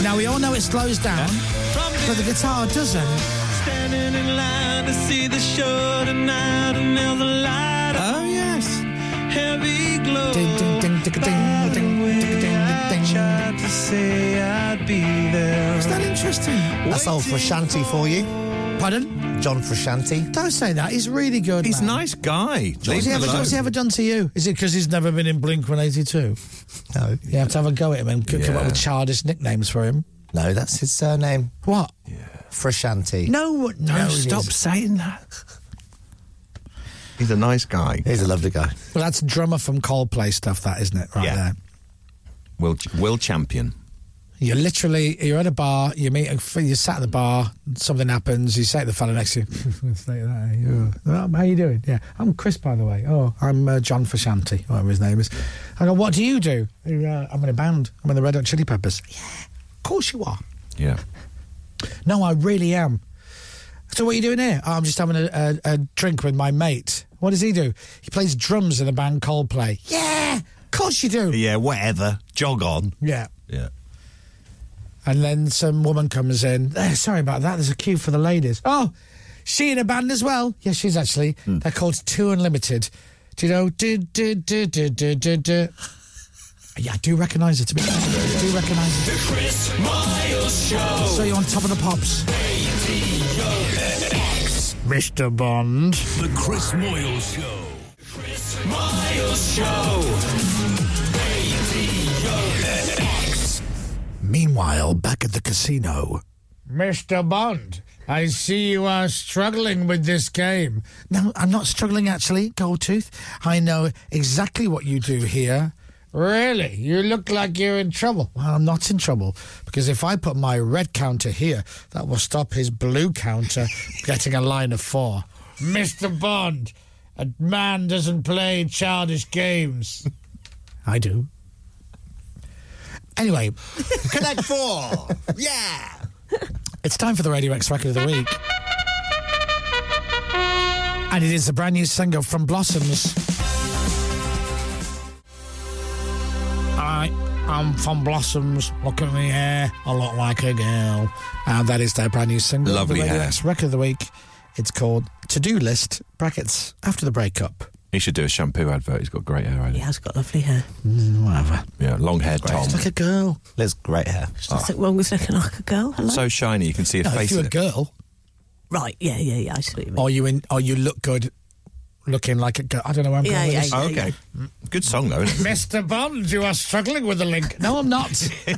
S7: Now we all know it slows down, but the guitar doesn't.
S21: Standing in line to see the show tonight, and there's a light. Oh yes, heavy glow.
S7: Ding, ding, ding, ding, ding, ding, ding, ding, ding, ding.
S21: To say I'd be there.
S7: Is that interesting?
S20: That's old Frashanti for you.
S7: Pardon?
S20: John Frashanti.
S7: Don't say that. He's really good.
S9: He's a
S7: man.
S9: nice guy. Leave
S7: What's he,
S9: him
S7: ever,
S9: alone.
S7: what's he ever done to you? Is it because he's never been in Blink 182?
S20: No.
S7: You have to have a go at him and c- come up
S9: Yeah.
S7: with childish nicknames for him.
S20: No, that's his surname.
S7: What?
S20: Frashanti.
S7: No, what- no,
S20: No, it
S7: stop
S20: is.
S7: saying that.
S9: He's a nice guy.
S20: He's a lovely guy.
S7: Well, that's drummer from Coldplay stuff, that isn't it? Right
S9: Yeah.
S7: there.
S9: Will Will Champion.
S7: You're literally you're at a bar. You meet a- you sat at the bar. Something happens. You say to the fellow next to you, "It's like that, eh? Yeah. "Oh, "How you doing?" Yeah, I'm Chris, by the way. Oh, I'm uh, John Fashanti, whatever his name is. I go, "What do you do?" "Uh, I'm in a band. I'm in the Red Hot Chili Peppers. Yeah, of course you are.
S9: Yeah.
S7: No, I really am. So what are you doing here? "Oh, I'm just having a, a, a drink with my mate. What does he do? He plays drums in a band Coldplay. Yeah, of course you do.
S9: Yeah, whatever. Jog on.
S7: Yeah.
S9: Yeah.
S7: And then some woman comes in. "Eh, sorry about that. There's a queue for the ladies. Oh, she in a band as well. Yeah, she's actually. They're called Two Unlimited. Do you know? Do, do, do, do, do, do, do. Yeah, I do recognise it. To be honest, I do recognise it.
S21: The Chris Miles Show.
S7: So you're on top of the pops. Mr. Bond.
S21: The Chris Moyles Show. Chris Miles Show. Radio X.
S7: Meanwhile, back at the casino.
S22: Mr. Bond, I see you are struggling with this game.
S7: No, I'm not struggling actually, Goldtooth. I know exactly what you do here.
S22: Really? You look like you're in trouble.
S7: Well, I'm not in trouble because if I put my red counter here, that will stop his blue counter getting a line of four.
S22: Mr. Bond, a man doesn't play childish games.
S7: I do. Anyway,
S22: Connect four. Yeah.
S7: It's time for the Radio X Record of the Week. And it is the brand new single from Blossoms. I am from Blossoms. Look at me hair. I look like a girl. And that is their brand new single.
S9: Lovely
S7: the Radio
S9: hair.
S7: X Record of the Week. It's called To Do List, brackets, after the breakup.
S9: He should do a shampoo advert. He's got great hair, hasn't he?
S1: Yeah, he's got lovely hair.
S7: whatever.
S9: Yeah, long hair, Tom.
S7: It's like a girl.
S9: There's great hair.
S1: Nothing wrong with looking like a girl. Hello?
S9: So shiny, you can see a
S7: No, if
S9: face
S7: you're
S9: in
S7: a
S9: it.
S7: girl,
S1: right, yeah, yeah, yeah, I see what you mean.
S7: or you in, or you look good looking like a girl. I don't know where I'm
S1: Yeah,
S7: going with
S1: yeah,
S7: this.
S1: yeah,
S9: Oh, okay. Good song, though, isn't it?
S22: Mr. Bond, you are struggling with the link.
S7: No, I'm not,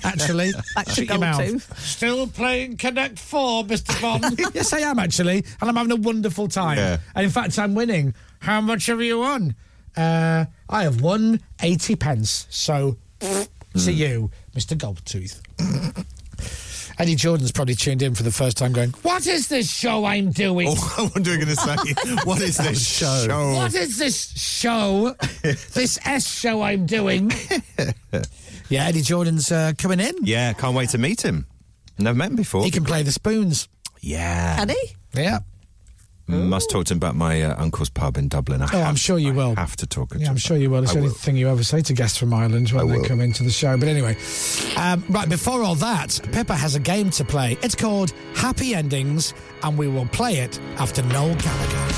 S7: actually.
S1: Back to
S7: Shut your mouth.
S1: Goldtooth.
S22: Still playing Connect Four, Mr. Bond.
S7: yes, I am actually, and I'm having a wonderful time.
S9: Yeah.
S7: And in fact, I'm winning.
S22: How much have you won?
S7: Uh, I have won eighty pence. So to you, Mister Goldtooth. Eddie Jordan's probably tuned in for the first time, going,
S22: What is this show I'm doing?
S9: Oh, I'm doing going to say, what is this show?
S22: What is this show? this S show I'm doing?
S7: "Yeah, Eddie Jordan's uh, coming in.
S9: Yeah, can't wait to meet him. Never met him before.
S7: He can play the spoons."
S9: yeah. Mm.
S1: Can he?
S7: Yeah,
S9: Must talk to him about my uh, uncle's pub in Dublin. I
S7: Oh, I'm
S9: have-
S7: sure you
S9: I
S7: will.
S9: have to talk to
S7: yeah, I'm
S9: him.
S7: sure you will. It's
S9: I
S7: the only
S9: will.
S7: thing you ever say to guests from Ireland when they
S9: will.
S7: come into the show. But anyway, um, right before all that, Pippa has a game to play. It's called Happy Endings, and we will play it after Noel Gallagher.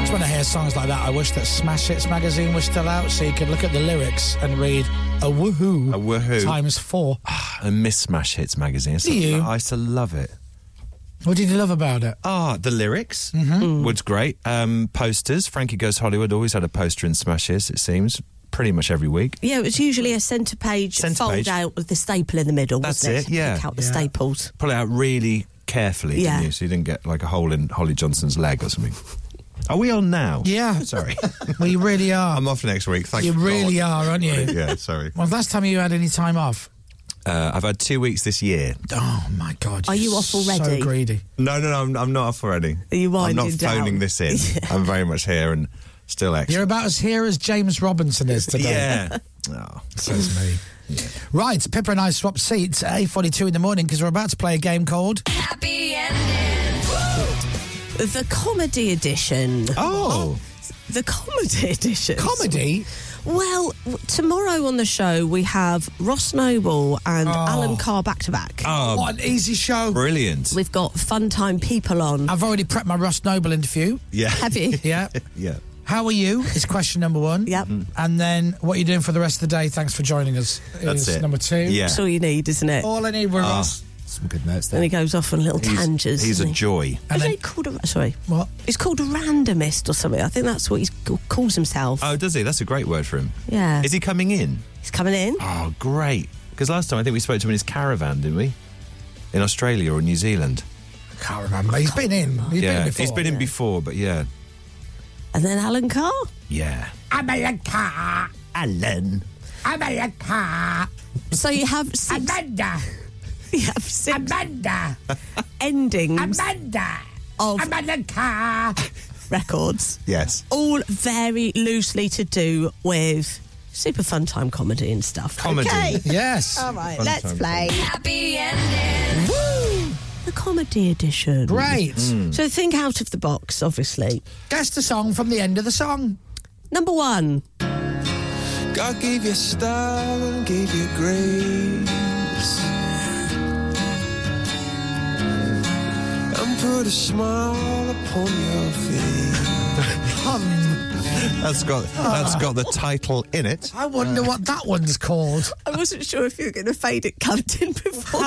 S7: Just when I hear songs like that, I wish that Smash Hits magazine was still out so you could look at the lyrics and read a woohoo,
S9: A woohoo.
S7: times four.
S9: A Miss Smash Hits magazine.
S7: Do you?
S9: I used to love it.
S7: What did you love about it?
S9: Ah, the lyrics.
S7: Mm-hmm.
S9: Wood's great. Um, posters. Frankie Goes Hollywood always had a poster in Smash Hits, it seems, pretty much every week.
S1: Yeah, it was usually a centre page
S9: Centre
S1: fold
S9: page.
S1: out with the staple in the middle.
S9: That's
S1: wasn't
S9: it, yeah.
S1: Pick out the
S7: Yeah.
S1: staples.
S9: Pull it out really carefully,
S1: Yeah.
S9: didn't you? So you didn't get like a hole in Holly Johnson's leg or something. Are we on now?
S7: Yeah.
S9: Sorry.
S7: Well, you really are.
S9: I'm off next week. Thank
S7: you really
S9: God.
S7: are, aren't you?
S9: Yeah, sorry.
S7: Well, last time you had any time off?
S9: Uh, I've had two weeks this year.
S7: Oh my God!
S1: Are
S7: you're
S1: you off
S7: So
S1: already?
S7: greedy.
S9: No, no, no, I'm, I'm not off already.
S1: Are you
S9: I'm not
S1: winding down?
S9: phoning this in. I'm very much here and still extra.
S7: You're about as here as James Robinson is today.
S9: yeah. Oh.
S7: says me. Right, Pippa and I swapped seats at eight forty-two in the morning because we're about to play a game called.
S23: Happy ending.
S1: The comedy edition.
S9: Oh.
S1: The comedy edition.
S7: Comedy?
S1: Well, w- tomorrow on the show we have Ross Noble and Alan Carr back to back.
S9: Oh,
S7: What an easy show!
S9: brilliant.
S1: We've got fun time people on.
S7: I've already prepped my Ross Noble interview.
S9: Um, Yeah.
S1: Have you?
S7: Yeah.
S9: Yeah.
S7: How are you? Is question number one.
S1: Yep.
S9: Mm-hmm.
S1: Mm.
S7: And then what are you doing for the rest of the day? Thanks for joining us.
S9: That's
S7: is
S9: it.
S7: Number two.
S9: Yeah. Ah.
S1: That's all you need, isn't it?
S7: All I need were Ross.
S24: Some good notes
S1: and
S24: there.
S1: he goes off on little
S9: Oh. He's-
S1: tangers.
S9: He's a
S1: doesn't he?
S9: joy.
S1: Isn't he called a, sorry?
S7: What?
S1: He's called a randomist or something. I think that's what he calls himself.
S9: Oh, does he? That's a great word for him.
S1: Yeah.
S9: Is he coming in?
S1: He's coming in.
S9: Oh, great. Because last time I think we spoke to him in his caravan, didn't we? In Australia or New Zealand.
S7: I can't remember. He's been in. He's
S9: yeah.
S7: been in before.
S9: He's been in before, but yeah.
S1: And then Alan Carr.
S9: Yeah.
S22: I'm a car.
S9: Alan.
S1: America. So you have six. Amanda. You have six. Amanda. Endings. Amanda. Of America. Records.
S9: Yes.
S1: All very loosely to do with super fun time comedy and stuff.
S9: Comedy.
S1: Okay.
S9: Yes.
S1: All right,
S9: Fun
S1: let's
S9: time
S1: play.
S25: Happy ending.
S1: Woo! The comedy edition.
S7: Great.
S9: Mm-hmm.
S7: Mm.
S1: So think out of the box, obviously.
S7: Guess the song from the end of the song.
S1: Number one.
S21: God gave you style and gave you grace. And put a smile upon your face.
S9: That's got that's got the title in it.
S7: I wonder what that one's called.
S1: I wasn't sure if you were going to fade it, Captain, before.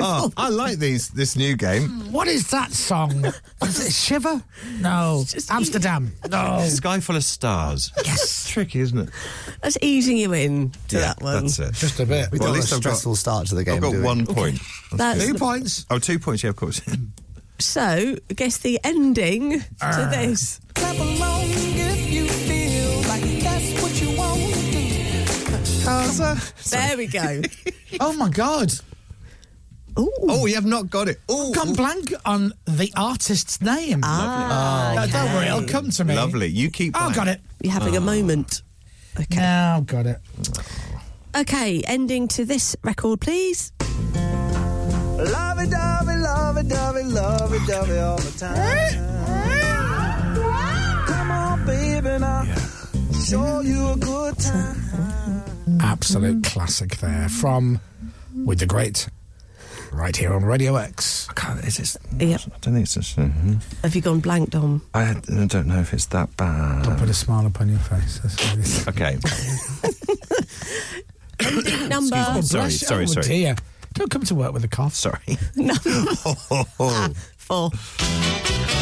S9: Oh, I like these this new game.
S7: Um, What is that song? Is it Shiver? No. Amsterdam. No.
S9: Sky full of stars. Yes. Tricky, isn't it?
S1: That's easing you in to that one.
S9: That's it.
S7: Just a bit.
S6: We don't want a stressful start to the game,
S9: I've got
S6: do we?
S9: one point.
S1: That's
S9: good.
S1: Two
S7: points.
S9: Oh, two points. Yeah, of course.
S1: So, guess the ending to this.
S21: Clap along if you feel like that's what you want to do.
S1: There we go.
S7: oh my god.
S9: Oh, you have not got it. Oh,
S7: gone blank on the artist's name.
S1: Ah,
S7: No, don't worry, it'll come to me.
S9: Lovely. You keep.
S7: Oh,
S9: blank.
S7: got it.
S1: You're having a moment. Okay.
S7: Now, got it.
S1: Okay, ending to this record, please.
S21: Love it, dovey, love it, dovey, love it, dovey all the time. Come on, baby, and I'll show you a good time.
S7: Absolute classic there from with the great right here on Radio X.
S9: I can't. Is it?
S1: Yep.
S9: I don't think it's. Just, mhm.
S1: Have you gone blank, Dom?
S9: I, had- I don't know if it's that
S7: Don't put
S9: bad.
S7: a smile upon your face. That's what it is.
S9: Okay.
S1: Ending number.
S7: Oh, bless
S9: Sorry,
S7: you.
S9: sorry,
S7: Oh,
S9: sorry.
S7: dear. Don't come to work with a cough.
S9: Sorry.
S1: Ah,
S9: Oh,
S1: four.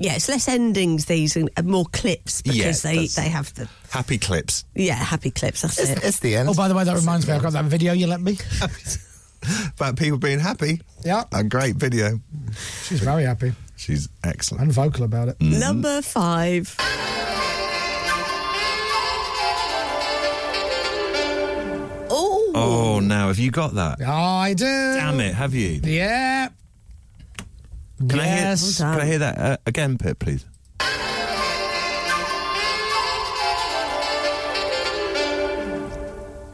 S1: Yeah, it's less endings these and and more clips because
S9: Yeah,
S1: they,
S9: that's-
S1: they have the
S9: Happy clips.
S1: yeah happy clips. That's it.
S9: the end.
S7: Oh, by the way, that reminds me, I've got that video you lent me.
S9: About people being happy.
S7: Yeah.
S9: A great video.
S7: She's very happy
S9: She's excellent.
S7: and vocal about it.
S1: Number five. Oh,
S9: Oh, now have you got that?
S7: I do.
S9: Mm. Damn it, have you?
S7: Yeah.
S9: Can
S7: Yes.
S9: I hear? Can I hear that uh, again, Pip, please?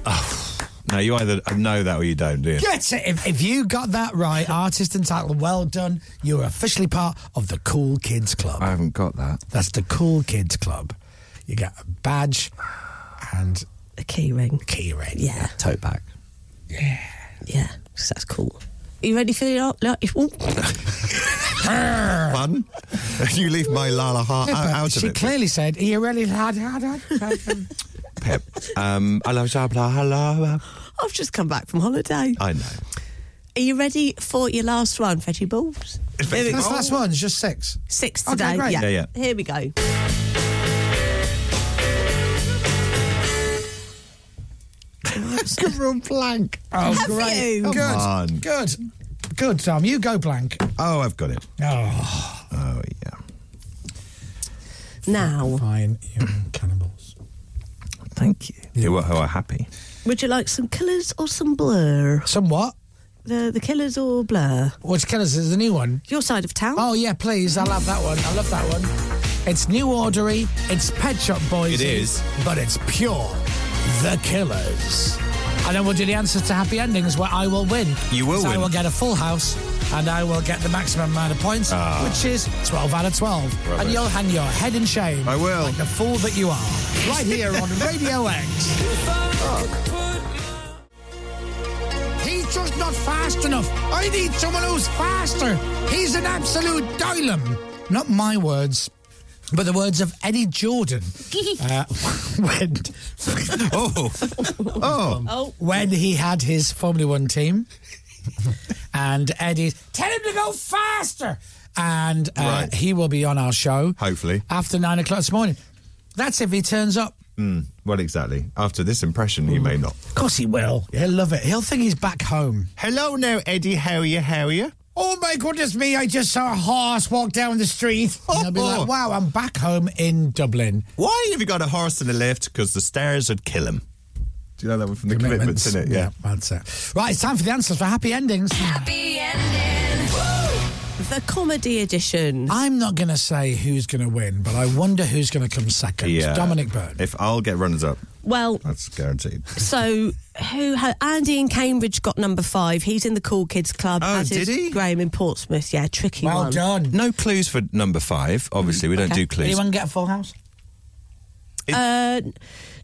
S9: Oh, now you either know that or you don't, do you?
S7: Get it. If, if you got that right, artist and title, well done. You're officially part of the Cool Kids Club.
S9: I haven't got that.
S7: That's the Cool Kids Club. You get a badge and
S1: a key ring.
S7: key ring.
S1: Yeah,
S6: Tote bag.
S1: yeah. So that's cool. Are you ready for the art? Like, ooh.
S9: Fun. you leave my Lala heart
S7: Yeah,
S9: out,
S7: but
S9: out of
S7: she
S9: it.
S7: clearly said, Are you really hard, hard, hard, hard, hard?"
S9: Pip. Um, I love blah, blah, blah, blah.
S1: I've just come back from holiday.
S9: uh, I know.
S1: Are you ready for your last one, Veggie Balls? Here we
S7: That's
S1: go.
S7: the last one, it's just six.
S1: Six
S7: Okay,
S1: today.
S7: great.
S1: yeah.
S9: Yeah, yeah.
S1: Here we go.
S7: Room blank. Oh,
S1: Have
S7: great.
S1: you? Come
S7: Oh, good.
S9: on.
S7: Good. Good, Tom. You go blank.
S9: Oh, I've got it.
S7: Oh,
S9: Oh, yeah.
S1: Now,
S7: fine. You cannibals.
S9: Thank you. You are, you are happy.
S1: would you like some killers or some blur?
S7: Somewhat.
S1: The the killers or blur?
S7: Which colours is the new one?
S1: Your side of town.
S7: Oh, yeah, please. I'll have that one. I love that one. It's new ordery. It's Pet Shop Boys.
S9: It is.
S7: But it's pure. The Killers. And then we'll do the answers to happy endings where I will win.
S9: You will
S7: So I
S9: win.
S7: will get a full house and I will get the maximum amount of points,
S9: Ah.
S7: which is 12 out of 12. And
S9: Rubbish.
S7: you'll hang your head in shame.
S9: I will.
S7: Like the fool that you are. Right here on Radio X. He's just not fast enough. I need someone who's faster. He's an absolute dylem. Not my words, but the words of Eddie Jordan. uh, when,
S9: Oh. oh.
S7: when he had his Formula One team. and Eddie, tell him to go faster. And uh,
S9: Right.
S7: he will be on our show.
S9: Hopefully.
S7: After nine o'clock this morning. That's if he turns up.
S9: Mm, well, exactly. After this impression, he may not.
S7: Of course he will. He'll love it. He'll think he's back home.
S9: Hello now, Eddie. How are you? How are you?
S26: Oh my goodness me, I just saw a horse walk down the street.
S7: I'll be like, wow, I'm back home in Dublin.
S9: Why have you got a horse in a lift? Because the stairs would kill him. Do you know that one from the commitments,
S7: Commitments.
S9: in it? Yeah.
S7: That's it. Right, it's time for the answers for happy endings.
S27: Happy ending.
S7: The comedy edition. I'm not going to say who's going to win, but I wonder who's going to come second. Dominic Byrne.
S9: uh, If I'll get runners up,
S1: Well,
S9: that's guaranteed.
S1: so who? ha- Andy in Cambridge got number five. He's in the Cool Kids Club.
S9: Oh,
S1: as is
S9: did he?
S1: Graham in Portsmouth. Yeah, tricky one.
S9: No clues for number five. Obviously, we don't
S1: Okay.
S9: do clues.
S7: get a full house?
S1: Uh,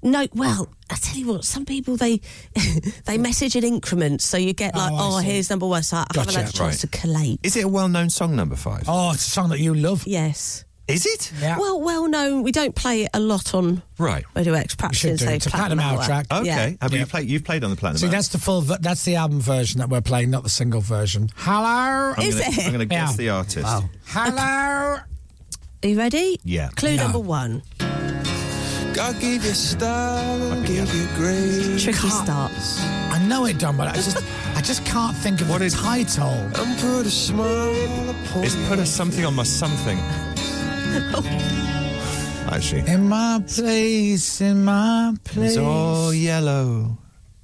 S1: no, well, I tell you what, some people they they message in increments, so you get like,
S7: Oh, I
S1: oh,
S7: see.
S1: here's number one. So I haven't had a chance to collate.
S9: Is it a well-known song? Number five.
S7: Oh, it's a song that you love.
S1: Yes.
S9: Is it?
S1: Well, well known. We don't play it a lot on
S9: Right.
S1: Radio X. Perhaps
S7: should
S1: it's
S7: do.
S1: a
S7: It's a platinum hour track.
S9: Okay.
S7: Yeah.
S9: Have you played? You've played on the platinum.
S7: See,
S9: hour.
S7: that's the full, v- that's the album version that we're playing, not the single version. Hello?
S9: I'm gonna, I'm going to guess
S7: Yeah.
S9: the artist.
S7: Hello.
S1: Are you ready?
S9: Yeah.
S1: Clue
S9: Yeah.
S1: number one.
S6: God gave you style and gave you grace.
S1: Tricky
S7: Can't-
S1: start.
S7: I know it, Don, but I just, I just can't think of what the title.
S9: Oh.
S6: I'm put a smile upon
S9: It's put a something on my something. Actually,
S7: In my place, in my place.
S9: it's all yellow.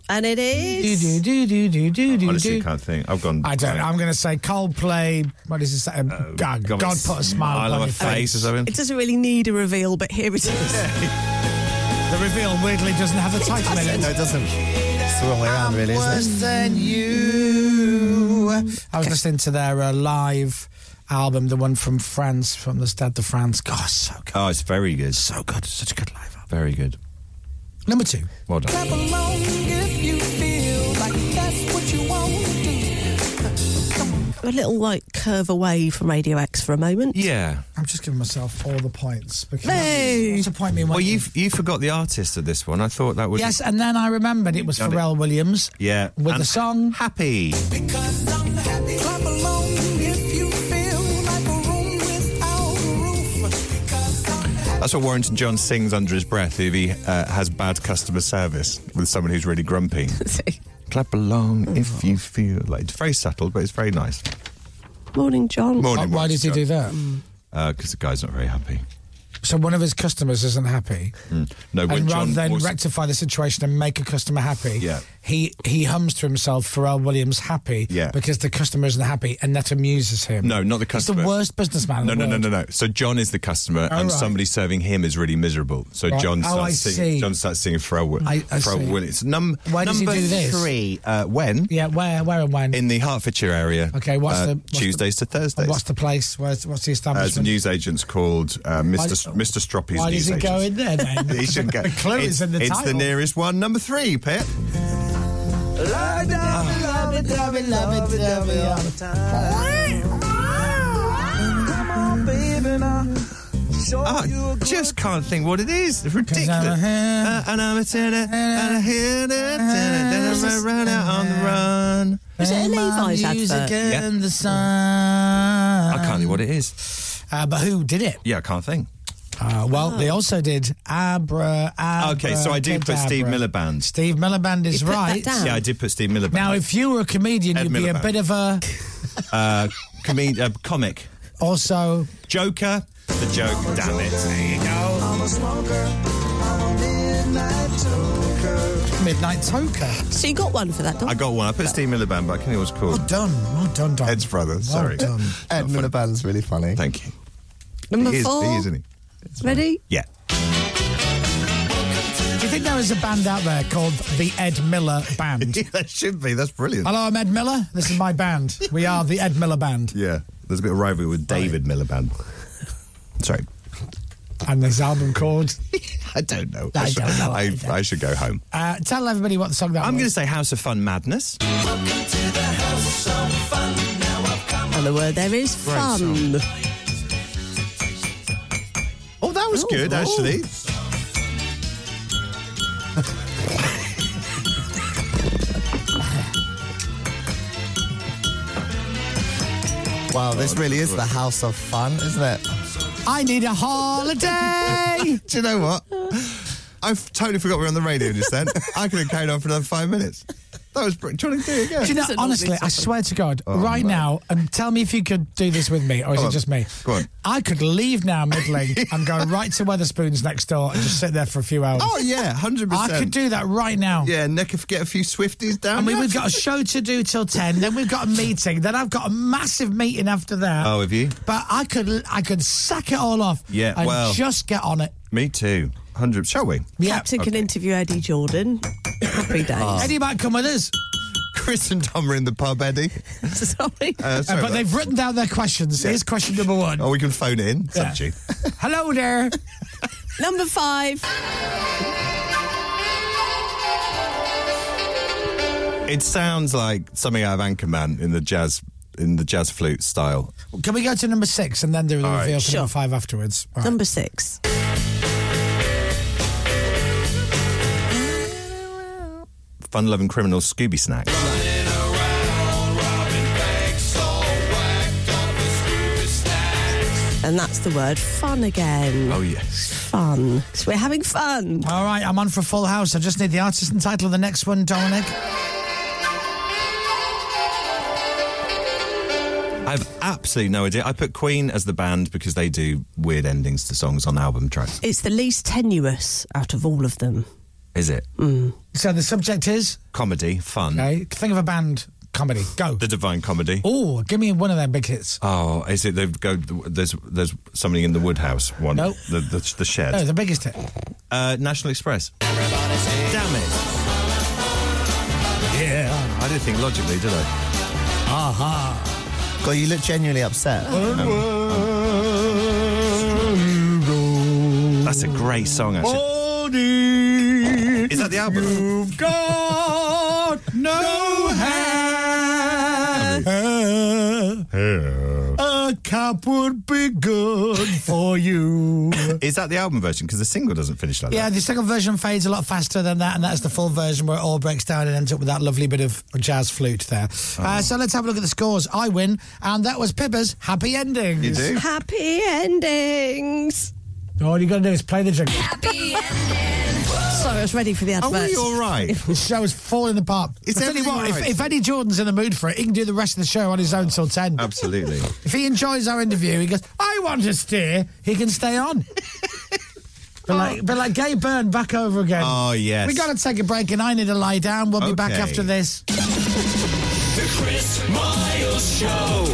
S1: And it is.
S7: Do, do, do, do, do, do,
S9: Oh, Honestly,
S7: do.
S9: can't think. I've gone.
S7: I don't. I'm going to say Coldplay. What is this? Um, God,
S9: Oh, God,
S7: God, put a smile
S9: on
S7: on
S9: my
S7: your
S9: face or something.
S1: It doesn't really need a reveal, but here it is.
S7: The reveal weirdly doesn't have a title in it.
S21: No, it doesn't. It's the wrong way around, really,
S7: Worse
S21: isn't it?
S7: than you. I was listening to their uh, live album, the one from France, from the Stade de France. God, so good.
S9: Oh, it's very good.
S7: So good. Such a good live album.
S9: Very good.
S7: Number two.
S9: Well done.
S6: Clap along if you feel like that's what you want to
S1: A little like curve away from Radio X for a moment.
S9: Yeah.
S7: I'm just giving myself all the points because
S1: Hey!
S7: it's a point me. in
S9: Well,
S7: one-
S9: you you forgot the artist of this one. I thought that was
S7: yes, and then I remembered it was
S9: Got it.
S7: Pharrell Williams
S9: Yeah.
S7: with
S9: And
S7: the song
S9: Happy.
S6: Because I'm happy. Clap along if you feel like a room without a roof. Because I'm
S9: That's what Warrington John sings under his breath if he uh, has bad customer service with someone who's really grumpy. Clap along if you feel like it's very subtle, but it's very nice.
S1: Morning, John. Oh,
S9: Morning,
S7: Why does he do that?
S9: Mm. Because Uh, the guy's not very happy.
S7: So one of his customers isn't happy.
S9: Mm. No, when
S7: and rather
S9: John
S7: than
S9: was-
S7: rectify the situation and make a customer happy,
S9: Yeah.
S7: he he hums to himself Pharrell Williams happy
S9: Yeah.
S7: because the customer isn't happy and that amuses him.
S9: no, not the
S7: He's the
S9: customer.
S7: worst businessman in
S9: No,
S7: the
S9: no, no,
S7: world.
S9: no, no. So John is the customer,
S7: Oh,
S9: and
S7: right.
S9: somebody serving him is really miserable. So
S7: Right.
S9: John
S7: Oh, I
S9: starts
S7: see.
S9: singing. John starts singing Pharrell, Wi-
S7: I- I
S9: Pharrell
S7: see.
S9: Williams. Num-
S7: Why does he
S9: number
S7: do this?
S9: Three. Uh, when
S7: Yeah, where where and when?
S9: in the Hertfordshire area?
S7: Okay, what's
S9: uh,
S7: the- what's the-
S9: Tuesdays to Thursdays?
S7: What's the place? Where's what's the
S9: Uh, it's a
S7: establishment?
S9: news agent's called uh,
S7: Why-
S9: Mr. S- Mr. Stroppy's
S7: Why
S9: news
S7: does it go in there then?
S9: He shouldn't go.
S7: The clue
S9: it's,
S7: is in the
S9: It's
S7: title.
S9: the nearest one. Number three, Pip.
S6: Love it, love it, love it, love it, love it all the time. Come on, baby, now. Show you
S9: I
S6: a good
S9: Ah, just can't think what it is. It's ridiculous.
S6: I'm a
S9: Uh, and I'm a tenor, and I hit it, then I'm a runner on the run.
S1: Was it a Levi's advert?
S9: Yeah.
S7: the sun.
S9: I can't think what it is.
S7: Uh, but who did it?
S9: Yeah, I can't think.
S7: Uh, well, they
S1: Oh.
S7: also did Abra. Abra
S9: Okay, so I do put Steve Milliband.
S7: Steve Milliband is
S1: You put that
S7: right.
S1: down?
S9: Yeah, I did put Steve Milliband.
S7: Now, if you were a comedian,
S9: Ed
S7: you'd be a
S9: Miliband.
S7: bit of a
S9: uh, comed- uh, comic.
S7: also.
S9: Joker. The joke. Damn it. There you go.
S6: I'm a smoker. I'm a midnight toker.
S7: Midnight Toker.
S1: So you got one for that, Don?
S9: I got one. I put Steve Milliband, but I can't think what it's called.
S7: Well done, well done, Don.
S9: Ed's brother. Sorry.
S7: done.
S21: Ed Miliband's really funny.
S9: Thank you.
S1: Number
S9: he is,
S1: four.
S9: He is, isn't he?
S1: Ready?
S9: Yeah.
S7: Do you think there is a band out there called the Ed Miller Band?
S9: that should be. That's brilliant.
S7: Hello, I'm Ed Miller. This is my band. We are the Ed Miller Band,
S9: Yeah. There's a bit of rivalry with David Milliband. Sorry.
S7: and this album called.
S9: I don't know.
S7: I
S9: should,
S7: don't know
S9: I, I should go home.
S7: Uh, tell everybody what the song that
S9: I'm
S7: was.
S9: going to say House of Fun Madness.
S1: And the word there is fun.
S9: Oh, that was
S1: Ooh,
S9: good,
S1: ooh.
S9: actually.
S21: Wow, this really is the house of fun, isn't it?
S7: I need a holiday.
S9: Do you know what? I've totally forgot we were on the radio just then. I could have carried on for another five minutes. That was brilliant. Do you want to do it again?
S7: Do you know, honestly, I swear to God,
S21: Oh,
S7: right now, and tell me if you could do this with me, or is
S9: Go
S7: it
S9: on.
S7: just me?
S9: Go on.
S7: I could leave now, middling, and go right to Weatherspoons next door and just sit there for a few hours.
S9: Oh, yeah, 100%.
S7: I could do that right now.
S9: Yeah, Nick, if get a few Swifties down.
S7: I mean, we've got a show to do till ten. Then we've got a meeting. Then I've got a massive meeting after that.
S9: Oh, have you?
S7: But I could, I could sack it all off.
S9: Yeah,
S7: and
S9: well-
S7: just get on it.
S9: Me too. 100. Shall we?
S1: Captain can interview Eddie Jordan. Happy days.
S9: Ah.
S7: Eddie might come with us. Uh,
S9: Chris and Tom are in the pub, Eddie.
S1: sorry.
S9: Uh, sorry
S7: Uh,
S9: about
S7: but they've written down their questions. Here's question number one.
S9: Oh, we can phone in.
S7: Yeah.
S9: Subject.
S7: Hello there.
S1: Number five.
S9: It sounds like something out of Anchorman in the jazz in the jazz flute style.
S7: Can we go to number six and then do the
S9: All right.
S7: reveal for
S9: Sure.
S7: number five afterwards? All right.
S1: Number six.
S9: Fun-loving criminal Scooby Snack.
S1: And that's the word fun again.
S9: Oh, yes.
S1: Fun. So we're having fun.
S7: All right, I'm on for a full house. I just need the artist and title of the next one, Dominic.
S9: I have absolutely no idea. I put Queen as the band because they do weird endings to songs on album tracks.
S1: It's the least tenuous out of all of them.
S9: Is it
S7: Mm. So the subject is
S9: comedy, fun,
S7: okay. Think of a band comedy. Go.
S9: Hmm. the Divine Comedy?
S7: Oh, give me one of them big hits.
S9: Oh, is it? They've go. There's there's something in the Woodhouse one.
S7: No.
S9: the the, the shed.
S7: No, the biggest hit.
S9: Uh, National Express. Damn it. Yeah. I didn't think logically, did I?
S28: Aha. God, you look genuinely upset.
S9: That's a great song, actually. Is that the album?
S7: Oh, You've got no hand. A cup would be good for you.
S9: Is that the album version? Because the single doesn't finish like
S7: Yeah, the second version fades a lot faster than that, and that's the full version where it all breaks down and ends up with that lovely bit of jazz flute there. Uh, so let's have a look at the scores. I win, and that was Pippa's Happy Endings.
S9: You do?
S1: Happy endings.
S7: All you got to do is play the jingle.
S1: Sorry, I was ready for the
S9: that.
S1: adverts.
S9: Are we all right?
S7: The show is falling apart.
S9: Is
S7: I tell you
S9: everything
S7: what, if,
S9: right?
S7: if Eddie Jordan's in the mood for it, he can do the rest of the show on his own till 10.
S9: Um, Absolutely.
S7: If he enjoys our interview, he goes, I want to steer, he can stay on. but, like, but like Gay Byrne back over again.
S9: Oh, yes.
S7: we got to take a break and I need to lie down. We'll be back
S9: Okay.
S7: after this.
S21: The Chris Miles Show.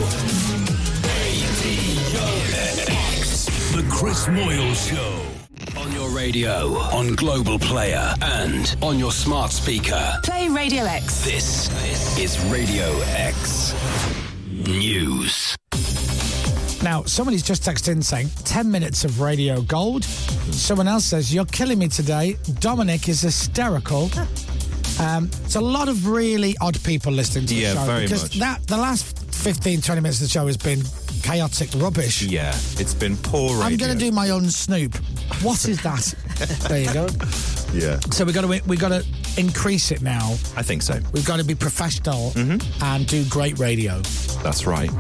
S21: The Chris Moyle Show. On your radio, on Global Player, and on your smart speaker.
S4: Play Radio X.
S21: This is Radio X News.
S7: Now, somebody's just texted in saying 10 minutes of radio gold. Someone else says, You're killing me today. Dominic is hysterical. Um, it's a lot of really odd people listening to the
S9: Yeah,
S7: show
S9: very
S7: because
S9: much.
S7: that the last 15, 20 minutes of the show has been chaotic rubbish.
S9: yeah, it's been poor radio.
S7: I'm going to do my own Snoop. What is that? there you go.
S9: Yeah,
S7: So we got to we got to increase it now.
S9: I think so.
S7: We've got to be professional
S9: Mm-hmm.
S7: and do great radio.
S9: That's right.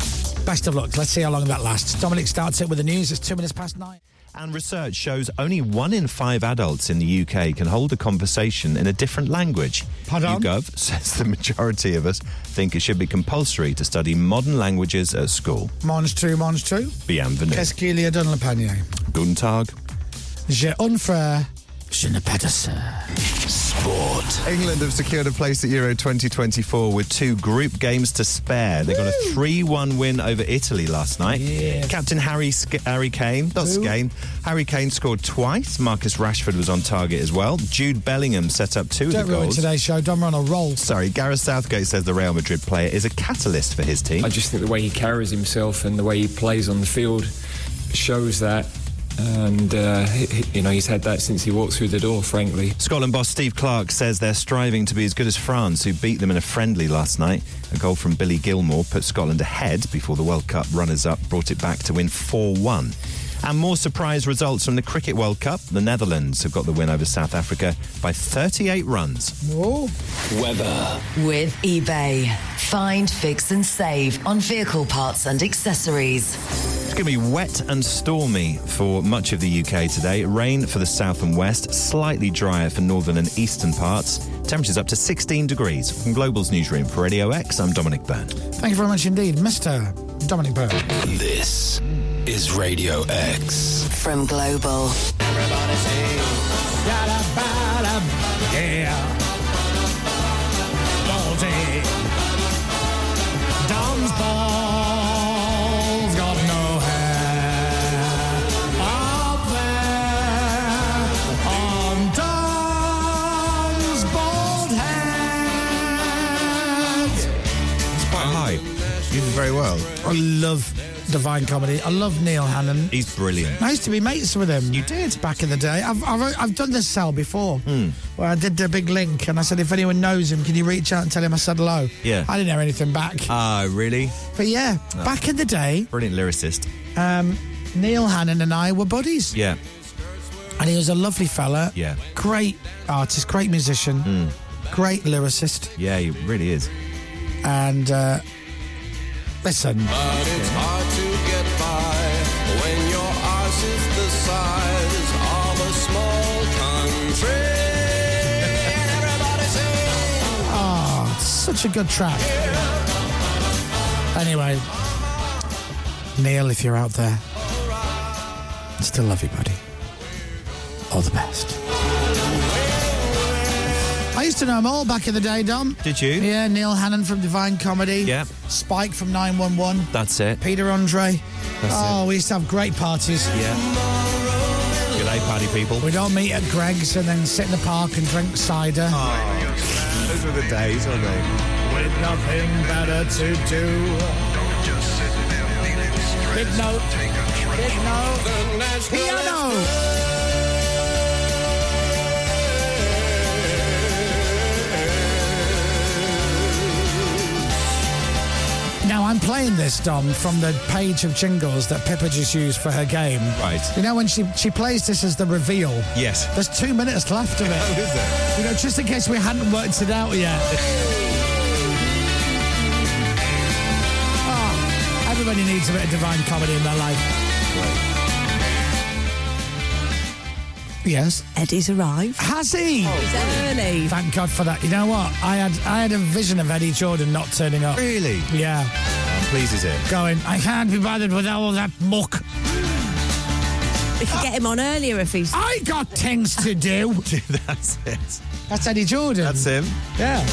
S7: Best of luck. Let's see how long that lasts. Dominic starts it with the news. It's two minutes past nine.
S9: And research shows only one in five adults in the UK can hold a conversation in a different language.
S7: Pardon?
S9: YouGov says the majority of us think it should be compulsory to study modern languages at school.
S7: Mange two, mange two.
S9: Bienvenue.
S7: Qu'est-ce qu'il y a dans le panier?
S9: Guten Tag.
S7: J'ai un frère. Je n'ai pas de sœur.
S21: Sport.
S9: England have secured a place at Euro 2024 with two group games to spare. They got a 3 1 win over Italy last night. Captain Harry, Sk- Harry Kane, not Skane, Harry Kane scored twice. Marcus Rashford was on target as well. Jude Bellingham set up 2 of
S7: Don't
S9: the
S7: ruin
S9: goals.
S7: today's show. Don't run a roll.
S9: Sorry, Gareth Southgate says the Real Madrid player is a catalyst for his team.
S10: I just think the way he carries himself and the way he plays on the field shows that. And, uh, he- he- you know, he's had that since he walked through the door, frankly.
S9: Scotland boss Steve Clark says they're striving to be as good as France, who beat them in a friendly last night. A goal from Billy Gilmore put Scotland ahead before the World Cup runners up brought it back to win 4 1. And more surprise results from the Cricket World Cup. The Netherlands have got the win over South Africa by 38 runs.
S21: Weather.
S4: With eBay. Find, fix, and save on vehicle parts and accessories.
S9: It's going to be wet and stormy for much of the UK today. Rain for the south and west, slightly drier for northern and eastern parts. Temperatures up to 16 degrees. From Global's newsroom for Radio X, I'm Dominic Byrne.
S7: Thank you very much indeed, Mr. Dominic Byrne.
S21: This is Radio X.
S4: From Global.
S21: Yeah. Naughty. Dom's ball's got no hair. Up there on Dom's bald head.
S9: Hi.
S7: You did very well. I love Divine Comedy. I love Neil Hannon.
S9: He's brilliant.
S7: I used to be mates with him. You did back in the day. I've I've, I've done this cell before,
S9: Hmm.
S7: where I did the big link, and I said, if anyone knows him, can you reach out and tell him I said hello?
S9: Yeah.
S7: I didn't hear anything back.
S9: Ah, really?
S7: But yeah,
S9: Oh.
S7: back in the day,
S9: Brilliant lyricist.
S7: um, Neil Hannon and I were buddies,
S9: Yeah,
S7: and he was a lovely fella.
S9: yeah, Hmm.
S7: Great artist, great musician, great lyricist,
S9: yeah, he really is.
S7: and uh, listen.
S21: But it's hard to get by when your arse is the size of a small country. And everybody sings.
S7: Oh, such a good track. Anyway, Neil, if you're out there, still love you, buddy. All the best. I used to know them all back in the day, Dom.
S9: Did you?
S7: Yeah, Neil Hannon from Divine Comedy.
S9: Yeah.
S7: Spike from 911.
S9: That's it.
S7: Peter Andre.
S9: That's
S7: oh, we used to have great parties.
S9: Yeah. Good day, party people.
S7: We'd all meet at Greg's and then sit in the park and drink cider.
S9: Those were the days, weren't they?
S29: With nothing better to do. Don't just sit there feeling stressed. Big note. Big note.
S7: Piano. Now I'm playing this Dom from the page of jingles that Pippa just used for her game.
S9: Right.
S7: You know when she she plays this as the reveal.
S9: Yes.
S7: There's two minutes left of it. You know, just in case we hadn't worked it out yet. Ah, everybody needs a bit of divine comedy in their life. Yes.
S1: Eddie's arrived.
S7: Has he? early. Thank God for that. You know what? I had I had a vision of Eddie Jordan not turning up.
S9: Really?
S7: Yeah.
S9: I'm pleased he's here.
S7: Going, I can't be bothered with all that muck.
S1: We could get him on earlier if he's.
S7: I got things to do.
S9: That's it.
S7: That's Eddie Jordan. That's
S9: him.
S7: Yeah.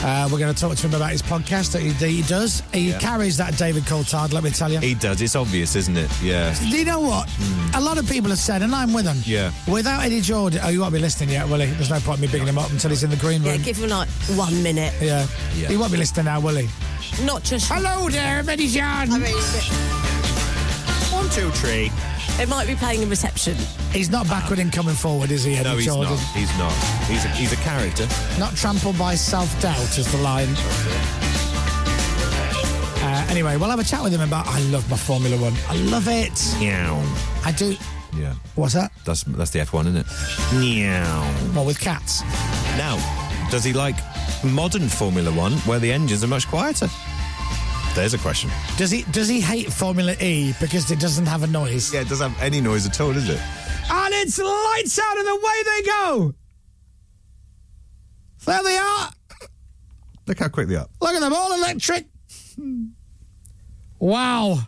S7: Uh, we're going to talk to him about his podcast that he, that he does. He
S9: Yeah.
S7: carries that David Coulthard, let me tell you.
S9: He does. It's obvious, isn't it? Yeah.
S7: Do you know what? A lot of people have said, and I'm with them.
S9: Yeah.
S7: Without Eddie Jordan, oh, you won't be listening yet, will he? There's no point in me picking him up until he's in the green room.
S1: Yeah, give him like one minute.
S7: Yeah.
S1: Yeah.
S7: He won't be listening now, will he?
S1: Not just.
S7: Hello there, Eddie Jordan.
S9: One, two, three.
S1: It might be playing in reception.
S7: He's not backward in coming forward, is he, Eddie
S9: No, he's
S7: Jordan?
S9: not. He's not. He's a, he's a character.
S7: Not trampled by self doubt is the line. Uh, anyway, we'll have a chat with him about. I love my Formula One. I love it.
S9: Meow.
S7: I do.
S9: Yeah.
S7: What's that?
S9: That's that's the F1, isn't it? Meow.
S7: Well, with cats.
S9: Now, does he like modern Formula One where the engines are much quieter? There's a question.
S7: Does he does he hate Formula E because it doesn't have a noise?
S9: Yeah, it doesn't have any noise at all, does it?
S7: And it's lights out of the way they go. There they are.
S9: Look how quick they are.
S7: Look at them all electric. Wow.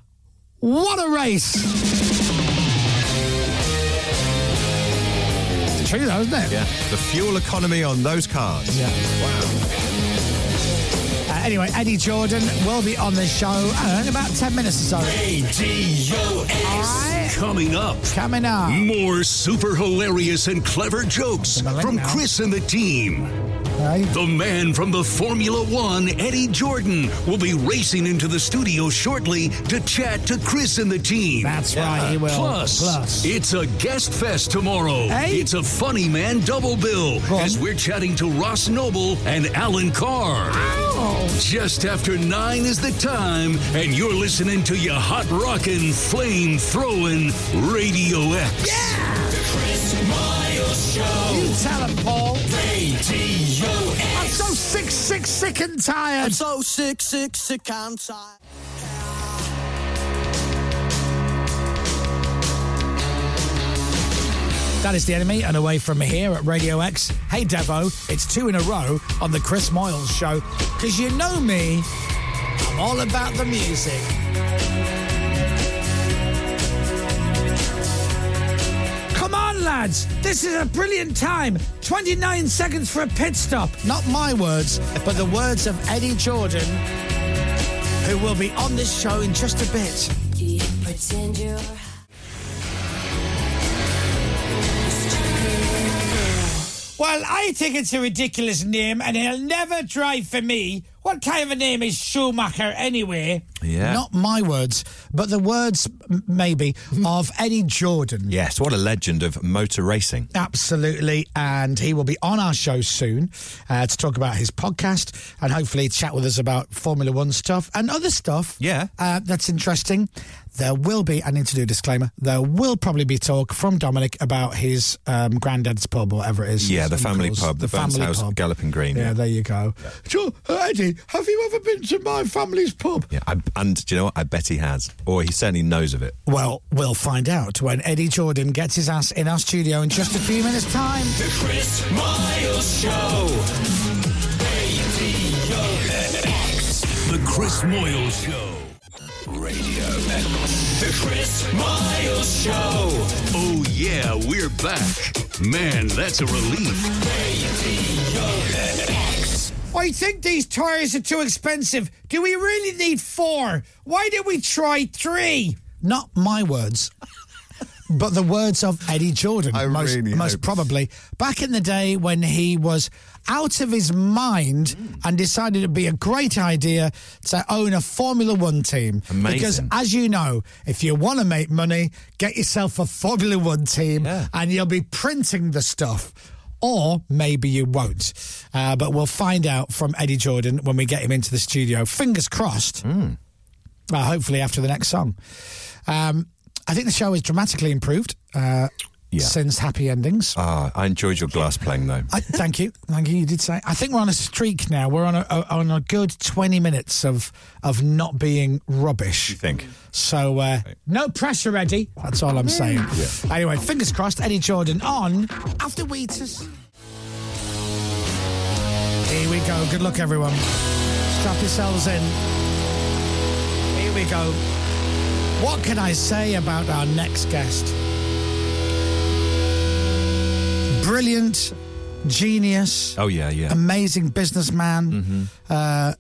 S7: What a race. It's true though, isn't it?
S9: Yeah. The fuel economy on those cars.
S7: Yeah. Uh, anyway, Eddie Jordan will be on the show uh, in about 10 minutes or so.
S21: Radio X. Coming up.
S7: Coming up.
S21: More super hilarious and clever jokes from Chris and the team. The man from the Formula One, Eddie Jordan, will be racing into the studio shortly to chat to Chris and the team.
S7: That's right, he will.
S21: Plus,
S7: Plus.
S21: it's a guest fest tomorrow.
S7: Hey?
S21: It's a funny man double bill as we're chatting to Ross Noble and Alan Carr. Just after nine is the time, and you're listening to your hot rockin', flame throwing Radio X.
S6: The Chris Miles Show.
S7: You tell him, Paul.
S21: Radio
S7: I'm so sick, sick, sick and tired.
S6: so sick, sick, sick and tired.
S7: That is the enemy and away from here at Radio X. Hey Devo, it's two in a row on the Chris Moyles show. Cause you know me, I'm all about the music. Come on, lads! This is a brilliant time! 29 seconds for a pit stop! Not my words, but the words of Eddie Jordan, who will be on this show in just a bit.
S1: Oh, Pretend you're.
S7: Well, I think it's a ridiculous name, and he'll never drive for me. What kind of a name is Schumacher anyway?
S9: Yeah.
S7: Not my words, but the words, m- maybe, of Eddie Jordan.
S9: Yes, what a legend of motor racing.
S7: Absolutely. And he will be on our show soon uh, to talk about his podcast and hopefully chat with us about Formula One stuff and other stuff.
S9: Yeah.
S7: Uh, that's interesting. There will be, I need to do a disclaimer, there will probably be talk from Dominic about his um, granddad's pub or whatever it is.
S9: Yeah, the
S7: His
S9: family
S7: uncle's.
S9: pub, the, Burns House Galloping Green.
S7: Yeah, there you go. Sure, uh, Eddie, have you ever been to my family's pub?
S9: Yeah, I, and do you know what? I bet he has, or he certainly knows of it.
S7: Well, we'll find out when Eddie Jordan gets his ass in our studio in just a few minutes' time.
S30: The Chris Miles Show.
S21: The Chris Moyles Show. Radio.
S30: The Chris Miles Show.
S21: Oh, yeah, we're back. Man, that's a relief.
S7: I think these tyres are too expensive. Do we really need four? Why did we try three? Not my words, but the words of Eddie Jordan. most, most probably. Back in the day when he was out of his mind and decided it'd be a great idea to own a Formula One team.
S9: Amazing.
S7: Because, as you know, if you want to make money, get yourself a Formula One team and you'll be printing the stuff or maybe you won't. Uh, but we'll find out from Eddie Jordan when we get him into the studio. Fingers crossed. Uh, hopefully after the next song. Um, I think the show has dramatically improved uh,
S9: Yeah.
S7: since Happy Endings.
S9: Ah, I enjoyed your glass playing though.
S7: I, thank you, thank you. You did say. I think we're on a streak now. We're on a, a on a good twenty minutes of of not being rubbish. You
S9: think?
S7: So uh, no pressure, Eddie. That's all I'm saying.
S9: Yeah.
S7: Anyway, fingers crossed. Eddie Jordan on after Wheatus. Here we go. Good luck, everyone. Strap yourselves in. Here we go. What can I say about our next guest? Brilliant, genius,
S9: Oh yeah, yeah.
S7: amazing businessman, uh,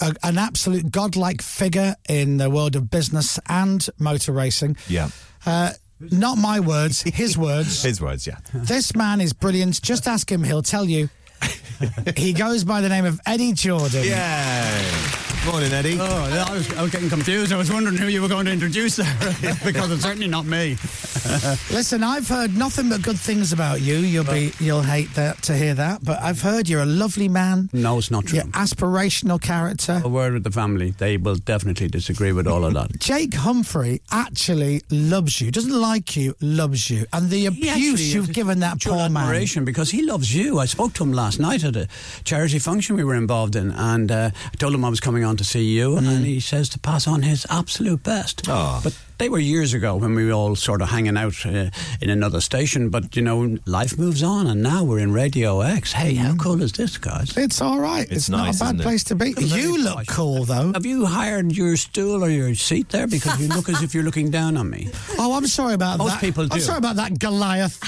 S7: a, an absolute godlike figure in the world of business and motor racing.
S9: Yeah.
S7: Uh, not my words, his words.
S9: His words, yeah.
S7: This man is brilliant. Just ask him, he'll tell you. he goes by the name of Eddie Jordan.
S9: Yeah. Morning, Eddie.
S15: Oh, no, I was, I was getting confused. I was wondering who you were going to introduce there, because it's certainly not me.
S7: Listen, I've heard nothing but good things about you. You'll be you'll hate that to hear that, but I've heard you're a lovely man.
S15: No, it's not true.
S7: You're aspirational character.
S15: A word with the family. They will definitely disagree with all of that.
S7: Jake Humphrey actually loves you. Doesn't like you, loves you. And the abuse you've given that poor man.
S15: admiration because he loves you. I spoke to him last night at a charity function we were involved in, and uh, I told him I was coming on to see you,
S21: Mm.
S15: and he says to pass on his absolute best.
S21: Ah.
S15: But they were years ago when we were all sort of hanging out uh, in another station, but you know, life moves on, and now we're in Radio X. Hey,
S21: Mm.
S15: how cool is this, guys?
S7: It's all right. It's, not a bad place to be. You look cool, though.
S15: Have you hired your stool or your seat there? Because you look as if you're looking down on me.
S7: Oh, I'm sorry about
S15: Most
S7: that.
S15: people do.
S7: I'm sorry about that, Goliath.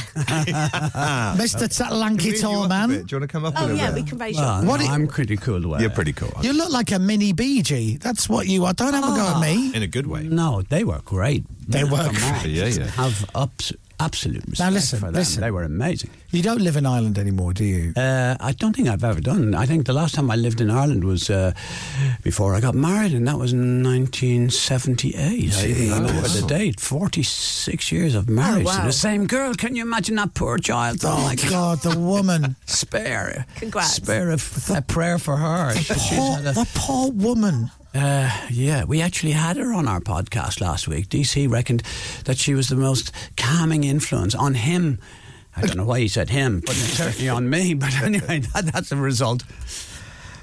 S7: Mr. T- Lanky Tall Man. Do you
S9: want to come up
S31: Oh, yeah, we can raise
S9: Ah.
S15: Well,
S31: you.
S15: no, I'm pretty cool. The way
S9: You're pretty cool.
S7: You look like a mini BG. That's what you are. Don't have a go
S15: Ah.
S7: at me.
S9: In a good way.
S15: No, Oh, they were great.
S7: They were
S15: great.
S9: Yeah, yeah.
S15: Have ups, absolute respect
S7: listen,
S15: for them.
S7: listen.
S15: They were amazing.
S7: You don't live in Ireland anymore, do you?
S15: Uh, I don't think I've ever done. I think the last time I lived in Ireland was uh, before I got married, and that was in 1978. I even
S7: Jeez.
S15: remember
S7: Wow.
S15: the date. 46 years of marriage to
S7: wow.
S15: the same girl. Can you imagine that poor child?
S7: Oh, my God, the woman.
S15: Spare.
S7: Congrats.
S15: Spare a, f- a prayer for her. She's
S7: Poor,
S15: had a-
S7: the poor woman.
S15: Uh, yeah, we actually had her on our podcast last week. DC reckoned that she was the most calming influence on him. I don't know why he said him, but certainly on me. But anyway, that, that's the result.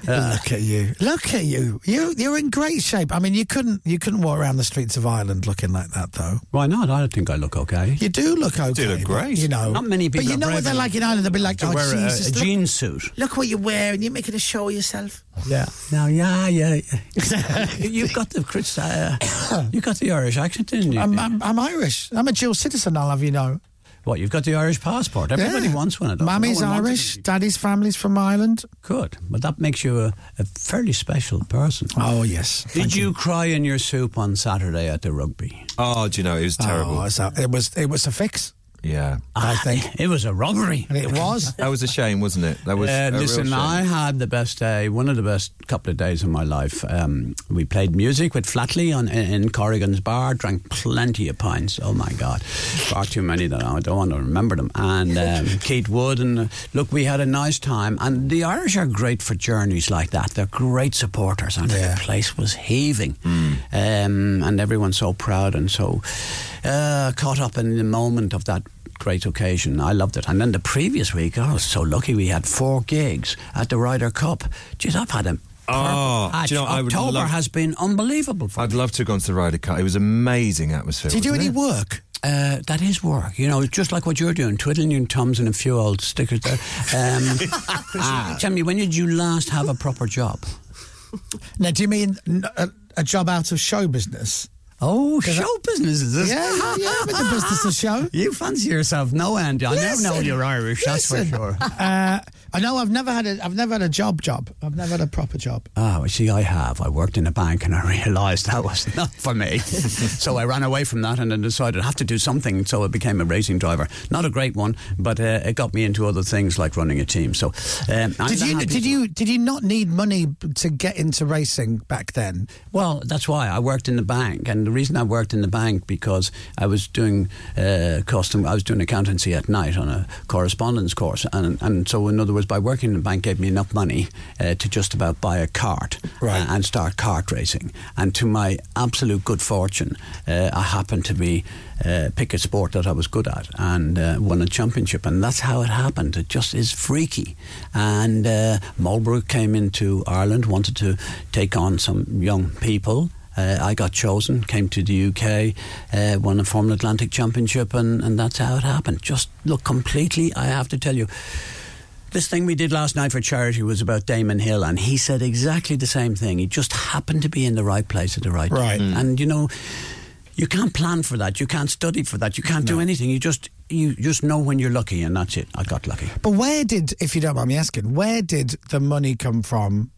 S7: Look at you! Look at you! You you're in great shape. I mean, you couldn't you couldn't walk around the streets of Ireland looking like that, though.
S21: Why not? I think I look okay.
S7: You do look okay.
S21: do look
S7: but,
S21: great.
S7: You know,
S21: Not many
S7: But
S21: people
S7: you
S21: are
S7: know what
S21: brave
S7: they're
S21: enough
S7: like in Ireland. They'll be like,
S21: to
S7: "Oh
S21: wear uh, a-
S7: Jesus,
S21: a
S7: look,
S21: jean suit."
S7: Look what you're wearing. You're making a show of yourself.
S21: Yeah. Now, yeah, yeah. yeah. You've got the Chris. Uh, you got the Irish accent, didn't you?
S15: Um,
S7: I'm, I'm, I'm Irish. I'm a dual citizen. I'll have you know.
S21: what? You've got the Irish passport. Everybody
S7: Yeah.
S21: wants one of those.
S7: Mummy's
S21: No one wants
S7: Irish. Daddy's family's from Ireland.
S21: it. Good, but that makes you a, a fairly special person.
S7: Oh yes.
S21: Did you, cry in your soup on Saturday at the rugby?
S9: Oh, do you know it was terrible?
S7: Oh, so it was it was a fix.
S9: yeah,
S21: Ah.
S7: I think
S21: it was a robbery.
S7: And it was.
S9: that was a shame, wasn't it? That was
S21: Uh,
S9: a real
S21: listen,
S9: shame.
S21: I had the best day, one of the best couple of days of my life. Um, we played music with Flatley on, in, in Corrigan's bar, drank plenty of pints. Oh my God, far too many that I don't want to remember them. And um, Keith Wood, and uh, look, we had a nice time. And the Irish are great for journeys like that. They're great supporters, and the place was heaving,
S9: Hmm.
S21: um, and everyone's so proud and so uh, caught up in the moment of that great occasion. I loved it. And then the previous week, I was so lucky we had four gigs at the Ryder Cup. Jeez, I've had a
S9: Oh,
S21: perfect
S9: do you know, I would
S21: October
S9: love-
S21: has been unbelievable. For
S9: I'd love to have gone to the Ryder Cup. It was amazing atmosphere. wasn't it?
S21: work? Uh, that is work, you know, just like what you're doing, twiddling your thumbs and a few old stickers there. Um, ah, tell me, when did you last have a proper job?
S7: Now, do you mean n- a, a job out of show business?
S21: Oh, show business is this?
S7: Yeah, yeah, yeah, I'm in the business of show.
S21: You fancy yourself, no end. I never know you're Irish, that's for sure.
S7: Uh, I know I've never had a I've never had a job job. I've never had a proper job.
S21: Oh, well, see, I have. I worked in a bank and I realised that was not for me. so I ran away from that and then decided I have to do something. So I became a racing driver. Not a great one, but uh, it got me into other things like running a team. So um, I'm
S7: did
S21: the
S7: you
S21: happy-
S7: did you did you not need money to get into racing back then?
S21: Well, that's why I worked in the bank, and the reason I worked in the bank because I was doing uh, custom, I was doing accountancy at night on a correspondence course, and and so in other words, by working in the bank gave me enough money uh, to just about buy a cart right. and start cart racing. And to my absolute good fortune, uh, I happened to be uh, pick a sport that I was good at and uh, won a championship. And that's how it happened. It just is freaky. And uh, Marlborough came into Ireland, wanted to take on some young people. Uh, I got chosen, came to the UK, uh, won a Formula Atlantic Championship, and, and that's how it happened. Just look completely, I have to tell you. This thing we did last night for charity was about Damon Hill, and he said exactly the same thing. He just happened to be in the right place at the right,
S7: Right.
S21: time. And you know, you can't plan for that. You can't study for that. You can't do anything. You just you just know when you're lucky, and that's it. I got lucky.
S7: But where did, if you don't mind me asking, where did the money come from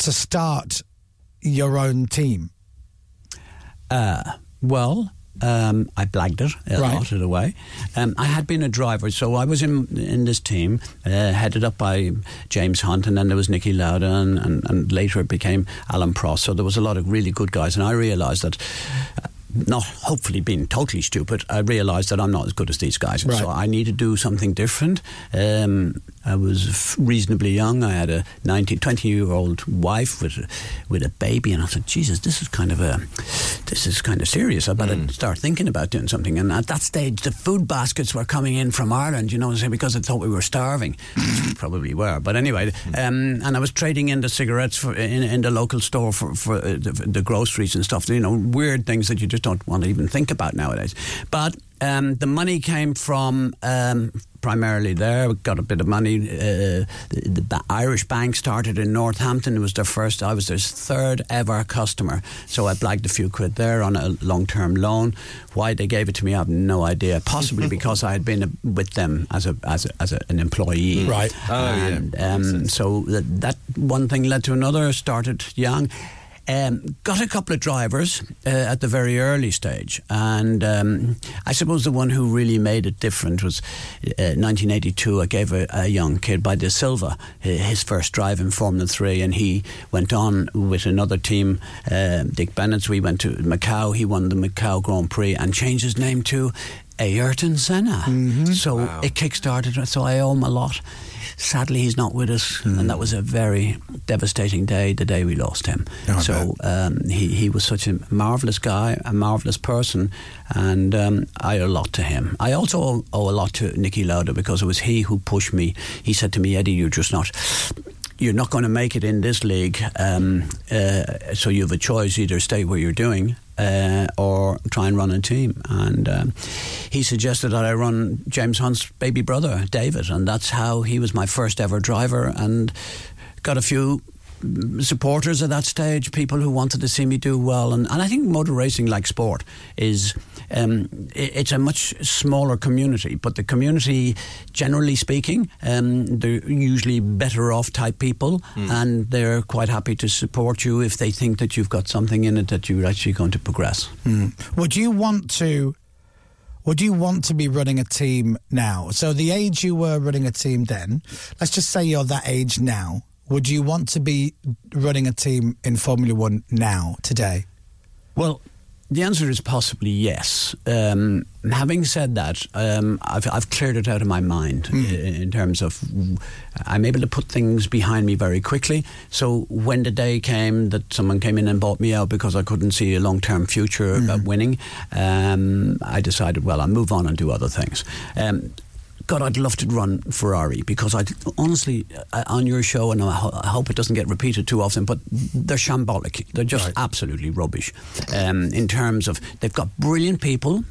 S7: to start your own team?
S21: Uh, well, um, I blagged it a
S7: Right.
S21: lot of the way. Um, I had been a driver, so I was in in this team, uh, headed up by James Hunt, and then there was Nicky Lauda, and, and, and later it became Alan Pross. So there was a lot of really good guys, and I realised that. uh, Not hopefully being totally stupid, I realised that I'm not as good as these guys, and so I need to do something different. Um, I was f- reasonably young. I had a 19, 20 year old wife with a, with a baby, and I said, "Jesus, this is kind of a this is kind of serious. I better start thinking about doing something." And at that stage, the food baskets were coming in from Ireland, you know, because they thought we were starving. Which we probably were, but anyway. Um, and I was trading in the cigarettes for, in, in the local store for, for uh, the, the groceries and stuff. You know, weird things that you just don't want to even think about nowadays. But um, the money came from um, primarily there. We got a bit of money. Uh, the, the ba- Irish Bank started in Northampton. It was their first. I was their third ever customer. So I blagged a few quid there on a long-term loan. Why they gave it to me, I have no idea. Possibly because I had been a, with them as a as, a, as a, an employee.
S9: Right. Oh, yeah.
S21: And, um, so that, that one thing led to another. Started young. Um, got a couple of drivers uh, at the very early stage, and um, I suppose the one who really made it different was uh, 1982. I gave a, a young kid by De Silva hi- his first drive in Formula Three, and he went on with another team, uh, Dick Bennett's. We went to Macau. He won the Macau Grand Prix and changed his name to Ayrton Senna. So it kick-started. it, So I owe him a lot. Sadly, he's not with us, and that was a very devastating day. The day we lost him. so um, he he was such a marvelous guy, a marvelous person, and um, I owe a lot to him. I also owe, owe a lot to Nicky Lauda because it was he who pushed me. He said to me, "Eddie, you're just not." you're not going to make it in this league, um, uh, so you have a choice: either stay where you're doing uh, or try and run a team. And um, he suggested that I run James Hunt's baby brother, David, and that's how he was my first ever driver, and got a few supporters at that stage, people who wanted to see me do well. And, and I think motor racing, like sport, is um, i- it's a much smaller community, but the community, generally speaking, um, they're usually better off type people, and they're quite happy to support you if they think that you've got something in it that you're actually going to progress.
S7: Would you want to? Would you want to be running a team now? So the age you were running a team then, let's just say you're that age now. Would you want to be running a team in Formula One now today?
S21: Well, the answer is possibly yes. Um, having said that, um, I've, I've cleared it out of my mind i- in terms of I'm able to put things behind me very quickly. So when the day came that someone came in and bought me out because I couldn't see a long term future about winning, um, I decided, well, I'll move on and do other things. Um, God, I'd love to run Ferrari because I honestly, uh, on your show, and I, ho- I hope it doesn't get repeated too often, but they're shambolic. They're just absolutely rubbish um, in terms of they've got brilliant people.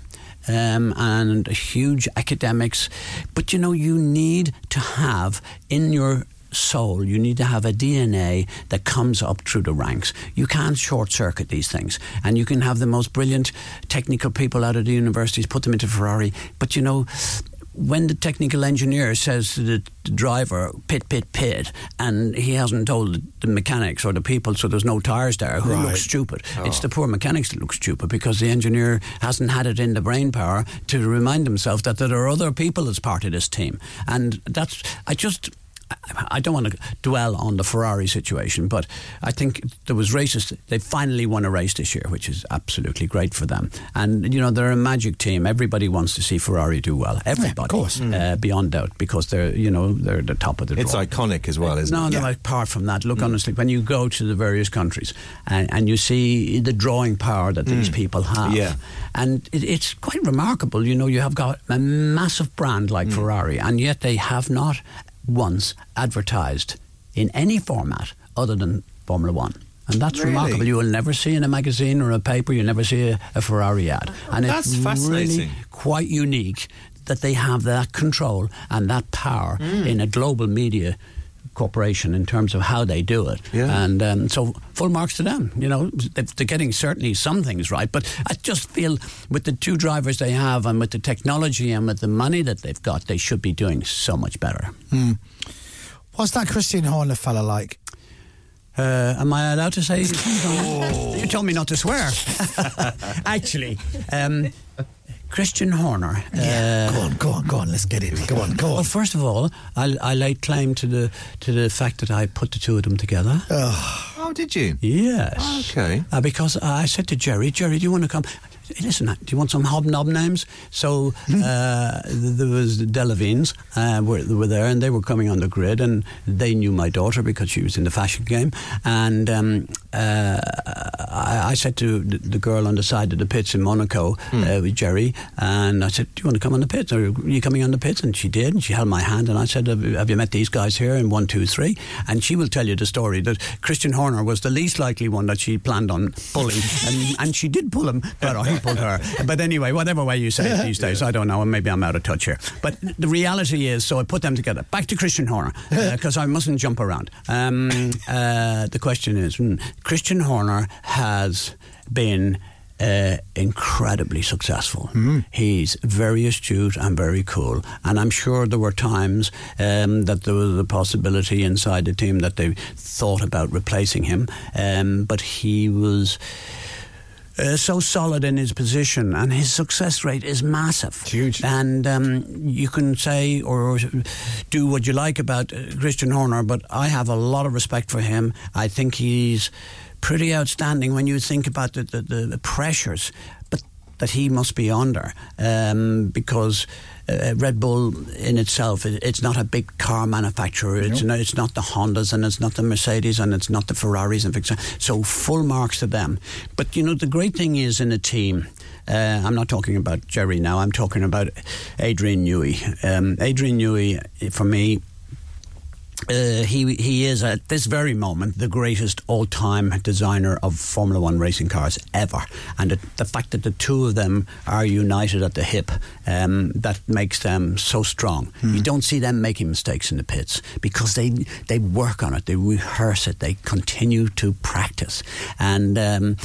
S21: Um, and huge academics, but you know, you need to have in your soul, you need to have a DNA that comes up through the ranks. You can't short circuit these things. And you can have the most brilliant technical people out of the universities, put them into Ferrari, but you know, when the technical engineer says to the the driver, pit, pit, pit, and he hasn't told the mechanics or the people, so there's no tires there, who
S14: Right.
S21: looks stupid? It's
S14: Oh.
S21: the poor mechanics that look stupid because the engineer hasn't had it in the brain power to remind himself that there are other people as part of this team. And that's, I just. I- I don't want to dwell on the Ferrari situation, but I think there was races. They finally won a race this year, which is absolutely great for them. And you know they're a magic team. Everybody wants to see Ferrari do well. Everybody, course, uh, beyond doubt, because they're you know they're the top of the.
S9: It's
S21: draw
S9: iconic as well, isn't
S21: no,
S9: it?
S21: No, apart from that, look honestly, when you go to the various countries and, and you see the drawing power that these
S9: Mm.
S21: people have,
S9: Yeah.
S21: and it, it's quite remarkable. You know, you have got a massive brand
S9: Mm.
S21: like Ferrari, and yet they have not once advertised in any format other than Formula One. And that's
S9: Really?
S21: remarkable. You will never see in a magazine or a paper, you never see a, a Ferrari ad. And
S9: That's
S21: it's
S9: fascinating.
S21: really quite unique that they have that control and that power
S9: Mm.
S21: in a global media corporation in terms of how they do it. And um, so full marks to them. You know, They- they're getting certainly some things right, but I just feel with the two drivers they have and with the technology and with the money that they've got, they should be doing so much better.
S7: Hmm. What's that Christian Horner fella like?
S21: Uh, am I allowed to say? You told me not to swear. Actually, um, Christian Horner. Uh, go on, go on, go on. Let's get it. Go on, go on. Well, first of all, I, I lay claim to the to the fact that I put the two of them together.
S9: Oh, did you?
S21: Yes.
S9: Okay.
S21: Uh, because I said to Jerry, Jerry, do you want to come? Listen, uh, do you want some hobnob names? So uh, th- there was the Delavines uh, were, were there, and they were coming on the grid, and they knew my daughter because she was in the fashion game. And um, uh, I, I said to the, the girl on the side of the pits in Monaco uh, with Jerry, and I said, "Do you want to come on the pits? Are you coming on the pits?" And she did, and she held my hand, and I said, "Have you, have you met these guys here in one, two, three? And she will tell you the story that Christian Horner was the least likely one that she planned on pulling, and, and she did pull him, but or he pulled her. But anyway, whatever way you say it these days, I don't know, and maybe I'm out of touch here. But the reality is, so I put them together. Back to Christian Horner because I mustn't jump around. Um, uh, the question is, hmm, Christian Horner has been uh, incredibly successful. He's very astute and very cool. And I'm sure there were times um, that there was a possibility inside the team that they thought about replacing him. Um, but he was uh, so solid in his position, and his success rate is massive. huge. And um, you can say or do what you like about uh, Christian Horner, but I have a lot of respect for him. I think he's pretty outstanding when you think about the, the, the pressures. But that he must be under um, because uh, Red Bull in itself it, it's not a big car manufacturer it's, no, it's not the Hondas and it's not the Mercedes and it's not the Ferraris and things like- so full marks to them but you know the great thing is in a team uh, I'm not talking about uh, Jerry now I'm talking about Adrian Newey um, Adrian Newey for me Uh, he he is at this very moment the greatest all-time designer of Formula One racing cars ever, and the, the fact that the two of them are united at the hip um, that makes them so strong. You don't see them making mistakes in the pits because they they work on it, they rehearse it, they continue to practice, and. Um,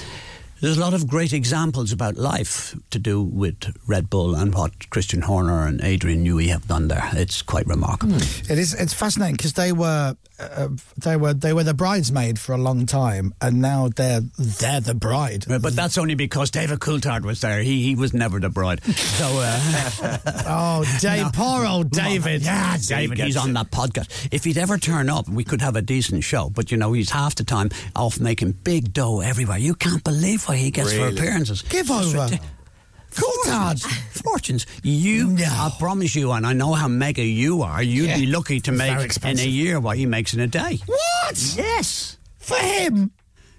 S21: there's a lot of great examples about life to do with Red Bull and what Christian Horner and Adrian Newey have done there. It's quite remarkable.
S7: It is. It's fascinating because they were, uh, they were, they were the bridesmaid for a long time, and now they're they're the bride.
S21: But, but that's only because David Coulthard was there. He he was never the bride. So uh,
S7: oh, Dave, poor old David.
S21: yeah,
S7: He
S21: David.
S7: gets
S21: He's on
S7: it.
S21: that podcast. If he'd ever turn up, we could have a decent show. But you know, he's half the time off making big dough everywhere. You can't believe what he gets for
S7: Really?
S21: appearances.
S7: Give
S21: It's
S7: over.
S21: ridic- Fortunes, fortunes. You, I promise you, and I know how mega you are. You'd
S7: Yeah.
S21: be lucky to
S7: It's
S21: make in
S7: very
S21: a
S7: expensive.
S21: year what he makes in a day.
S7: What?
S21: Yes.
S7: For him.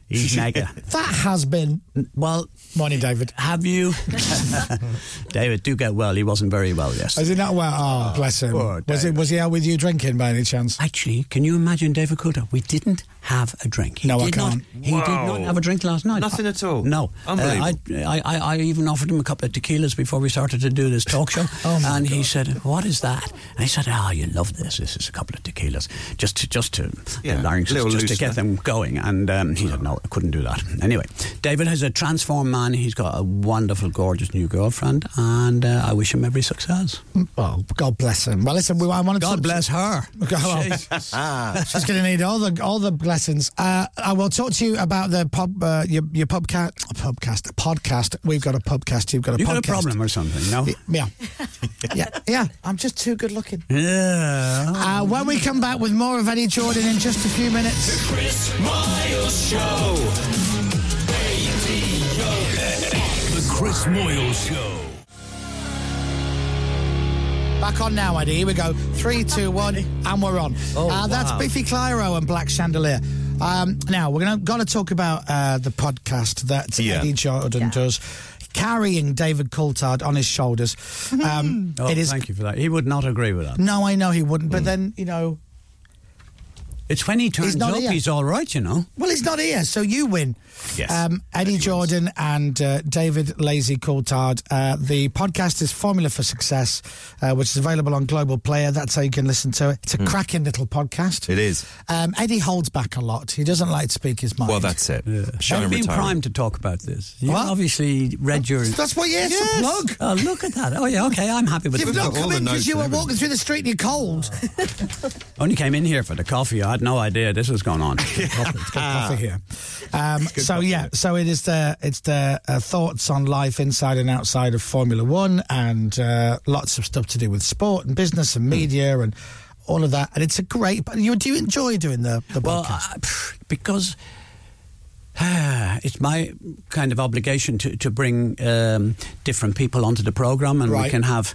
S21: He's mega.
S7: That has been.
S21: Well,
S7: morning, David.
S21: Have you? David, do get well. He wasn't very well yesterday.
S7: Is he not well? Oh, bless him.
S21: poor
S7: Was it? Was he out with you drinking by any chance?
S21: Actually, can you imagine David Coulter? We didn't have a drink. He
S7: No, I
S21: did not-
S7: can't.
S21: he did not have a drink last night.
S9: Nothing at all.
S21: No,
S9: Unbelievable.
S21: Uh, I, I, I, I even offered him a couple of tequilas before we started to do this talk show,
S7: Oh,
S21: and he said, "What is that?" And he said, "Ah, you love this. This is a couple of tequilas, just to, just to
S9: Yeah,
S21: the larynx,
S9: little
S21: just to
S9: loosener.
S21: get them going." And um, he said, "No, I couldn't do that." Anyway, David is a transformed man. He's got a wonderful, gorgeous new girlfriend, and uh, I wish him every success.
S7: Well, Oh, God bless him. Well, listen, we, I wanted
S21: God
S7: to.
S21: bless her.
S7: Okay, well,
S9: Ah.
S7: she's going to need all the all the blessings. Uh, I will talk to you about the pub, uh, your your pubcast, pubcast, podcast. We've got a podcast. You've got a
S21: You got
S7: podcast.
S21: a problem or something? No.
S7: Yeah, yeah, yeah. I'm just too good looking.
S21: Yeah.
S7: Uh, when we come back with more of Eddie Jordan in just a few minutes.
S3: Chris Miles Show. The Chris Moyles Show.
S7: Back on now, Eddie. Here we go. Three, two, one, and we're on.
S21: Oh,
S7: uh, That's
S14: wow.
S7: Biffy Clyro and Black Chandelier. Um, now we're gonna got to talk about uh, the podcast that
S14: Yeah.
S7: Eddie Jordan does, carrying David Coulthard on his shoulders. Um,
S21: Oh,
S7: it is.
S21: thank you for that. He would not agree with that.
S7: No, I know he wouldn't. But then you know,
S21: It's when he turns
S7: not
S21: up,
S7: here.
S21: he's all right, you know.
S7: well, he's not here, so you win.
S21: Yes.
S7: Um, Eddie Jordan and uh, David Lazy Coulthard. Uh, the podcast is Formula for Success, uh, which is available on Global Player. That's how you can listen to it. It's a cracking little podcast.
S9: Hmm. It is.
S7: Um, Eddie holds back a lot. He doesn't like to speak his mind.
S9: Well, that's it. Show
S21: I've
S9: him
S21: been
S9: retiring.
S21: primed to talk about this. You obviously read your.
S7: That's what you
S21: yes.
S7: it's a plug.
S21: Oh, look at that. Oh, yeah, okay, I'm happy with
S7: You've
S21: that.
S7: not come in because you were walking through the street and you're cold.
S21: Only came in here for the coffee. I had no idea this was going on. Ah.
S7: coffee here. Um, so yeah, so it is the it's the uh, thoughts on life inside and outside of Formula One, and uh, lots of stuff to do with sport and business
S21: Hmm.
S7: and media and all of that. And it's a great. But you do you enjoy doing the the
S21: Well,
S7: podcast?
S21: I- pff, because ah, it's my kind of obligation to, to bring um, different people onto the program, and we
S7: Right.
S21: can have,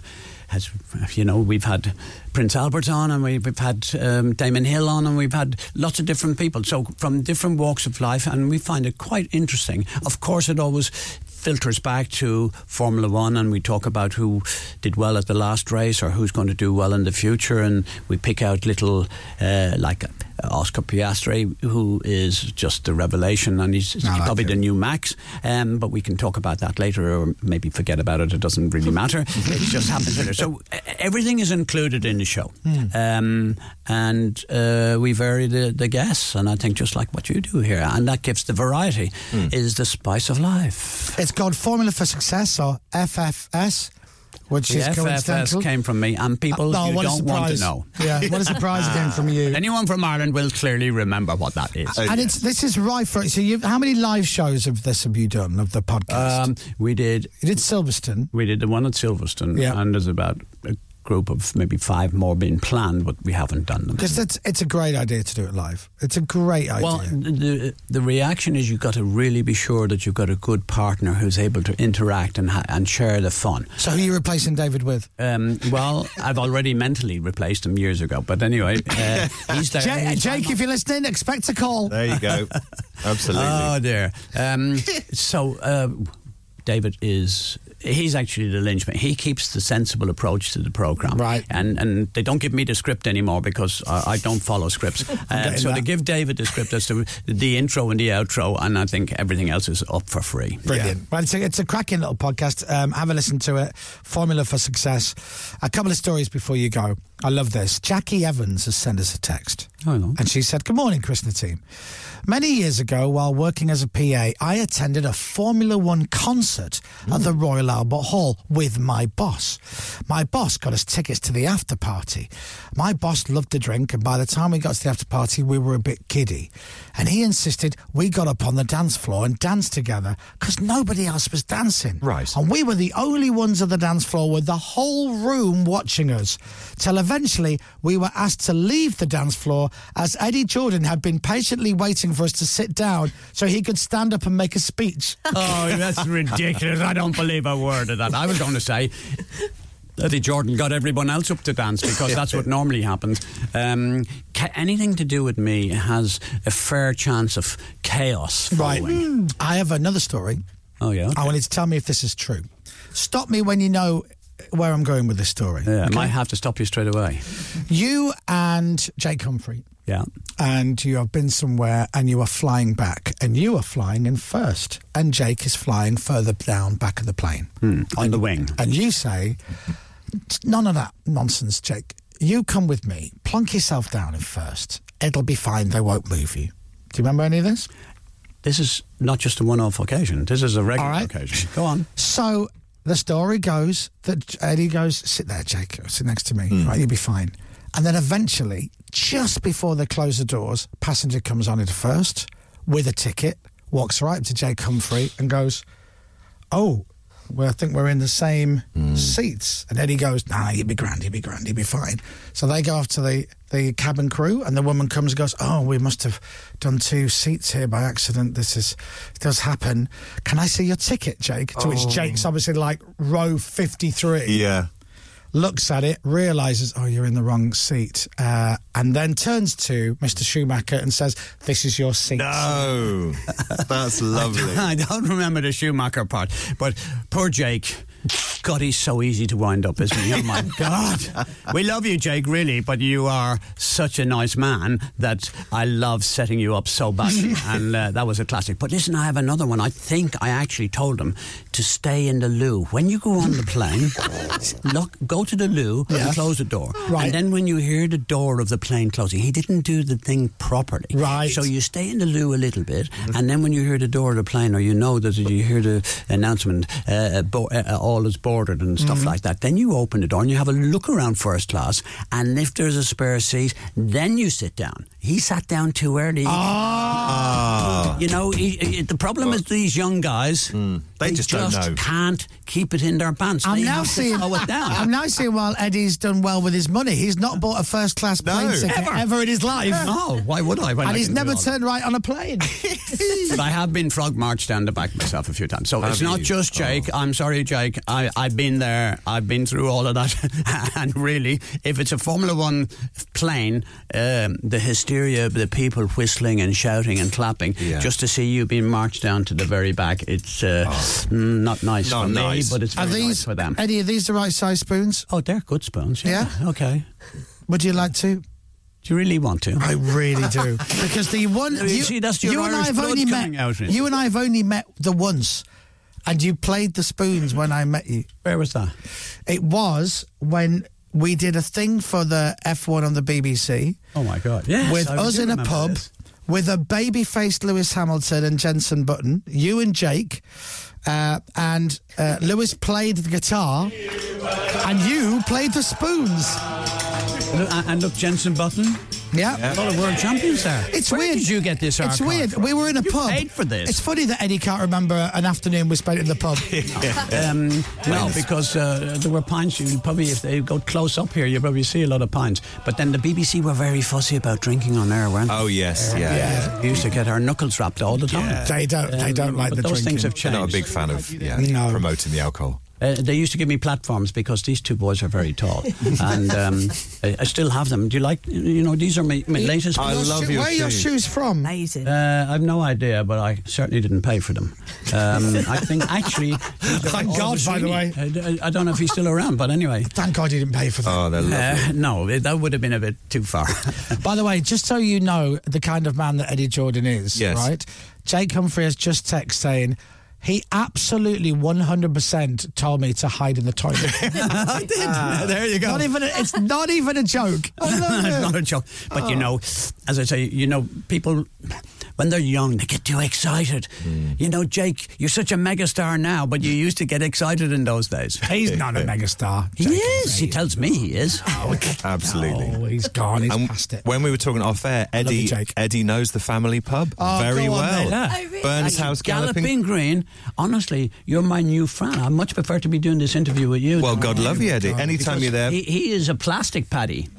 S21: as you know, we've had Prince Albert on, and we've, we've had um, Damon Hill on, and we've had lots of different people, so from different walks of life, and we find it quite interesting. Of course, it always. Filters back to Formula One, and we talk about who did well at the last race or who's going to do well in the future, and we pick out little uh, like Oscar Piastri, who is just the revelation, and he's, he's probably the new Max. Um, but we can talk about that later, or maybe forget about it. It doesn't really matter. it just happens later. So e- everything is included in the show, um, and uh, we vary the, the guests. And I think just like what you do here, and that gives the variety is the spice of life.
S7: it's called Formula for Success or FFS, which
S21: The
S7: is coincidental.
S21: FFS came from me, and people
S7: Uh, no,
S21: you
S7: what a
S21: don't want to
S7: surprise.
S21: know.
S7: Yeah, what a surprise it came from you.
S21: Anyone from Ireland will clearly remember what that is.
S7: and it's this is right for so. You, how many live shows of this have you done of the podcast?
S21: Um, we did.
S7: you did Silverstone.
S21: We did the one at Silverstone,
S7: Yeah.
S21: and there's about a group of maybe five more being planned, but we haven't done them.
S7: Because it's it's a great idea to do it live. It's a great idea.
S21: Well, the, the reaction is you've got to really be sure that you've got a good partner who's able to interact and, ha- and share the fun.
S7: so who are you replacing David with?
S21: Um, well, I've already mentally replaced him years ago, but anyway, uh, he's there.
S7: Ja-
S21: He's-
S7: Jake, if you're listening, expect a call.
S9: There you go. Absolutely.
S21: Oh dear. Um, so uh, David is he's actually the linchpin. He keeps the sensible approach to the program, right? And and they don't give me the script anymore because I, I don't follow scripts. Uh,
S14: getting
S21: so they
S14: that.
S21: give David the script as to the intro and the outro, and I think everything else is up for free.
S7: Brilliant. Well, it's a, it's a cracking little podcast. Um, have a listen to it. Formula for Success. A couple of stories before you go. I love this. Jackie Evans has sent us a text. And she said, Good morning, Chris and the team. Many years ago, while working as a PA, I attended a Formula One concert at the Royal Albert Hall with my boss. My boss got us tickets to the after party. My boss loved to drink, and by the time we got to the after party, we were a bit giddy. And he insisted we got up on the dance floor and danced together because nobody else was dancing. Right. And we were the only ones on the dance floor with the whole room watching us. Till eventually we were asked to leave the dance floor as Eddie Jordan had been patiently waiting for us to sit down so he could stand up and make a speech.
S21: Oh, that's ridiculous. I don't believe a word of that. I was going to say. Eddie Jordan got everyone else up to dance because that's what normally happens. Um, ca- anything to do with me has a fair chance of chaos
S7: Right.
S21: following.
S7: Hmm. I have another story.
S21: Oh, yeah.
S7: I wanted to tell me if this is true. Stop me when you know where I'm going with this story.
S21: Yeah,
S7: okay?
S21: I might have to stop you straight away.
S7: You and Jake Humphrey.
S21: Yeah.
S7: And you have been somewhere and you are flying back and you are flying in first and Jake is flying further down back of the plane.
S21: on the wing.
S7: And you say, none of that nonsense, Jake. You come with me, plonk yourself down in first. It'll be fine, they won't move you. Do you remember any of this?
S21: This is not just a one off occasion, this is a regular occasion. Go on.
S7: So the story goes that Eddie goes, sit there, Jake, sit next to me,
S21: Hmm.
S7: right? You'll be fine. And then eventually, just before they close the doors, passenger comes on in first with a ticket, walks right up to Jake Humphrey and goes, oh, well, I think we're in the same
S9: Hmm.
S7: seats. And Eddie goes, nah, you'd be grand, you'd be grand, you'd be fine. So they go off to the, the cabin crew, and the woman comes and goes, oh, we must have done two seats here by accident. This is, it does happen. Can I see your ticket, Jake? To which
S9: Oh.
S7: Jake's obviously like row 53
S9: Yeah.
S7: looks at it, realizes, oh, you're in the wrong seat, uh, and then turns to Mr. Schumacher and says, this is your seat.
S9: No. That's lovely.
S21: I don't remember the Schumacher part, but poor Jake. God, he's so easy to wind up, isn't he? Oh my God. We love you, Jake, really, but you are such a nice man that I love setting you up so badly. and uh, that was a classic. But listen, I have another one. I think I actually told him to stay in the loo. When you go on the plane, look, go to the loo and close the door. Right. And then when you hear the door of the plane closing, he didn't do the thing properly. Right. So you stay in the loo a little bit, and then when you hear the door of the plane, or you know that you hear the announcement, uh, bo- uh, all is boarded and stuff
S9: Mm-hmm.
S32: Mhm.
S21: like that, then you open the door and you have a look around first class, and if there's a spare seat, then you sit down. He sat down too
S7: Ah!
S21: early.
S9: Ah.
S21: You know, he, he- the problem is these young guys,
S9: Mm. they, just don't know.
S21: can't keep it in their pants. Oh,
S7: I'm
S21: They
S7: now
S21: have to
S7: seeing.
S21: slow it down.
S7: I'm now seeing while Eddie's done well with his money, he's not bought a first class plane ticket ever. in his life.
S21: No, Oh, why would I? When
S7: and
S21: I
S7: he's
S21: can do
S7: never
S21: all that?
S7: turned right on a plane.
S21: but I have been frog marched down the back myself a few times. So
S7: Have
S21: it's not
S7: you? Oh.
S21: just Jake. I'm sorry, Jake. I, I've been there. I've been through all of that. and really, if it's a Formula One plane, um, the hysteria of the people whistling and shouting and clapping, just to see you being marched down to the very back, it's uh, mm, not nice
S7: Oh. Not
S21: for
S7: nice.
S21: me, but it's
S7: Are
S21: very nice for them.
S7: Eddie, are these the right size spoons?
S21: Oh, they're good spoons.
S7: Yeah.
S21: Okay.
S7: Would you like to?
S21: Do you really want to?
S7: I really do. because the one
S21: You see, that's your
S7: you and I
S21: Irish
S7: have
S21: blood
S7: only
S21: coming
S7: met
S21: out in it.
S7: you and I have only met the once, and you played the spoons when I met you.
S21: Where was that?
S7: It was when we did a thing for the F1 on the BBC.
S21: Oh my God! Yes,
S7: with
S21: I
S7: us
S21: do
S7: in a
S21: remember
S7: pub,
S21: this.
S7: with a baby-faced Lewis Hamilton and Jensen Button, you and Jake, uh, and uh, Lewis played the guitar, and you played the spoons.
S21: And and look, Jensen Button.
S7: Yeah.
S21: A lot of world champions there.
S7: It's
S21: Where
S7: weird.
S21: did you get this
S7: It's
S21: archive
S7: weird.
S21: from?
S7: We were in a
S21: You
S7: pub.
S21: paid for this.
S7: It's funny that Eddie can't remember an afternoon we spent in the pub.
S21: um, no, because uh, there were pines. You probably, if they go close up here, you probably see a lot of pines. But then the BBC were very fussy about drinking on air, weren't they?
S9: Oh, yes, yeah,
S21: We used to get our knuckles wrapped all the time.
S9: Yeah. They
S7: don't.
S21: They don't like but
S9: the
S21: Those things have
S9: They're
S21: changed.
S9: not a big fan of yeah, promoting the alcohol.
S21: Uh, they used to give me platforms because these two boys are very tall, and um, I, I still have them. Do you like? You know, these are my, my latest.
S7: Your shoe- Where are your shoes from?
S21: Amazing. Uh, I've no idea, but I certainly didn't pay for them. Um, I think actually,
S7: Thank God, by the way.
S21: I, I don't know if he's still around, but anyway.
S7: Thank God you didn't pay for that.
S9: Oh, they're
S21: Uh, no, it- that would have been a bit too far.
S7: By the way, just so you know the kind of man that Eddie Jordan is,
S21: Yes.
S7: right? Jake Humphrey has just text saying he absolutely 100% told me to hide in the toilet. Uh,
S21: I did. there you go.
S7: Not even a, it's not even a joke. I love it.
S21: not a joke. But you
S7: Oh.
S21: know, as I say, you know, people when they're young, they get too excited. You know, Jake, you're such a megastar now, but you used to get excited in those days.
S7: He's not a megastar.
S21: He is. He tells me he is.
S9: Absolutely.
S7: Oh, he's gone. He's past it.
S9: When we were talking off air, Eddie Eddie knows the family pub
S21: Oh,
S9: very
S21: go on
S9: well.
S21: then. Oh, really?
S9: Burns
S21: Actually,
S9: House
S21: Galloping,
S9: Galloping.
S21: Green. Honestly, you're my new friend. I much prefer to be doing this interview with you.
S9: Well,
S21: than
S9: God
S21: with
S9: love you, Eddie. Anytime
S21: Because
S9: you're there.
S21: he, he is a plastic paddy,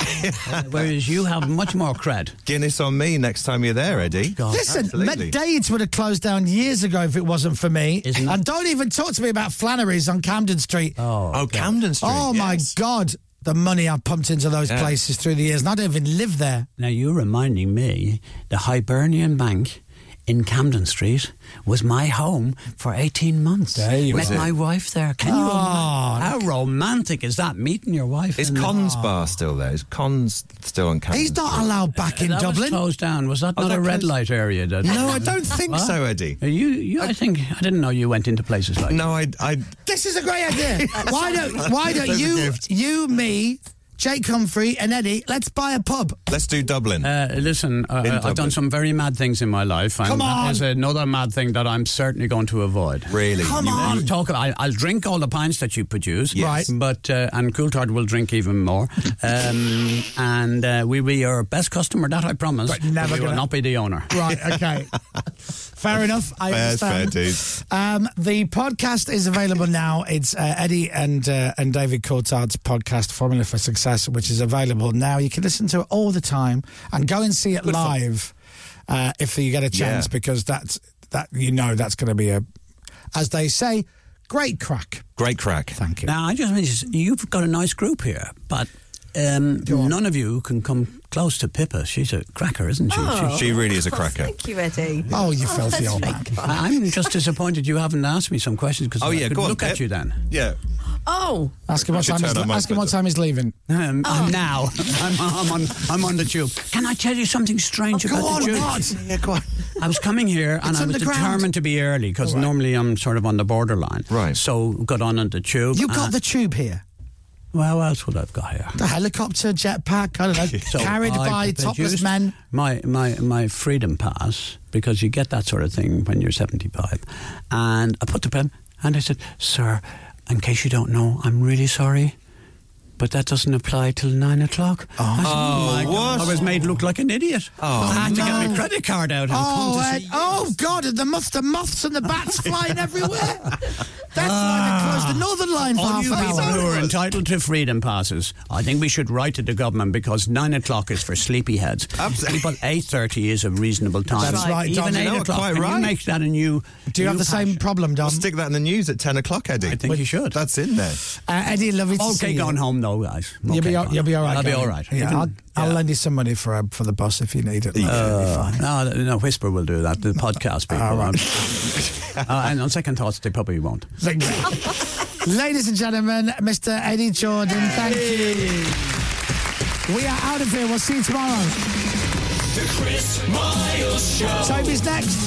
S21: uh, whereas you have much more cred.
S9: Guinness on me next time you're there, Eddie.
S7: Listen,
S9: Absolutely.
S7: McDade's would have closed down years ago if it wasn't for me. And don't even talk to me about Flannery's on Camden Street.
S9: Oh, Camden Street.
S7: Oh my God, the money I pumped into those
S21: Yeah.
S7: places through the years, and I don't even live there.
S21: Now you're reminding me the Hibernian Bank in Camden Street was my home for 18 months. There
S7: you
S21: Met
S7: are.
S21: my wife there. Can you
S7: Oh,
S21: imagine? How romantic is that, meeting your wife?
S9: Ah, Is
S21: in the- Ah,
S9: Cons Bar still there? Is Cons still on Camden? Street?
S7: allowed back in
S21: that
S9: Dublin.
S21: Was closed down. Was that
S9: Oh,
S21: not
S9: that
S21: a red light
S9: closed-
S21: area? That
S9: No, I don't think so, Eddie.
S21: You, you I, think I didn't know you went into places like.
S9: No, I, I.
S7: This is a great idea. why don't Why don't
S9: That's a
S7: you,
S9: gift.
S7: you, me, Jake Humphrey, and Eddie? Let's buy a pub.
S9: Let's do Dublin.
S21: Uh, listen, uh,
S9: In
S21: uh, I've
S9: Dublin.
S21: done some very mad things in my life. And
S9: Come on.
S21: That is another mad thing that I'm certainly going to avoid.
S9: Really?
S21: Come on. talk about, I, I'll drink all the pints that you produce.
S9: Yes. Right.
S21: But, uh, and Coulthard will drink even more. Um, and uh, we'll be your best customer, that I promise.
S7: But never
S21: you will
S7: gonna-
S21: not be the owner.
S7: Right. Okay. fair enough. I
S21: Fair's fair,
S7: understand.
S21: dude.
S7: Um, the podcast is available now. It's uh, Eddie and uh, and David Coulthard's podcast, Formula for Success, which is available now. You can listen to it all the time and go and see it live uh, if you get a chance,
S9: Yeah.
S7: because that's that you know that's going to be a, as they say, great crack.
S9: Great crack. Thank
S21: Now, I just mean, you've got a nice group here, but um, none of you can come close to Pippa. She's a cracker, isn't she? She's-
S9: she really is a cracker.
S1: Oh. Thank you, Eddie.
S7: Oh, you filthy old man.
S21: I- I'm just disappointed you haven't asked me some questions because
S9: Oh,
S21: I
S9: yeah,
S21: could
S9: go on,
S21: look
S9: Pip.
S21: at you then.
S9: Yeah.
S1: Oh.
S7: Ask him what
S21: Richard
S7: time he's,
S21: Turner might
S7: ask him what time he's leaving.
S21: Um, I'm now. I'm, I'm, on, I'm on the tube. Can I tell you something strange
S7: go
S21: about
S7: on,
S21: the tube?
S7: what?
S9: Yeah, go on.
S21: I was coming here and
S7: It's
S21: I was
S7: underground.
S21: determined to be early because normally I'm sort of on the borderline. Right. So got on on the tube.
S7: You
S21: uh,
S7: got the tube here.
S21: Well, what else would I've got here?
S7: The helicopter, jetpack, I don't know,
S21: So
S7: carried
S21: I
S7: by
S21: produced
S7: topless men.
S21: My, my, my freedom pass, because you get that sort of thing when you're 75. And I put the pen and I said, Sir, in case you don't know, I'm really sorry. But that doesn't apply till nine o'clock. Oh, I, said,
S9: Oh,
S21: my God."
S9: what?
S21: I was made look like an idiot.
S9: Oh,
S21: I had to
S9: no.
S21: get my credit card out and
S7: Oh,
S21: come to
S7: Ed,
S21: see
S7: oh God! And the moths, the moths, and the bats flying everywhere. That's why they closed the Northern Line for
S21: all
S7: half
S21: Ah. you
S7: an
S21: people
S7: hour.
S21: who are entitled to freedom passes, I think we should write to the government because nine o'clock is for sleepyheads. Absolutely. People, eight thirty is a reasonable time.
S7: That's right, Dom.
S21: Even
S7: You
S21: eight
S7: know what,
S21: o'clock.
S7: quite
S21: Can
S7: right.
S21: you make that a new?
S7: Do you have the same problem, Dom?
S9: Stick that in the news at 10 o'clock, Eddie. I think
S21: you should.
S9: That's in there.
S7: Uh, Eddie, lovely to see
S21: Okay,
S7: you.
S21: gone home though, guys.
S7: You'll
S21: Okay,
S7: be
S21: gone.
S7: you'll be all right.
S21: I'll be
S7: Gavin.
S21: all right.
S7: Yeah, I'll, I'll lend you some money for uh, for the bus if you need it.
S21: Uh, no, no, Whisper will do that. The podcast people. uh, and on second thoughts, they probably won't.
S7: Ladies and gentlemen, Mr. Eddie Jordan, thank you. We are out of here. We'll see you tomorrow.
S3: The Chris Miles Show.
S7: Sophie's next.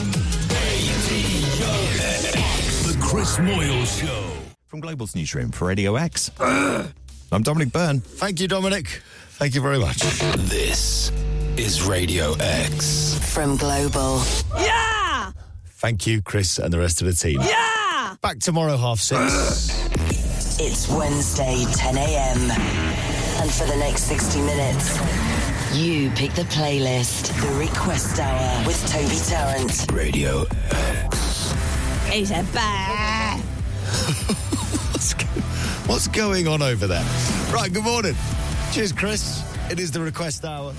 S3: The Chris Moyles Show.
S9: From Global's newsroom for Radio X. I'm Dominic Byrne.
S32: Thank you, Dominic. Thank you very much. This is Radio X.
S4: From Global.
S32: Yeah! Thank you, Chris, and the rest of the team. Yeah! Back tomorrow, half six.
S4: It's Wednesday, 10 a.m. And for the next 60 minutes, you pick the playlist. The Request Hour with Toby Tarrant.
S32: Radio.
S4: He's a bear.
S32: What's, go- what's going on over there? Right, good morning. Cheers, Chris. It is the request hour.